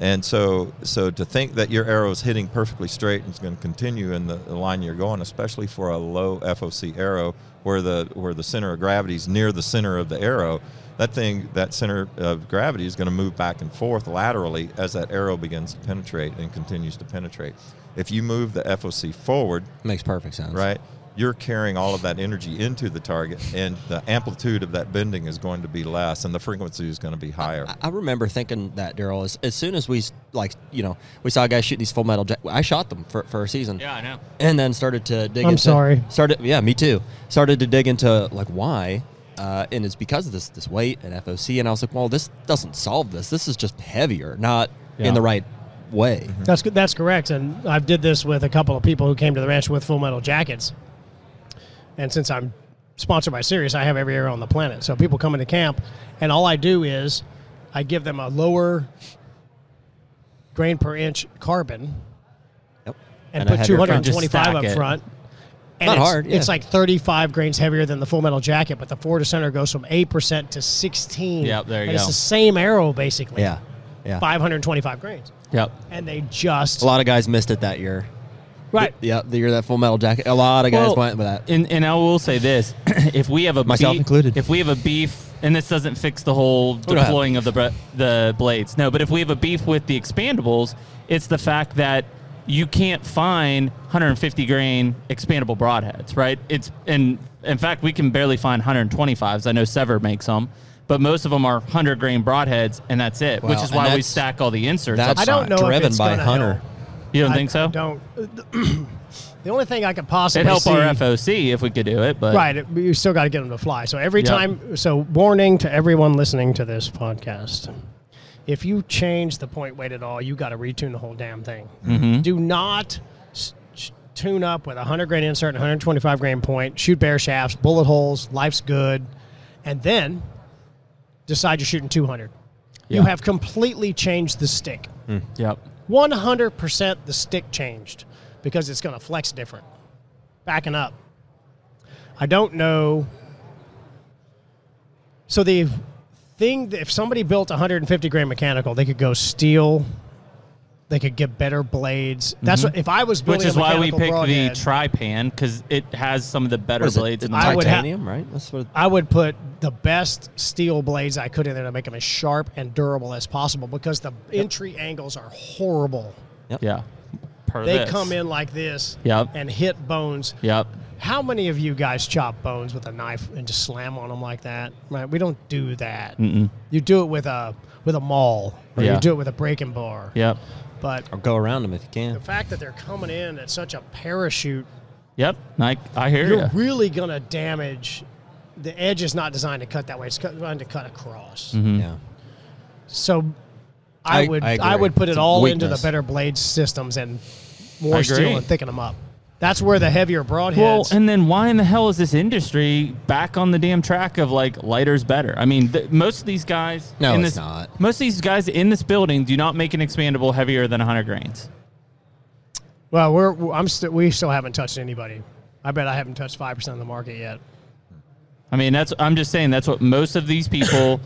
S2: And so, so to think that your arrow is hitting perfectly straight and it's going to continue in the, the line you're going, especially for a low FOC arrow where the where the center of gravity is near the center of the arrow, that thing that center of gravity is going to move back and forth laterally as that arrow begins to penetrate and continues to penetrate. If you move the FOC forward,
S4: Makes perfect sense.
S2: right? You're carrying all of that energy into the target, and the amplitude of that bending is going to be less, and the frequency is going to be higher.
S4: I- I remember thinking that Daryl, as, as soon as we s- like, you know, we saw a guy shoot these full metal. Jack- I shot them for, for a season.
S1: I know.
S4: and then started to dig.
S3: I'm
S4: into,
S3: sorry.
S4: Started, yeah, me too. Started to dig into like why, uh, and it's because of this this weight and FOC. And I was like, well, this doesn't solve this. This is just heavier, not
S1: Yeah.
S4: in the right way.
S3: That's that's correct, and I've did this with a couple of people who came to the ranch with full metal jackets. And since I'm sponsored by Sirius, I have every arrow on the planet. So people come into camp, and all I do is I give them a lower grain per inch carbon
S4: Yep. And
S3: and,
S4: I
S3: put
S4: have your friend
S1: just
S3: 225
S1: stack
S3: up
S1: it.
S3: front. And
S4: Not
S3: it's,
S4: hard, yeah.
S3: It's like 35 grains heavier than the full metal jacket, but the four to center goes from 8% to 16.
S1: Yep, there you
S3: and It's
S1: go.
S3: the same arrow, basically.
S4: Yeah, yeah.
S3: 525 grains.
S1: Yep.
S3: And they just.
S4: A lot of guys missed it that year.
S3: Right.
S4: Yeah, the year that Full Metal Jacket. A lot of guys
S1: Well,
S4: went with that.
S1: And, and I will say this: if we have a
S4: Myself
S1: beef,
S4: included.
S1: if we have a beef, and this doesn't fix the whole
S4: don't have-
S1: deploying of the bre- the blades, no. But if we have a beef with the expandables, it's the fact that you can't find 150 grain expandable broadheads, right? It's and in fact we can barely find 125s. I know Sever makes them. But most of them are 100 grain broadheads, and that's it. which
S4: Wow,
S1: is
S4: and
S1: why we
S4: that's-
S1: stack all the inserts.
S4: that's-
S1: up
S3: I don't
S1: front.
S3: know. if
S4: driven
S3: it's
S4: by
S3: gonna
S4: Hunter.
S3: help.
S1: You don't
S3: I
S1: think so?
S3: Don't. The only thing I could possibly
S1: It'd help
S3: see,
S1: our FOC if we could do it, but
S3: Right, it- you still got to get them to fly. So every
S1: Yep.
S3: time, so warning to everyone listening to this podcast: if you change the point weight at all, you got to retune the whole damn thing.
S1: Mm-hmm.
S3: Do not s- s- tune up with a hundred grain insert, and 125 grain point. Shoot bare shafts, bullet holes. Life's good, and then decide you're shooting 200. You
S1: Yeah.
S3: have completely changed the stick.
S1: Yep.
S3: 100% the stick changed because it's going to flex different. Backing up. I don't know. So the thing, that if somebody built a 150 grain mechanical, they could go steel. They could get better blades. That's what if I was
S1: Mm-hmm.
S3: building.
S1: Which is
S3: a
S1: why we
S3: mechanical
S1: picked the
S3: broadhead,
S1: tripan because it has some of the better
S4: What is it?
S1: blades. in
S4: It's
S1: the
S3: I would ha-
S4: titanium, right? That's what.
S3: I would put the best steel blades I could in there to make them as sharp and durable as possible because the entry angles are horrible.
S1: yeah. Per
S3: They
S1: this.
S3: come in like this
S1: Yep.
S3: and hit bones.
S1: Yep.
S3: How many of you guys chop bones with a knife and just slam on them like that? Right? We don't do that. You do it with a with a maul, or
S1: Yeah.
S3: you do it with a breaking bar.
S1: Yep.
S3: But
S4: Or go around them if you can.
S3: the fact that they're coming in at such a parachute
S1: Yep. I, I hear
S3: You're
S1: you.
S3: really gonna damage. The edge is not designed to cut that way. It's cut- designed to cut across.
S1: Mm-hmm.
S4: Yeah.
S3: So,
S4: Mm-hmm.
S3: I,
S4: I-
S3: would
S4: I
S3: I,
S4: agree.
S3: would put
S4: It's
S3: it
S4: a
S3: all into the
S4: weakness.
S3: better blade systems and
S1: I
S3: more
S1: agree.
S3: steel and thicken them up. That's where the heavier broadheads.
S1: Well, and then why in the hell is this industry back on the damn track of like lighter's better? I mean, th- most of these guys
S4: No,
S1: in
S4: it's
S1: this
S4: not.
S1: most of these guys in this building do not make an expandable heavier than 100 grains.
S3: well, we're I'm st- we still haven't touched anybody. I bet I haven't touched five percent of the market yet.
S1: I mean, that's I'm just saying that's what most of these people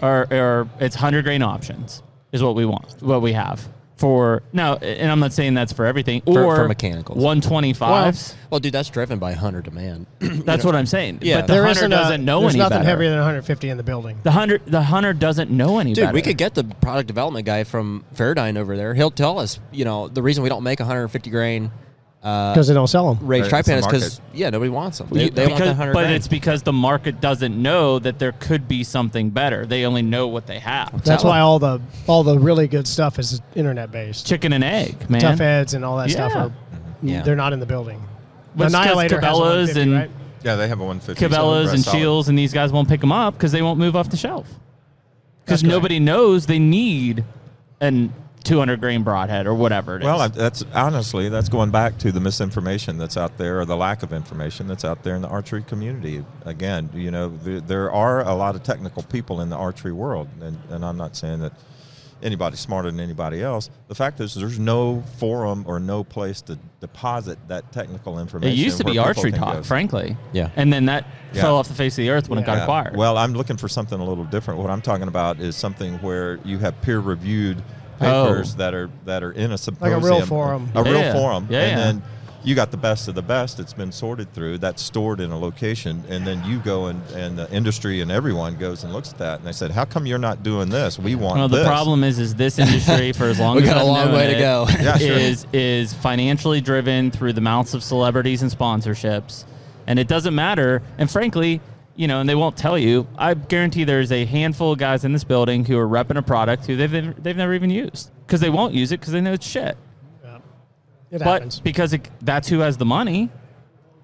S1: are. Are it's 100 grain options is what we want, what we have for now. And I'm not saying that's for everything
S4: For-
S1: or
S4: for mechanicals.
S1: 125s.
S4: Well, dude, that's driven by hunter demand.
S1: that's what I'm saying.
S4: Yeah.
S1: but the
S4: There
S1: hunter
S3: a-
S1: doesn't know
S3: there's
S1: any
S3: nothing
S1: better.
S3: heavier than 150 in the building.
S1: the hunter the hunter doesn't know any
S4: Dude,
S1: better.
S4: we could get the product development guy from Fairdyne over there. He'll tell us, you know, the reason we don't make 150 grain
S1: Uh,
S3: because they don't sell them.
S4: rage
S2: Right,
S4: tri
S2: it's the
S4: pan is because
S2: market.
S4: yeah, nobody wants them.
S1: You-
S4: They, they want
S1: because-
S4: that 100
S1: but
S4: grain.
S1: it's because the market doesn't know that there could be something better. They only know what they have.
S4: Sell
S3: That's
S4: 'em.
S3: why all the all the really good stuff is internet based.
S1: Chicken and egg, man.
S3: Tough heads and all that stuff
S1: Yeah.
S3: are
S4: Yeah.
S3: they're not in the building.
S1: But it's 'cause
S3: Annihilator has
S1: Cabela's
S3: 150,
S1: and-
S3: right?
S2: Yeah, they have a 150.
S1: Cabela's and Shields and these guys won't pick them up because they won't move off the shelf. Because
S3: That's correct.
S1: nobody knows they need an 200 grain broadhead or whatever it is.
S2: Well, I- that's honestly that's going back to the misinformation that's out there, or the lack of information that's out there in the archery community. Again, you know, there, there are a lot of technical people in the archery world, and, and I'm not saying that anybody's smarter than anybody else. The fact is, there's no forum or no place to deposit that technical
S1: it
S2: information.
S1: used to
S2: where
S1: be
S2: people
S1: archery
S2: can
S1: talk,
S2: go.
S1: frankly.
S4: Yeah.
S1: And then that
S2: Yeah.
S1: fell off the face of the earth when it got
S2: Yeah.
S1: acquired.
S2: Well, I'm looking for something a little different. What I'm talking about is something where you have peer reviewed
S1: Oh.
S2: papers that are that are in a symposium,
S3: forum.
S2: a real
S1: Yeah.
S2: forum,
S1: Yeah,
S2: and
S1: yeah.
S2: then you got the best of the best. It's been sorted through. That's stored in a location, and then you go and, and the industry and everyone goes and looks at that. And they said, "How come you're not doing this? We want
S1: Well, the
S2: this."
S1: problem is, is this industry for as long
S4: We
S1: as
S4: got a
S1: I've
S4: long
S1: known
S4: way to
S1: it,
S4: go.
S2: Yeah, sure.
S1: is is financially driven through the mouths of celebrities and sponsorships, and it doesn't matter. And frankly, you know, and they won't tell you. I guarantee there's a handful of guys in this building who are repping a product who they've they've never even used because they won't use it because they know it's shit.
S3: Yeah. It
S1: But
S3: happens.
S1: because it, that's who has the money,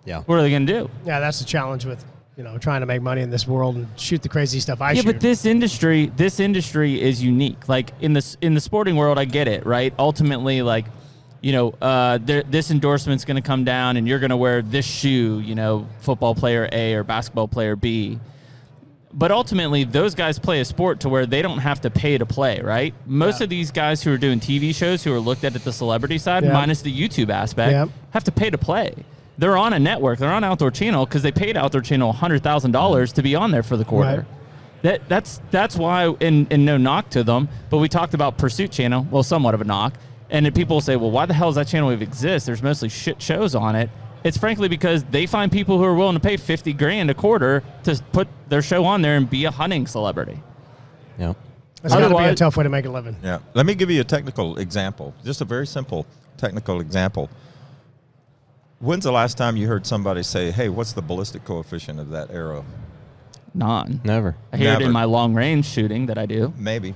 S4: yeah.
S1: what are they going to do?
S3: Yeah, that's the challenge with you know trying to make money in this world and shoot the crazy stuff I
S1: yeah,
S3: shoot.
S1: but this industry, this industry is unique. Like in this in the sporting world, I get it, right? Ultimately, like you know, uh, there, this endorsement's going to come down, and you're going to wear this shoe. You know, football player A or basketball player B. But ultimately, those guys play a sport to where they don't have to pay to play, right? Most
S3: Yeah.
S1: of these guys who are doing TV shows, who are looked at at the celebrity side,
S3: Yeah.
S1: minus the YouTube aspect,
S3: Yeah.
S1: have to pay to play. They're on a network. They're on Outdoor Channel because they paid Outdoor Channel hundred thousand dollars to be on there for the quarter.
S3: Right.
S1: That that's that's why and, and no knock to them, but we talked about Pursuit Channel, well somewhat of a knock. And then people say, Well, why the hell does that channel even exist? There's mostly shit shows on it. It's frankly because they find people who are willing to pay fifty grand a quarter to put their show on there and be a hunting celebrity.
S4: Yeah.
S3: That's got to be a
S1: Otherwise-
S3: tough way to make a living.
S2: Yeah. Let me give you a technical example, just a very simple technical example. When's the last time you heard somebody say, "Hey, what's the ballistic coefficient of that arrow?"
S1: None.
S4: Never.
S1: I hear it
S2: Never.
S1: in my long range shooting that I do.
S2: Maybe.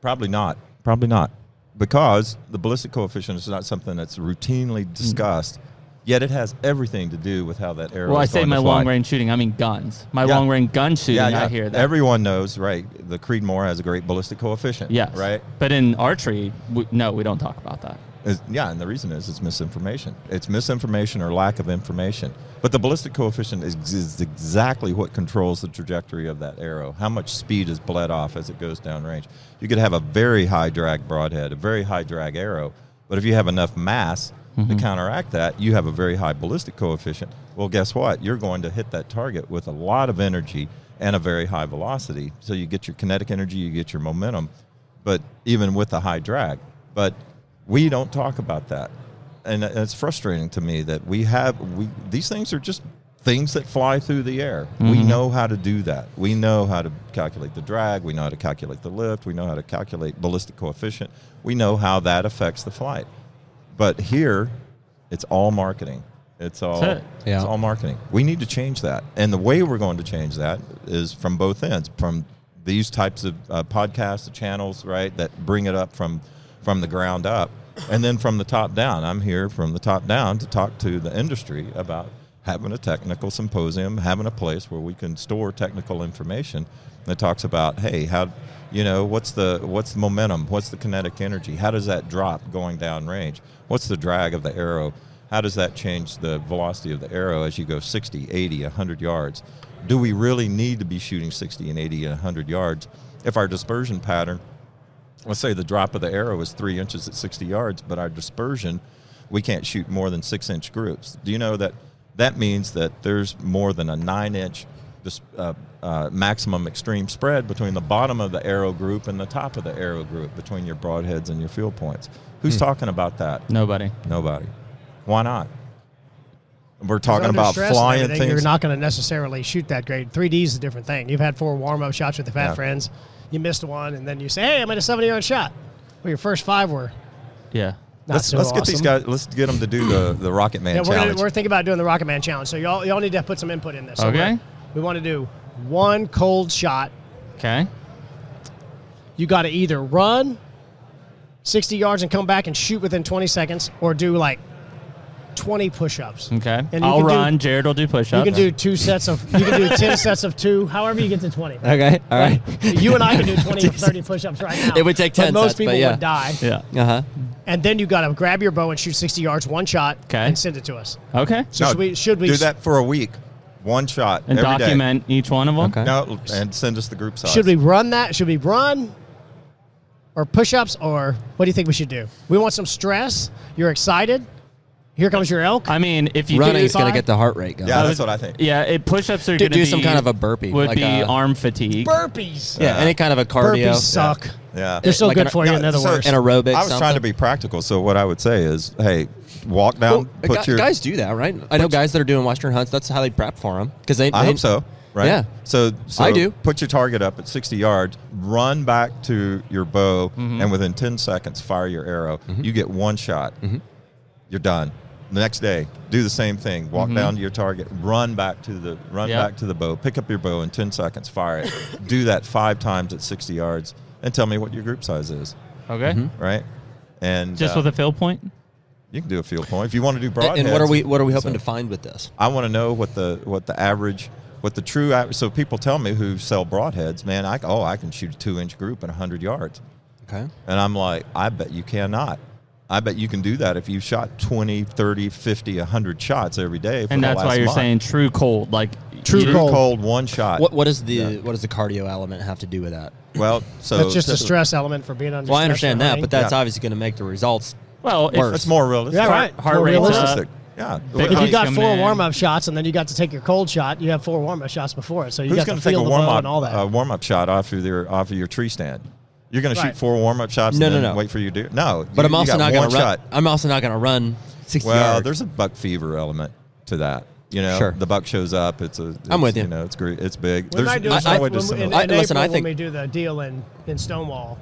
S2: Probably not. Probably not. Because the ballistic coefficient is not something that's
S1: Hmm.
S2: routinely discussed, yet it has everything to do with how that arrow
S1: Well, I
S2: is
S1: say
S2: going to
S1: my
S2: fly.
S1: long range shooting, I mean guns. My
S2: Yeah.
S1: long range gun shooting,
S2: Yeah, yeah.
S1: I hear that.
S2: Everyone knows, right? The Creedmoor has a great ballistic coefficient.
S1: yes.
S2: Right?
S1: But in archery, we, no, we don't talk about that.
S2: Is- yeah, and the reason is it's misinformation. It's misinformation or lack of information. But the ballistic coefficient is, is exactly what controls the trajectory of that arrow. How much speed is bled off as it goes downrange. You could have a very high drag broadhead, a very high drag arrow, but if you have enough mass to counteract that, you have a very high ballistic coefficient. Well, guess what? You're going to hit that target with a lot of energy and a very high velocity. So you get your kinetic energy, you get your momentum, but even with a high drag. But we don't talk about that and it's frustrating to me that we have we these things are just things that fly through the air we
S1: Mm-hmm.
S2: know how to do that we know how to calculate the drag we know how to calculate the lift we know how to calculate ballistic coefficient we know how that affects the flight but here it's all marketing it's all
S1: That's it.
S4: Yeah.
S2: it's all marketing we need to change that and the way we're going to change that is from both ends from these types of uh, podcasts channels right that bring it up from from the ground up and then from the top down, I'm here from the top down to talk to the industry about having a technical symposium, having a place where we can store technical information that talks about, hey, how, you know, what's the what's the momentum, what's the kinetic energy, how does that drop going down range, what's the drag of the arrow, how does that change the velocity of the arrow as you go 60, 80, 100 yards? Do we really need to be shooting 60 and 80 and 100 yards if our dispersion pattern let's say the drop of the arrow is three inches at 60 yards, but our dispersion, we can't shoot more than six inch groups. Do you know that that means that there's more than a nine inch dis- uh, uh, maximum extreme spread between the bottom of the arrow group and the top of the arrow group between your broadheads and your field points? Who's talking about that?
S1: Nobody.
S2: Nobody. Why not? We're talking
S3: Under
S2: about
S3: stress and
S2: flying
S3: everything, You're
S2: things.
S3: not going to necessarily shoot that great. 3D is a different thing. You've had four warm up shots with the Fat
S2: Yeah.
S3: Friends. You missed one, and then you say, hey, I'm at a 70 yard shot. Well, your first five were
S1: Yeah.
S3: not
S2: let's
S3: so
S2: let's get these
S3: awesome.
S2: guys. Let's get them to do the, the Rocket Man
S3: Yeah, we're, gonna,
S2: challenge.
S3: we're thinking about doing the Rocket Man challenge. So y'all, y'all need to put some input in this. So
S1: Okay.
S3: we're- We want to do one cold shot.
S1: Okay.
S3: You got to either run 60 yards and come back and shoot within 20 seconds, or do like 20 push-ups.
S1: Okay.
S3: And you
S1: I'll
S3: can do-
S1: run. Jared will do push
S3: You
S1: ups.
S3: can do two sets of. You can do 10 sets of two. However you get to 20.
S4: Okay. All right.
S3: You and I can do 20 or 30 push-ups right now.
S4: It would take 10
S3: But most
S4: sets, but
S3: people
S4: yeah.
S3: would die.
S1: Yeah.
S4: Uh huh.
S3: And then you got to grab your bow and shoot 60 yards, one shot,
S1: Okay.
S3: and send it to us.
S1: Okay.
S3: So should we? Should we
S2: do that for a week, one shot
S1: And
S2: every day.
S1: document each one of them.
S4: Okay.
S2: No, and send us the group size.
S3: Should we run that? Should we run or push ups or what do you think we should do? We want some stress. You're excited. Here comes your elk.
S1: I mean, if you
S4: Running's
S1: do
S4: gonna get the heart rate going.
S2: Yeah, that's what I think.
S1: yeah, it push ups are
S4: Do-
S1: going to
S4: do some kind of a burpee,
S1: Would
S4: like
S1: be
S4: a-
S1: arm fatigue.
S3: Burpees.
S4: Yeah, Any kind of a
S3: Burpees
S4: cardio.
S3: suck.
S2: Yeah.
S3: They're so
S4: Like
S3: good
S4: an-
S3: for you,
S2: No,
S3: in other
S2: so-
S3: words.
S4: An aerobic.
S2: I was
S4: something.
S2: trying to be practical, so what I would say is, hey, walk
S4: Well,
S2: down, put
S4: gu-
S2: your
S4: guys do that, right? I know guys that are doing Western hunts. That's how they prep for them because they.
S2: I
S4: they-
S2: hope so. Right.
S4: Yeah.
S2: So, so
S4: I do.
S2: Put your target up at 60 yards. Run back to your bow,
S4: Mm-hmm.
S2: and within 10 seconds, fire your arrow. You get one shot.
S4: Mm-hmm.
S2: You're done. The next day, do the same thing.
S4: Mm-hmm.
S2: Walk down to your target. Run back to the run
S1: Yeah.
S2: back to the bow. Pick up your bow in 10 seconds. Fire it. do that five times at 60 yards, and tell me what your group size is.
S1: Okay.
S4: Mm-hmm.
S2: Right. And
S1: Just
S2: uh,
S1: with a fill point?
S2: you can do a field point if you want to do broadheads.
S4: And, and what are we? What are we hoping
S2: so-
S4: to find with this?
S2: I want to know what the what the average, what the true. aver- So people tell me who sell broadheads, man. I oh I can shoot a two inch group in hundred yards,
S4: Okay.
S2: and I'm like, I bet you cannot. I bet you can do that if you shot 20, 30, 50, 100 shots every day. For
S1: And
S2: the
S1: that's
S2: last
S1: why you're
S2: month.
S1: saying true cold. Like,
S3: True
S2: true
S1: you-
S2: cold.
S3: cold.
S2: one shot.
S4: What What does the What does the cardio element have to do with that?
S2: Well, so
S3: That's just a
S2: typically-
S3: stress element for being under
S4: Well,
S3: stress
S4: I understand
S3: for
S4: that,
S3: hunting.
S4: but that's
S2: Yeah.
S4: obviously going to make the results.
S1: Well, if
S4: Worse.
S2: It's more realistic.
S3: Yeah, right.
S1: heart
S3: More
S1: rate's up.
S3: realistic.
S2: Yeah.
S1: Big
S3: If you
S1: Everybody's
S3: got
S1: coming
S3: four
S1: in.
S3: warm up shots and then you got to take your cold shot, you have four warm up shots before it. So you
S2: Who's
S3: got
S2: going
S3: to
S2: to take a
S3: feel the
S2: warm
S3: blow
S2: up
S3: and all that.
S2: uh, warm up shot off of your off of your tree stand? You're going to shoot
S3: Right.
S2: four warm up shots.
S4: No,
S2: and
S4: no,
S2: then
S4: no.
S2: Wait for your deer. No,
S4: But
S2: you-
S4: I'm
S2: you
S4: also
S2: got
S4: not
S2: one
S4: going to run.
S2: shot.
S4: I'm also not going to run sixty
S2: Well,
S4: yards.
S2: there's a buck fever element to that. You know,
S4: Sure.
S2: the buck shows up. It's a. It's,
S4: I'm with you.
S2: know, it's great. It's big.
S3: We might do
S2: there's no
S4: I-
S2: way
S3: both.
S2: to
S3: When we- in,
S2: simulate.
S4: I-
S3: in
S4: listen,
S3: April,
S4: I
S3: when
S4: think-
S3: we do the deal in, in Stonewall,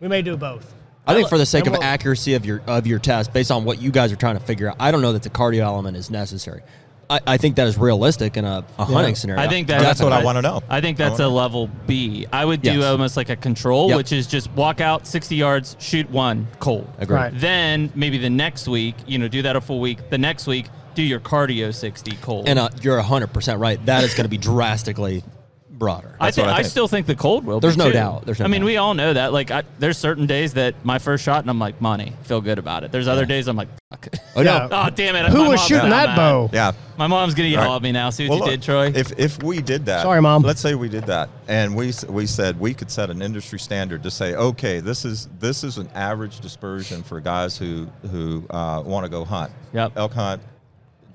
S3: we may do both.
S4: I think for the sake
S3: And
S4: of
S3: we'll-
S4: accuracy of your of your test, based on what you guys are trying to figure out, I don't know that the cardio element is necessary. I, I think that is realistic in a, a hunting scenario.
S1: I think that-
S2: That's what I wanna know.
S1: I think that's
S2: I
S1: a
S2: wanna-
S1: level B. I would do
S4: Yes.
S1: almost like a control,
S4: Yep.
S1: which is just walk out 60 yards, shoot one, cold.
S4: Agree.
S3: Right.
S1: Then maybe the next week, you know, do that a full week. The next week, do your cardio 60 cold.
S4: And uh, you're 100% right. That is going to be drastically broader.
S1: I,
S2: That's what
S1: think,
S2: I
S1: I,
S2: think.
S1: still think the cold will. be,
S4: There's no
S1: too.
S4: doubt. There's no
S1: I mean,
S4: doubt.
S1: we all know that. Like, I, there's certain days that my first shot, and I'm like, money, feel good about it. There's other days I'm like, fuck.
S4: oh,
S3: Yeah.
S4: no.
S1: oh damn it! my
S3: Who was
S1: mom's
S3: shooting
S1: now
S3: that
S1: mad.
S3: bow?
S2: Yeah.
S1: My mom's gonna yell
S2: Right.
S1: at me now. See what
S2: Well,
S1: you
S2: look,
S1: did, Troy.
S2: If if we did that,
S3: Sorry, Mom.
S2: Let's say we did that, and we s- we said we could set an industry standard to say, okay, this is this is an average dispersion for guys who who uh, want to go hunt,
S1: Yep.
S2: elk hunt,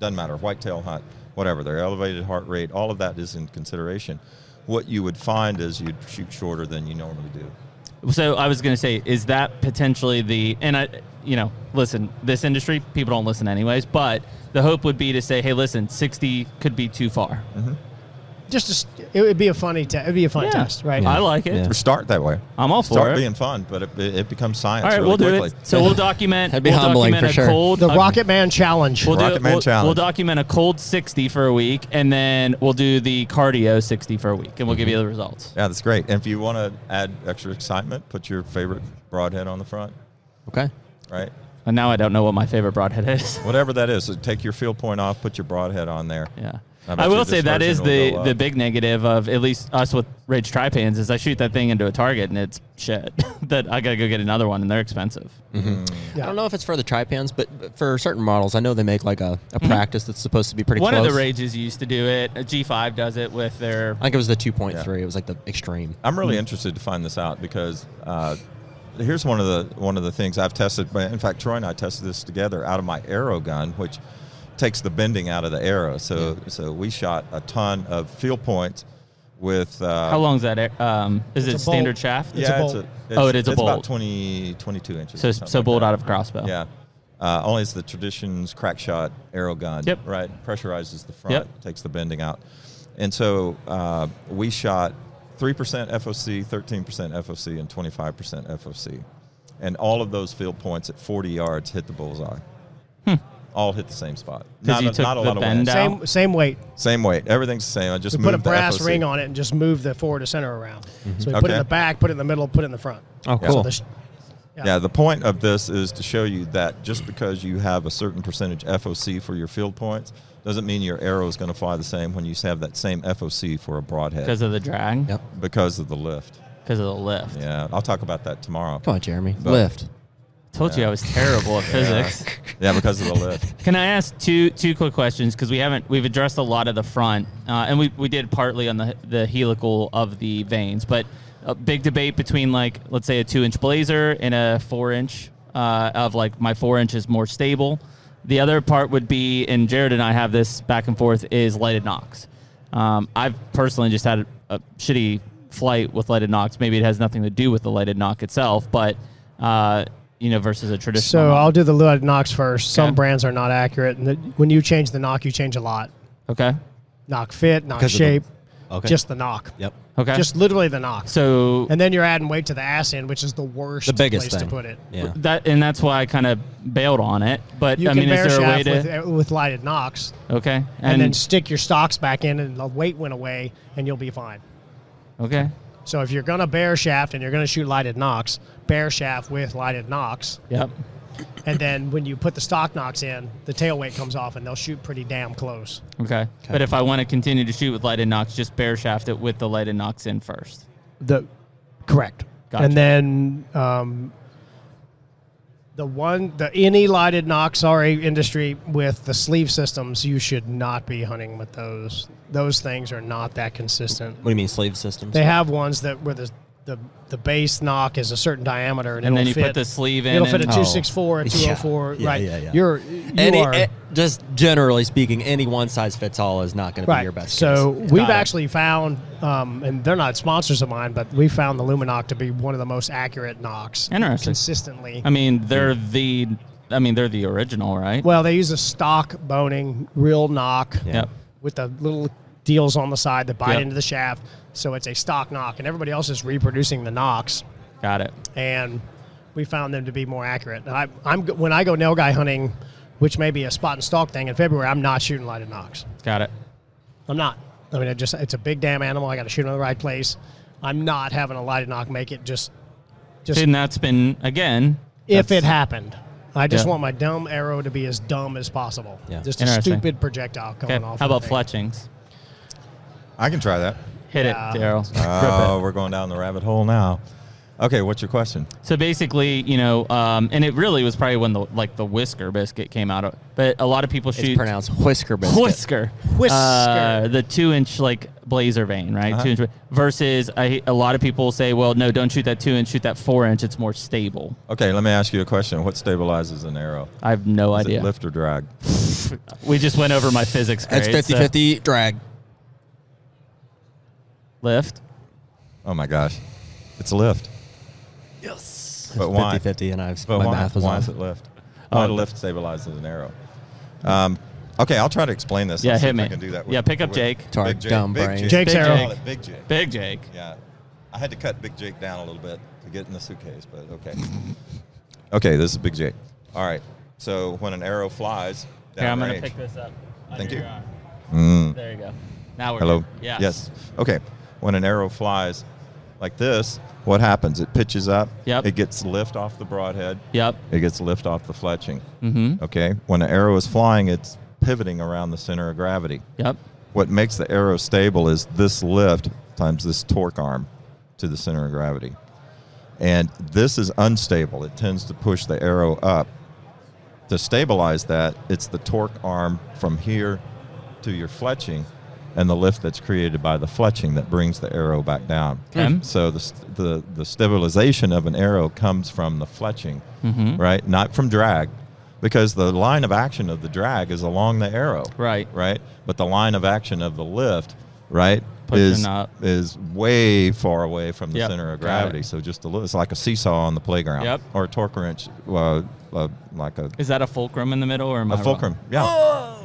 S2: doesn't matter, whitetail hunt, whatever. Their elevated heart rate, all of that is in consideration. What you would find is you'd shoot shorter than you normally do.
S1: So I was going to say, is that potentially the and I, you know, listen, this industry people don't listen anyways, but the hope would be to say, hey, listen, sixty could be too far.
S2: Mm-hmm.
S3: Just, just it would be a funny test. It'd be a fun
S1: Yeah.
S3: test, right?
S1: I like it.
S4: Yeah.
S2: Or start that way.
S1: I'm all for
S2: start
S1: it.
S2: being fun, but it, it becomes science.
S1: All right,
S2: really
S1: we'll do
S2: quickly.
S1: it. So we'll document.
S4: That'd be
S1: we'll
S4: humbling
S1: document
S4: for
S1: a
S4: sure.
S1: Cold,
S3: The
S1: a-
S3: Rocket Man challenge.
S1: We'll
S2: Rocket
S1: do,
S2: Man
S1: we'll,
S2: challenge.
S1: We'll document a cold sixty for a week, and then we'll do the cardio sixty for a week, and we'll give you the results.
S2: Yeah, that's great. And if you want to add extra excitement, put your favorite broadhead on the front,
S4: Okay.
S2: right?
S1: And now I don't know what my favorite broadhead is.
S2: Whatever that is, so take your field point off, put your broadhead on there.
S1: Yeah.
S2: I bet
S1: I
S2: you
S1: will
S2: this
S1: say that
S2: version
S1: is
S2: will
S1: the,
S2: go
S1: the
S2: up.
S1: big negative of at least us with Ridge Tripans is I shoot that thing into a target and it's shit that I gotta go get another one and they're expensive.
S3: Yeah.
S4: I don't know if it's for the tripans, but but for certain models, I know they make like a, a practice that's supposed to be pretty
S1: Mm-hmm. One
S4: close.
S1: of the rages used to do it. A G5 does it with their
S4: I think it was the 2.3. It was like the extreme.
S2: I'm
S1: Mm-hmm.
S2: really interested to find this out because uh, here's one of the one of the things I've tested. but In fact, Troy and I tested this together out of my arrow gun, which takes the bending out of the arrow. So so we shot a ton of field points with. Uh,
S1: how long's that? air- Um, is it
S3: a bolt.
S1: standard shaft?
S3: It's
S2: yeah,
S3: a
S2: it's
S3: bolt.
S1: Oh, it is a
S2: it's
S1: bolt.
S2: about 20, 22 inches.
S1: So
S2: or
S1: so
S2: something
S1: bolt
S2: like
S1: out of crossbow.
S2: that. Yeah. Uh, only it's the tradition's crack shot arrow gun.
S1: Yep.
S2: Right. Pressurizes the front,
S1: Yep.
S2: takes the bending out. And so uh, we shot 3% FOC, 13% FOC, and 25% FOC. And all of those field points at 40 yards hit the bullseye. All hit the same spot. Not,
S1: Hmm. you
S2: a,
S1: took
S2: not a
S1: the
S2: lot
S1: bend
S2: of wind.
S1: out.
S3: Same same weight.
S2: Same weight. Everything's the same. I just
S3: We
S2: moved
S3: put a brass
S2: the FOC.
S3: ring on it and just move the forward to center around. So we put it in
S2: Okay.
S3: the back, put it in the middle, put it in the front.
S4: Oh,
S2: Yeah. cool.
S3: The sh-
S2: Yeah, the point of this is to show you that just because you have a certain percentage FOC for your field points doesn't mean your arrow is going to fly the same when you have that same FOC for a broadhead
S1: Because of the drag.
S4: Yep.
S2: because of the lift.
S1: Because of the lift.
S2: Yeah, I'll talk about that tomorrow.
S4: Come on, Jeremy.
S2: But-
S4: Lift.
S1: Told you I was terrible at physics.
S2: Yeah, because of the lift.
S1: Can I ask two two quick questions because we haven't we've addressed a lot of the front uh, and we, we did partly on the the helical of the veins, but a big debate between like let's say a two inch blazer and a four inch uh, of like my four inch is more stable. The other part would be, and Jared and I have this back and forth is lighted knocks. Um, I've personally just had a, a shitty flight with lighted knocks. Maybe it has nothing to do with the lighted knock itself, but uh, you know versus a traditional.
S3: So
S1: knock.
S3: I'll do the Luad Knox first. Some
S1: Okay.
S3: brands are not accurate, and the, when you change the knock, you change a lot.
S1: okay.
S3: Knock fit, knock
S4: Because of the-
S3: shape,
S4: Okay.
S3: just the knock.
S4: Yep.
S1: Okay.
S3: Just literally the knock.
S1: So
S3: and then you're adding weight to the ass end, which is the worst
S4: The biggest
S3: place
S4: thing.
S3: to put it.
S4: Yeah.
S1: that and that's why I kind of bailed on it. But
S3: You
S1: I
S3: can
S1: mean, is
S3: bear
S1: there a way
S3: shaft
S1: to?
S3: with, uh, with lighted knocks,
S1: okay, and,
S3: and, then stick your stocks back in, and the weight went away, and you'll be fine.
S1: okay,
S3: So if you're gonna bear shaft and you're gonna shoot lighted knocks, bear shaft with lighted knocks,
S1: yep,
S3: and then when you put the stock knocks in, the tail weight comes off, and they'll shoot pretty damn close.
S1: okay. But if I want to continue to shoot with lighted knocks, just bear shaft it with the lighted knocks in first.
S3: The correct.
S1: Gotcha.
S3: And then um, the one the any lighted Knox RA industry with the sleeve systems, you should not be hunting with those. Those things are not that consistent.
S4: What do you mean slave systems?
S3: They have ones that where the the, the base knock is a certain diameter, and,
S1: And
S3: it'll
S1: then you
S3: fit,
S1: put the sleeve in.
S3: It'll fit a
S1: and,
S4: Oh.
S3: two six four, a
S4: Yeah.
S3: two hundred four,
S4: Yeah,
S3: right?
S4: yeah, yeah.
S3: You're you
S4: any,
S3: are
S4: eh, just generally speaking, any one size fits all is not going to
S3: right.
S4: be your best.
S3: so
S4: case.
S3: we've
S1: Got it.
S3: actually found, um, and they're not sponsors of mine, but we found the Luminoc to be one of the most accurate knocks.
S1: Interesting.
S3: Consistently,
S1: I mean, they're the. I mean, they're the original, right?
S3: Well, they use a stock boning, real knock
S4: Yeah.
S1: Yep.
S3: with the little deals on the side that bite
S1: Yep.
S3: into the shaft. So it's a stock knock, and everybody else is reproducing the knocks.
S1: Got it.
S3: And we found them to be more accurate. And I, I'm g- when I go nail guy hunting, which may be a spot and stalk thing in February, I'm not shooting lighted knocks.
S1: Got it.
S3: I'm not. I mean, it just it's a big damn animal. I got to shoot it in the right place. I'm not having a lighted knock make it just just
S1: And that's been again.
S3: if
S1: that's-
S3: it happened. I just
S1: Yeah.
S3: want my dumb arrow to be as dumb as possible.
S4: Yeah.
S3: Just a
S1: Interesting.
S3: stupid projectile coming
S1: Okay.
S3: off.
S1: How
S3: of the
S1: about
S3: thing.
S1: fletchings?
S2: I can try that.
S1: Hit
S3: Yeah.
S1: it, Daryl. Grip it.
S2: Oh, we're going down the rabbit hole now. Okay, what's your question?
S1: So basically, you know, um, and it really was probably when the like the whisker biscuit came out. Of, but a lot of people
S4: it's
S1: shoot
S4: pronounced whisker biscuit.
S1: whisker,
S3: Whisker.
S1: Uh, the two inch like blazer vein, right?
S2: Uh-huh.
S1: Two inch versus I, a lot of people say, well, no, don't shoot that two inch, shoot that four inch. It's more stable.
S2: Okay, let me ask you a question. What stabilizes an arrow?
S1: I have no
S2: Is
S1: idea.
S2: it lift or drag?
S1: We just went over my physics.
S4: That's
S1: grades, so-
S4: 50 50 drag.
S1: lift.
S2: Oh my gosh, it's lift.
S4: Yes.
S2: But why?
S4: 50 50, and I've,
S2: But
S4: my
S2: why,
S4: math was
S2: why
S4: off.
S2: is it lift? Why
S1: Oh,
S2: oh, lift stabilizes an arrow? Um, okay, I'll try to explain this.
S1: Yeah,
S2: I'll see
S1: hit
S2: if
S1: me.
S2: I can do that.
S1: Yeah, pick up Jake.
S4: To our
S2: Big Jake-
S4: dumb
S2: Big
S4: brain.
S2: Jake.
S3: Jake's
S1: Big
S3: arrow.
S2: I
S1: Jake.
S2: call it Big Jake.
S1: Big Jake.
S2: Yeah, I had to cut Big Jake down a little bit to get in the suitcase, but okay. okay, this is Big Jake. All right. So when an arrow flies,
S1: Here, I'm
S2: downrange-
S1: gonna pick this up. under
S2: Thank you.
S1: your arm.
S2: Mm.
S1: There you go. Now we're
S2: Hello.
S1: good. Yeah.
S2: Yes. Okay. When an arrow flies like this, what happens? It pitches up.
S1: Yep.
S2: It gets lift off the broadhead.
S1: Yep.
S2: It gets lift off the fletching.
S1: Mm-hmm.
S2: Okay. When the arrow is flying, it's pivoting around the center of gravity.
S1: Yep.
S2: What makes the arrow stable is this lift times this torque arm to the center of gravity. And this is unstable. It tends to push the arrow up. To stabilize that, it's the torque arm from here to your fletching and the lift that's created by the fletching that brings the arrow back down.
S1: Okay.
S2: So the, st- the, the stabilization of an arrow comes from the fletching,
S1: Mm-hmm. Hmm?
S2: right? Not from drag, because the line of action of the drag is along the arrow
S1: Right.
S2: right? But the line of action of the lift, right,
S1: Pushing
S2: is
S1: up.
S2: is way far away from the
S1: Yep,
S2: center of
S1: got
S2: gravity.
S1: it.
S2: So just a little, it's like a seesaw on the playground,
S1: Yep.
S2: or a torque wrench, uh, uh, like a,
S1: Is that a fulcrum in the middle or am I
S2: a
S1: wrong?
S2: fulcrum. Yeah,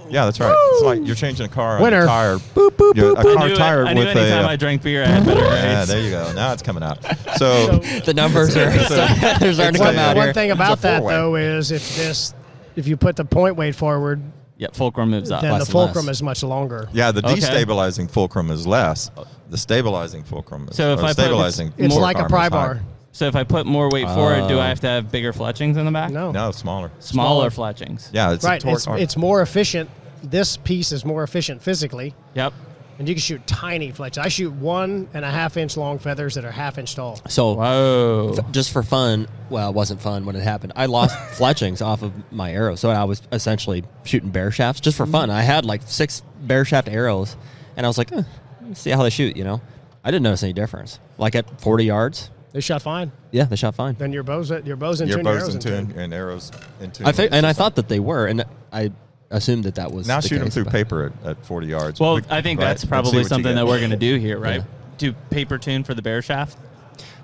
S2: yeah, that's right. It's like you're changing a car on
S3: Winner.
S2: a tire, boop, boop,
S1: I
S2: a car
S1: knew it.
S2: tire
S1: I knew
S2: with a.
S1: anytime
S2: uh,
S1: I drank beer, I had better
S2: yeah,
S1: grades.
S2: there you go. Now it's coming out. So
S4: The numbers are
S2: It's a-
S4: they're starting to
S2: it's
S4: come
S2: a-
S4: out
S2: one
S4: here.
S3: thing about that
S2: four-way.
S3: though is if this, if you put the point weight forward,
S1: Yeah, fulcrum moves up.
S3: then the
S4: less and
S3: fulcrum
S4: less.
S3: is much longer.
S2: yeah, the
S1: Okay.
S2: destabilizing fulcrum is less. The stabilizing fulcrum is
S1: So if
S2: or
S1: I put-
S2: stabilizing
S3: It's
S2: torque
S3: like a
S2: arm is
S3: pry
S2: higher.
S3: bar.
S1: So if I put more weight forward,
S2: Ah.
S1: do I have to have bigger fletchings in the back?
S3: No.
S2: No, smaller.
S1: Smaller fletchings.
S2: Yeah, it's a
S3: right.
S2: torque
S3: It's,
S2: arm.
S3: it's more efficient. This piece is more efficient physically,
S1: Yep.
S3: and you can shoot tiny fletches. I shoot one and a half inch long feathers that are half inch tall.
S4: So
S1: Whoa.
S4: f- just for fun, well, it wasn't fun when it happened. I lost fletchings off of my arrow, so I was essentially shooting bear shafts just for fun. I had like six bear shaft arrows, and I was like, eh, let's see how they shoot. You know, I didn't notice any difference. Like at 40 yards,
S3: They shot fine.
S4: yeah, they shot fine.
S3: Then your bows, your bows in
S2: your
S3: tune,
S2: bows
S3: arrows
S2: in
S3: in tune.
S2: tune and arrows in tune.
S4: I fi- and I thought that they were, and I assumed that that was
S2: now
S4: the
S2: shoot them
S4: case,
S2: through
S4: but-
S2: paper at, at 40 yards.
S1: Well,
S2: Quick,
S1: I think
S2: right?
S1: that's
S2: And see
S1: probably
S2: what you
S1: something
S2: get.
S1: that we're going to do here, right?
S4: Yeah.
S1: Do paper tune for the bear shaft?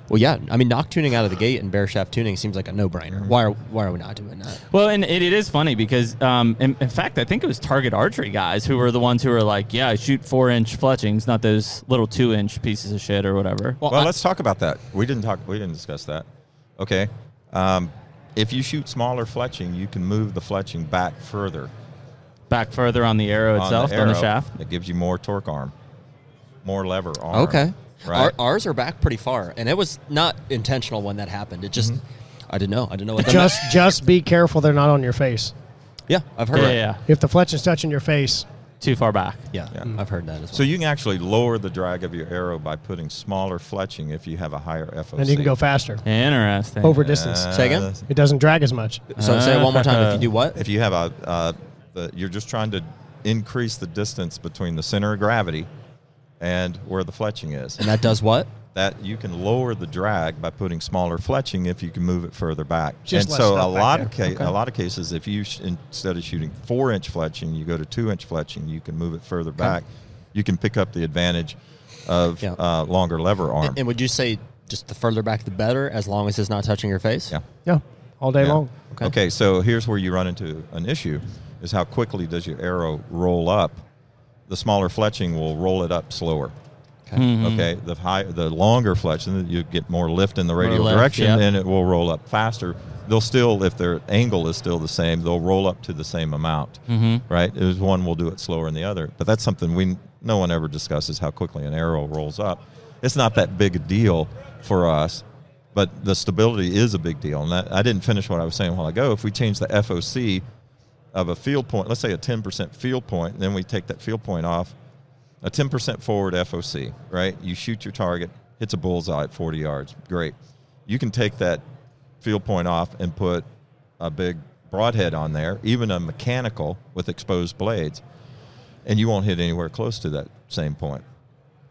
S4: Well, yeah, I mean, knock tuning out of the gate and bear shaft tuning seems like a no-brainer. Why are why are we not doing that?
S1: Well, and it, it is funny because, um, in, in fact, I think it was Target Archery guys who were the ones who were like, yeah, I shoot four inch fletchings, not those little two inch pieces of shit or whatever.
S2: Well,
S4: I-
S2: let's talk about that. We didn't talk. We didn't discuss that. Okay. Um, if you shoot smaller fletching, you can move the fletching back further
S1: Back further on the arrow itself,
S2: on the,
S1: on the
S2: arrow.
S1: shaft.
S2: It gives you more torque arm, more lever arm.
S4: Okay.
S2: Right.
S4: Our, ours are back pretty far, and it was not intentional when that happened. It just, I didn't know. I didn't know what that
S3: Just, just be careful they're not on your face.
S4: meant. Yeah, I've heard
S1: Yeah, yeah,
S4: that.
S1: yeah.
S3: If the fletch is touching your face,
S1: Too far back.
S4: Yeah,
S2: Yeah.
S4: I've heard that as well.
S2: so you can actually lower the drag of your arrow by putting smaller fletching if you have a higher FOC.
S3: then you can go faster
S1: Interesting.
S3: over distance.
S2: Uh,
S4: Say again?
S3: it doesn't drag as much.
S4: so say it one more time. If you do what?
S2: If you have a, uh, the, you're just trying to increase the distance between the center of gravity and where the fletching is.
S4: and that does what?
S2: that you can lower the drag by putting smaller fletching if you can move it further back.
S3: Just
S2: and
S3: less
S2: so
S3: stuff
S2: a
S3: back
S2: lot of
S3: there.
S2: ca- a lot of cases, if you sh- instead of shooting four inch fletching, you go to two inch fletching, you can move it further back. You can pick up the advantage of
S4: Yeah.
S2: uh, longer lever arm.
S4: And would you say just the further back the better, as long as it's not touching your face?
S2: yeah.
S3: Yeah, all day
S2: Yeah.
S3: long.
S4: Okay.
S2: Okay. so here's where you run into an issue is how quickly does your arrow roll up? The smaller fletching will roll it up slower.
S4: Okay.
S2: Okay, the high, the longer fletching, you get more lift in the radial
S1: lift,
S2: direction,
S1: yeah.
S2: and it will roll up faster. They'll still, if their angle is still the same, they'll roll up to the same amount, mm-hmm. right? There's one will do it slower than the other, but that's something we no one ever discusses how quickly an arrow rolls up. It's not that big a deal for us, but the stability is a big deal. And that, I didn't finish what I was saying a while ago. If we change the FOC of a field point, let's say a 10% field point, and then we take that field point off, a 10% forward FOC, right? You shoot your target, hits a bullseye at 40 yards. Great. You can take that field point off and put a big broadhead on there, even a mechanical with exposed blades, and you won't hit anywhere close to that same point.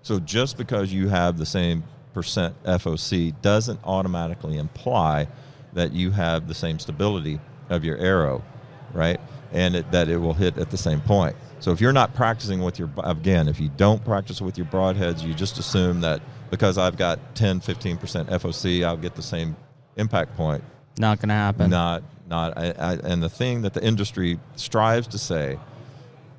S2: So just because you have the same percent FOC doesn't automatically imply that you have the same stability of your arrow, right? And it, that it will hit at the same point. So if you're not practicing with your, again, if you don't practice with your broadheads, you just assume that because I've got 10, 15% FOC, I'll get the same impact point.
S1: Not going to happen.
S2: Not, not, I, I, and the thing that the industry strives to say,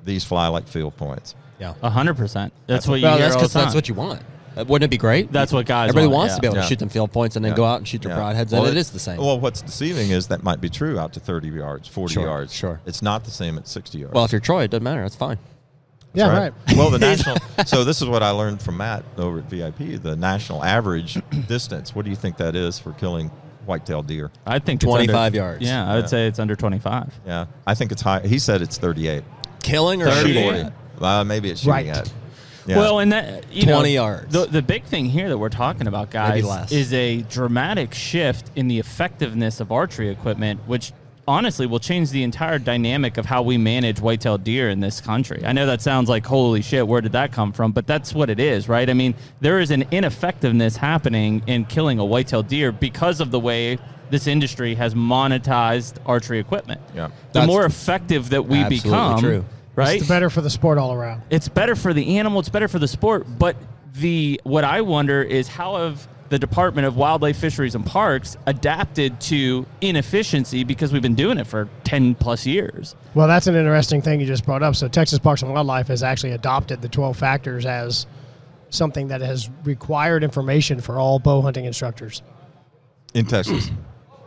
S2: these fly like field points.
S4: Yeah.
S1: A 100%. That's, what you
S4: Well,
S1: hear
S4: that's
S1: all the
S4: because that's
S1: time.
S4: what you want. Uh, Wouldn't it be great?
S1: That's what guys
S4: Everybody
S1: want,
S4: wants to be
S1: yeah.
S4: able to
S2: Yeah.
S4: shoot them field points and then
S2: Yeah.
S4: go out and shoot their
S2: Yeah.
S4: broadheads,
S2: Well,
S4: and it is the same. Well,
S2: Well, what's deceiving is that might be true out to 30 yards, 40
S4: Sure,
S2: yards.
S4: sure.
S2: It's not the same at 60 yards.
S4: if you're Troy, it doesn't matter. That's fine.
S3: Yeah, right.
S2: Well, the national. so this is what I learned from Matt over at VIP. The national average distance. What do you think that is for killing whitetail deer?
S1: I think it's
S4: 25
S1: under-
S4: yards.
S1: Yeah, I would
S2: Yeah.
S1: say it's under 25.
S2: Yeah, I think it's high. He said it's 38,
S4: Killing or
S1: 30.
S4: shooting?
S2: 40. Uh, maybe it's shooting
S3: Right.
S2: at. Yeah.
S1: Well, and that you know,
S4: 20 yards.
S1: The, the big thing here that we're talking about, guys,
S4: less.
S1: is a dramatic shift in the effectiveness of archery equipment, which honestly will change the entire dynamic of how we manage whitetail deer in this country. I know that sounds like holy shit, where did that come from? But that's what it is, right? I mean, there is an ineffectiveness happening in killing a whitetail deer because of the way this industry has monetized archery equipment.
S2: Yeah.
S1: The
S4: That's
S1: more effective that we
S4: absolutely
S1: become,
S4: true.
S1: right?
S3: It's better for the sport all around.
S1: it's better for the animal it's better for the sport but the what i wonder is how have the department of wildlife fisheries and parks adapted to inefficiency because we've been doing it for 10 plus years
S3: Well, that's an interesting thing you just brought up. So Texas Parks and Wildlife has actually adopted the 12 factors as something that has required information for all bow hunting instructors
S2: in Texas.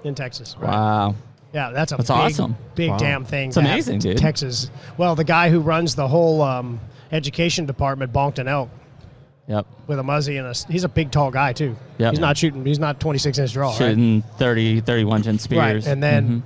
S3: in Texas. Right?
S1: wow
S3: Yeah, that's a
S1: That's
S3: big,
S1: awesome.
S3: big
S4: Wow.
S3: damn thing.
S1: It's
S3: to have
S1: amazing,
S3: to
S1: dude.
S3: Texas. Well, the guy who runs the whole um, education department bonked an elk
S1: yep
S3: with a muzzy and a. s- He's a big, tall guy too.
S1: Yeah.
S3: He's not shooting. He's not 26 inch draw. right?
S1: shooting 30 31 inch spears
S3: Right, and then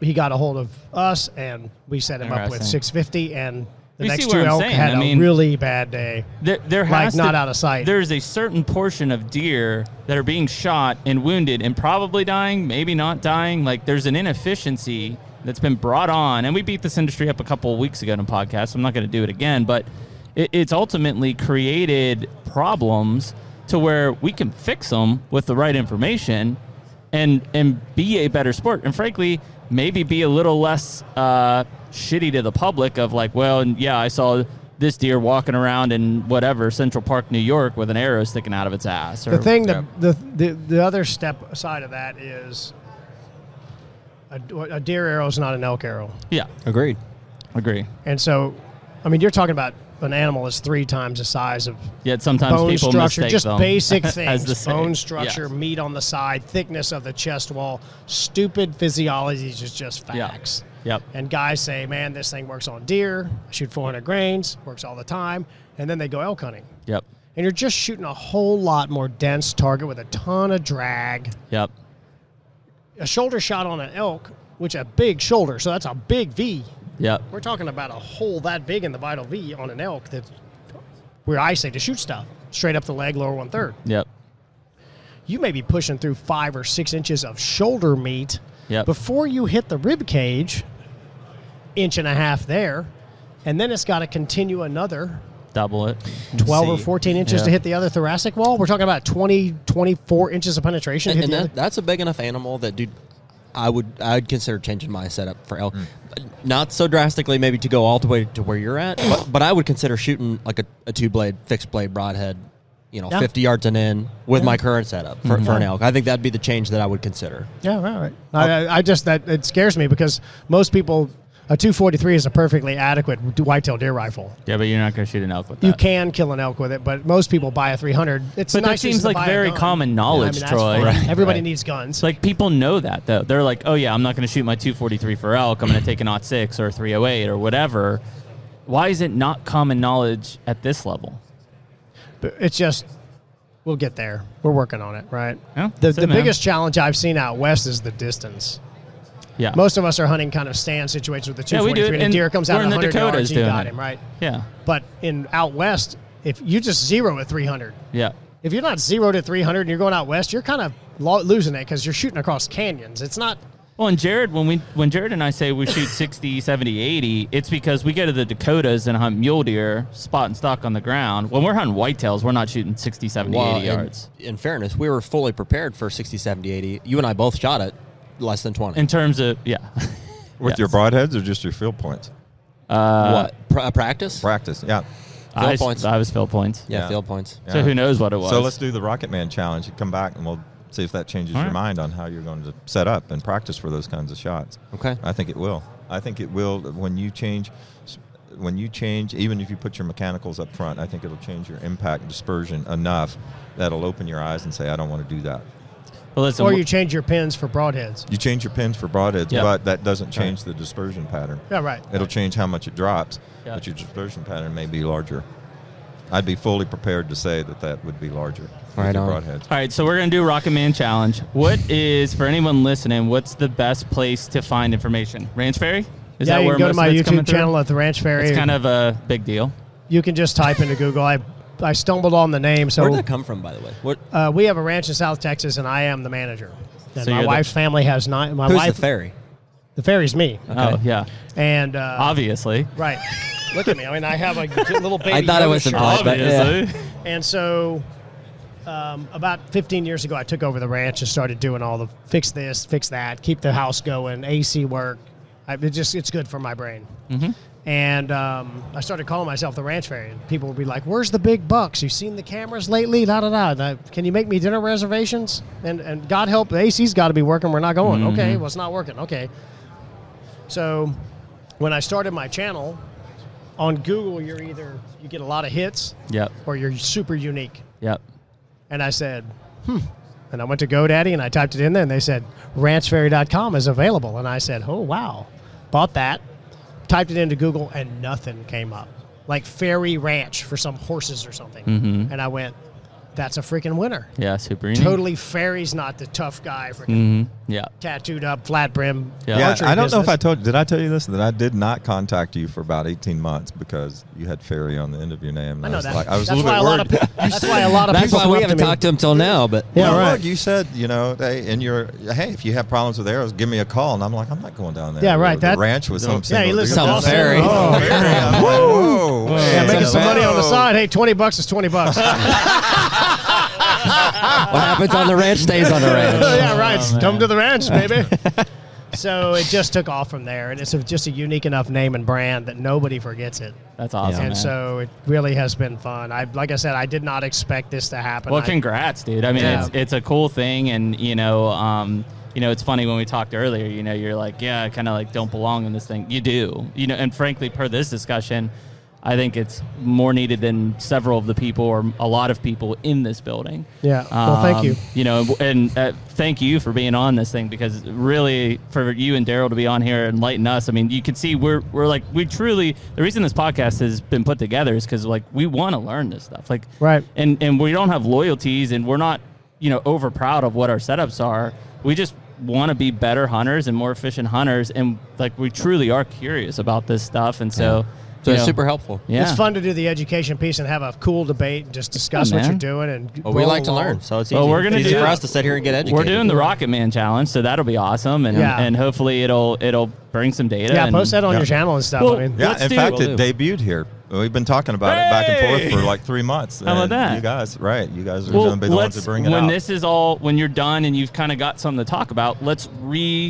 S3: he got a hold of us, and we set him up with
S1: Interesting.
S3: 650, and the
S1: You see
S3: next
S1: what
S3: two
S1: I'm
S3: elk
S1: saying?
S3: had
S1: I
S3: a
S1: mean-
S3: really bad day.
S1: There, there
S3: Like,
S1: has
S3: not
S1: to,
S3: out of sight.
S1: There's a certain portion of deer that are being shot and wounded and probably dying, maybe not dying. Like there's an inefficiency that's been brought on, and we beat this industry up a couple of weeks ago in a podcast. I'm not going to do it again, but it, it's ultimately created problems to where we can fix them with the right information and and be a better sport and frankly maybe be a little less uh, shitty to the public of like well and yeah i saw this deer walking around in whatever central park new york with an arrow sticking out of its ass or
S3: The thing
S2: yeah.
S3: that the, the the other step side of that is a, a deer arrow is not an elk arrow,
S1: yeah
S4: Agreed.
S1: agree
S3: and so, I mean, you're talking about an animal that's three times the size of
S1: yet sometimes
S3: bone
S1: people
S3: structure,
S1: mistake
S3: just
S1: them
S3: basic
S1: as
S3: things:
S1: the same.
S3: bone
S1: Yes.
S3: structure, meat on the side, thickness of the chest wall. Stupid physiologies is just
S1: Yeah.
S3: facts.
S1: yep
S3: And guys say, man, this thing works on deer. I shoot 400 grains, works all the time. And then they go elk hunting.
S1: yep
S3: And you're just shooting a whole lot more dense target with a ton of drag.
S1: yep
S3: A shoulder shot on an elk, which a big shoulder, so that's a big V.
S1: yep
S3: We're talking about a hole that big in the vital V on an elk that where I say to shoot stuff straight up the leg, lower one third.
S1: yep
S3: You may be pushing through five or six inches of shoulder meat
S1: yep
S3: before you hit the rib cage, inch and a half there, and then it's got to continue another
S1: double it
S3: 12 or
S4: See.
S3: 14 inches
S1: Yeah.
S3: to hit the other thoracic wall. We're talking about 20, 24 inches of penetration.
S4: And,
S3: hit
S4: and
S3: the
S4: that,
S3: other-
S4: that's a big enough animal that, dude, I would I would consider changing my setup for elk. Not so drastically, maybe to go all the way to where you're at, but, but I would consider shooting like a, a two blade fixed blade broadhead, you know,
S3: Yeah.
S4: 50 yards and in with my current setup for, for an elk. I think that'd be the change that I would consider.
S3: yeah, right, right. I, I- I just, that it scares me because most people, a 243 is a perfectly adequate whitetail deer rifle.
S1: yeah but you're not going to shoot an elk with that
S3: You can kill an elk with it, but most people buy a 300. It's
S1: But that
S3: nice
S1: seems
S3: to
S1: like
S3: buy a
S1: very
S3: gun.
S1: common
S3: Yeah, I
S1: knowledge,
S3: mean, that's
S1: Troy.
S3: fine.
S1: Right,
S3: Everybody
S4: right.
S3: needs guns.
S1: It's like people know that though. They're like, oh yeah, I'm not going to shoot my 243 for elk. I'm going to take an 06 or 308 or whatever. Why is it not common knowledge at this level?
S3: But it's just we'll get there. We're working on it, right?
S1: Yeah,
S3: the
S1: that's it,
S3: the
S1: man.
S3: biggest challenge I've seen out west is the distance.
S1: Yeah.
S3: Most of us are hunting kind of stand situations with the
S1: Yeah, we do
S3: 243
S1: it,
S3: and, a
S1: and
S3: deer comes out
S1: we're in
S3: at
S1: the
S3: 100
S1: Dakotas
S3: yards, you
S1: doing
S3: got
S1: it.
S3: him, right?
S1: yeah.
S3: But in out west, if you just zero at 300,
S1: Yeah.
S3: if you're not zero to 300 and you're going out west, you're kind of lo- losing it because you're shooting across canyons. It's not
S1: Well, and Jared, when we when Jared and I say we shoot 60, 70, 80, it's because we go to the Dakotas and hunt mule deer, spot and stock on the ground. When we're hunting whitetails, we're not shooting 60, 70, 80
S4: in-
S1: yards.
S4: In, fairness, we were fully prepared for 60, 70, 80. You and I both shot it less than 20.
S1: In terms of yeah.
S2: With
S1: Yes.
S2: your broadheads or just your field points?
S1: Uh,
S4: what? Pra- practice?
S2: Practice. Yeah.
S1: I,
S4: Field points.
S1: I was field points.
S4: yeah,
S2: Yeah.
S4: field points.
S1: So
S2: Yeah.
S1: who knows what it was?
S2: So let's do the Rocket Man challenge. You come back and we'll see if that changes
S1: All
S2: your
S1: right.
S2: mind on how you're going to set up and practice for those kinds of shots.
S4: Okay.
S2: I think it will. I think it will when you change when you change even if you put your mechanicals up front, I think it'll change your impact dispersion enough that'll open your eyes and say I don't want to do that.
S1: Well, listen,
S3: or
S1: wh-
S3: you change your pins for broadheads.
S2: You change your pins for broadheads,
S1: Yeah.
S2: but that doesn't change the dispersion pattern.
S3: Yeah, right.
S2: It'll change how much it drops,
S1: Yeah.
S2: but your dispersion pattern may be larger. I'd be fully prepared to say that that would be larger. with
S4: Right
S2: your
S4: on.
S2: Broadheads.
S1: All right, so we're gonna do Rocket Man Challenge. What is for anyone listening? What's the best place to find information? Ranch Ferry? Is
S3: yeah, you can go to
S1: most
S3: my
S1: of it's coming
S3: YouTube
S1: through?
S3: channel at the Ranch Ferry.
S1: It's kind of a big deal.
S3: you can just type into Google. I I stumbled on the name,
S4: Where did
S3: so
S4: that come from, by the way? What?
S3: uh, we have a ranch in South Texas, and I am the manager. And
S1: So
S3: my
S1: you're the-
S3: wife's family has nine. My
S4: Who's
S3: wife,
S4: the ferry?
S3: the ferry's me,
S1: Oh yeah,
S3: and uh,
S1: obviously.
S3: right. Look at me. I mean, I have a little baby.
S4: I thought it
S3: Yoda
S4: was
S1: Oh,
S3: shirt.
S4: implied, but yeah.
S3: And so, um, about 15 years ago, I took over the ranch and started doing all the fix this, fix that, keep the house going, AC work. I, it just it's good for my brain. Mm-hmm. And um, I started calling myself the ranch fairy. And people would be like, "Where's the big bucks? You've seen the cameras lately? Da da da. da. Can you make me dinner reservations?" And and God help, the AC's got to be working. We're not going. Okay, well it's not working. Okay. So, when I started my channel on Google, you're either you get a lot of hits
S1: Yep.
S3: or you're super unique.
S1: Yep.
S3: And I said, hmm. And I went to GoDaddy and I typed it in there and they said, ranchferry.com is available. And I said, oh, wow. Bought that, typed it into Google, and nothing came up. Like Fairy Ranch for some horses or something.
S4: Mm-hmm.
S3: And I went, that's a freaking winner.
S1: Yeah. Super. Unique.
S3: Totally, Fairy's not the tough guy, freaking
S1: Yeah.
S4: Mm-hmm.
S3: tattooed up, flat brim.
S1: Yeah.
S2: Yeah,
S3: archery
S2: I don't know if I
S3: business.
S2: told. Did I tell you this? That I did not contact you for about eighteen months because you had Ferry on the end of your name. And
S3: I know
S2: was
S3: that.
S2: like, I was
S3: that's
S2: a little
S3: why
S2: bit
S3: a lot of
S2: worried.
S3: pe- That's why a lot of
S4: That's
S3: people
S4: why we
S3: come up
S4: haven't
S3: to me.
S4: talked to him till now, but
S3: Yeah,
S2: Well,
S3: right.
S2: look, you said you know, hey, and you're hey, if you have problems with arrows, give me a call. And I'm like, I'm not going down there.
S3: Yeah, right,
S2: The
S3: that-
S2: ranch with some.
S3: Yeah, he
S2: single
S3: lives in
S2: dude.
S4: Some
S3: Boston.
S4: ferry.
S3: Oh.
S2: Ferry. I'm like, whoa.
S3: Yeah,
S2: hey,
S3: making some money on the
S2: whoa.
S3: side. Hey, 20 bucks is 20 bucks.
S4: what happens on the ranch stays on the ranch.
S3: yeah, right.
S1: Oh, man.
S3: Come to the ranch, baby. so it just took off from there, and it's a, just a unique enough name and brand that nobody forgets it.
S1: That's awesome.
S3: and
S1: man.
S3: so it really has been fun. I like I said, I did not expect this to happen.
S1: Well,
S3: I-
S1: congrats, dude. I mean,
S3: Yeah.
S1: it's it's a cool thing, and you know, um, you know, it's funny when we talked earlier. You know, you're like, yeah, I kind of like don't belong in this thing. You do, you know. And frankly, per this discussion, I think it's more needed than several of the people or a lot of people in this building. Um,
S3: Yeah. Well, thank you.
S1: You know, and uh, thank you for being on this thing because really, for you and Daryl to be on here and enlighten us. I mean, you can see we're we're like we truly the reason this podcast has been put together is because like we want to learn this stuff. Like
S3: Right.
S1: and and we don't have loyalties and we're not you know over proud of what our setups are we just want to be better hunters and more efficient hunters and like we truly are curious about this stuff and so
S4: So
S1: you
S4: it's
S1: know,
S4: super helpful.
S1: yeah
S3: It's fun to do the education piece and have a cool debate and just discuss what
S1: man. Oh,
S3: you're doing. And
S4: Well, we
S3: roll
S4: like to
S3: along.
S4: learn, so it's easy.
S1: Well, we're gonna
S4: It's easy
S1: do-
S4: for us to sit here and get educated.
S1: we're doing the rocket man challenge so that'll be awesome and
S3: Yeah.
S1: and hopefully it'll it'll bring some data
S3: Yeah,
S1: and-
S3: post that on
S2: Yeah.
S3: your channel and stuff.
S1: Well,
S3: I mean,
S2: Yeah,
S1: Let's
S2: in
S1: do-
S2: fact,
S4: Will
S2: it
S4: do.
S2: debuted here. We've been talking about it back and
S1: Hey!
S2: forth for like three months.
S1: about
S2: and
S1: that?
S2: You guys, right? You guys are
S1: well,
S2: going to be the ones that
S1: let's,
S2: bring it
S1: when
S2: out.
S1: this is all when you're done and you've kind of got something to talk about let's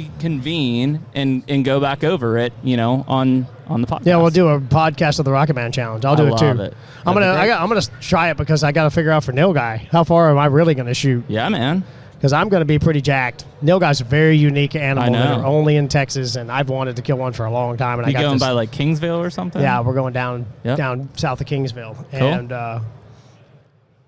S1: reconvene and and go back over it you know on on the podcast
S3: Yeah, we'll do a podcast of the Rocket Man challenge. I'll do
S1: I
S3: it
S1: love
S3: too.
S1: it.
S3: I'm
S1: That'd
S3: gonna,
S1: be
S3: I
S1: great.
S3: got, I'm gonna try it because I got to figure out for Nail Guy how far am I really gonna shoot
S1: yeah man
S3: because I'm gonna be pretty jacked. Nail Guy's a very unique animal
S1: I
S3: that
S1: know.
S3: are only in Texas, and I've wanted to kill one for a long time. And
S1: You
S3: I got
S1: going
S3: this,
S1: by like Kingsville or something?
S3: yeah, we're going down
S1: Yep.
S3: down south of Kingsville, and uh,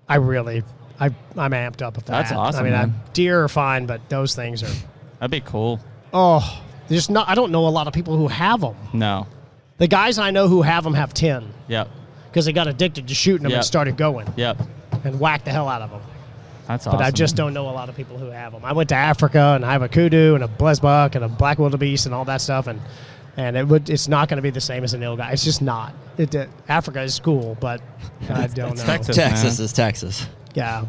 S3: I really, I I'm amped up. If
S1: That's
S3: that.
S1: awesome,
S3: I mean, I-
S1: man.
S3: deer are fine, but those things are
S1: that'd be cool.
S3: oh, there's not. I don't know a lot of people who have them.
S1: No,
S3: The guys I know who have them have ten
S1: yep,
S3: because they got addicted to shooting them
S1: Yep.
S3: and started going
S1: yep.
S3: and whacked the hell out of them.
S1: That's awesome.
S3: But I just don't know a lot of people who have them. I went to Africa and I have a kudu and a buck and a black wildebeest and all that stuff, and and it would it's not going to be the same as an guy. It's just not. It, it- Africa is cool, but I don't know.
S1: Texas.
S4: Texas
S1: man.
S4: is Texas.
S3: Yeah,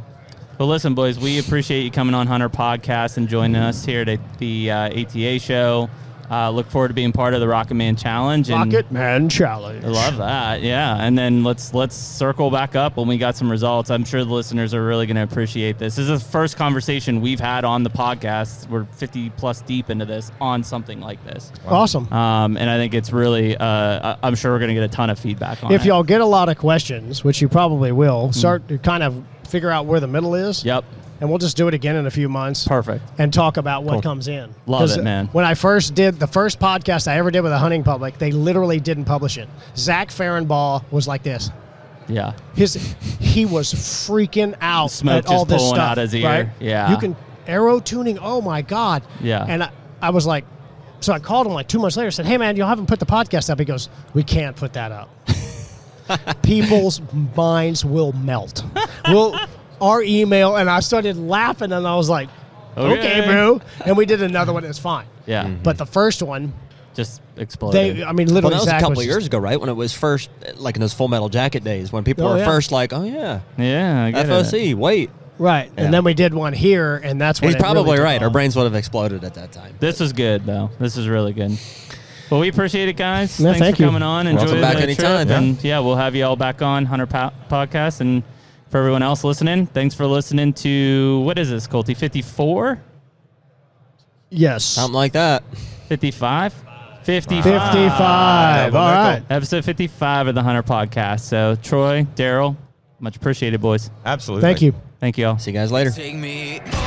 S1: Well, listen, boys, we appreciate you coming on Hunter Podcast and joining us here at the uh, ATA show. Uh, look forward to being part of the Rocket Man Challenge. And
S3: Rocket Man Challenge.
S1: I love that. Yeah, and then let's let's circle back up when we got some results. I'm sure the listeners are really going to appreciate this. This is the first conversation we've had on the podcast. We're 50 plus deep into this on something like this.
S3: Awesome.
S1: Um, and I think it's really, uh, I- I'm sure we're going to get a ton of feedback on
S3: if
S1: it.
S3: y'all get a lot of questions, which you probably will, start to kind of figure out where the middle is.
S1: Hmm. Yep.
S3: And we'll just do it again in a few months.
S1: Perfect.
S3: and talk about what comes in.
S1: Love
S3: 'Cause
S1: it, man.
S3: When I first did the first podcast I ever did with a hunting public, they literally didn't publish it. Zach Farrenbaugh was like this.
S1: Yeah.
S3: His he was freaking out
S1: Smoke
S3: at all
S1: just
S3: this
S1: pulling
S3: stuff.
S1: out his ear.
S3: right?
S1: Yeah.
S3: you can arrow tuning. Oh my god.
S1: Yeah.
S3: And I, I was like, so I called him like two months later. Said, hey man, you haven't put the podcast up. He goes, we can't put that up. People's minds will melt. Well, our email, and I started laughing, and I was like, okay,
S1: Okay.
S3: bro. And we did another one. It was fine.
S1: Yeah.
S3: But the first one,
S1: Just exploded.
S3: they, I mean,
S4: Mm-hmm. Well,
S3: literally,
S4: that was a
S3: Zach
S4: couple of
S3: just-
S4: years ago, right? When it was first, like in those Full Metal Jacket days, when people
S3: Oh,
S4: were
S3: yeah.
S4: first like, "Oh yeah,
S1: yeah. I get it.
S4: FOC, wait."
S3: Right.
S4: Yeah.
S3: And then we did one here, and that's when
S4: He's
S3: it really
S4: probably
S3: took
S4: right. Our
S3: off.
S4: brains would have exploded at that time.
S1: This is good though. This is really good. Well, we appreciate it, guys.
S3: Yeah,
S1: Thanks
S3: thank
S1: for
S3: you.
S1: coming on. Enjoy
S4: Welcome
S1: the
S4: back
S1: trip,
S4: anytime, yeah.
S1: and yeah, we'll have you all back on Hunter po- Podcast. And for everyone else listening, thanks for listening to what is this, Colty? Fifty four,
S3: Yes.
S4: Something like that.
S1: fifty five, fifty
S3: 55. All right.
S1: Episode fifty five of the Hunter Podcast. So Troy, Daryl, much appreciated, boys.
S2: Absolutely.
S3: Thank you.
S1: Thank you all.
S4: See you guys later.
S5: Take me. Oh,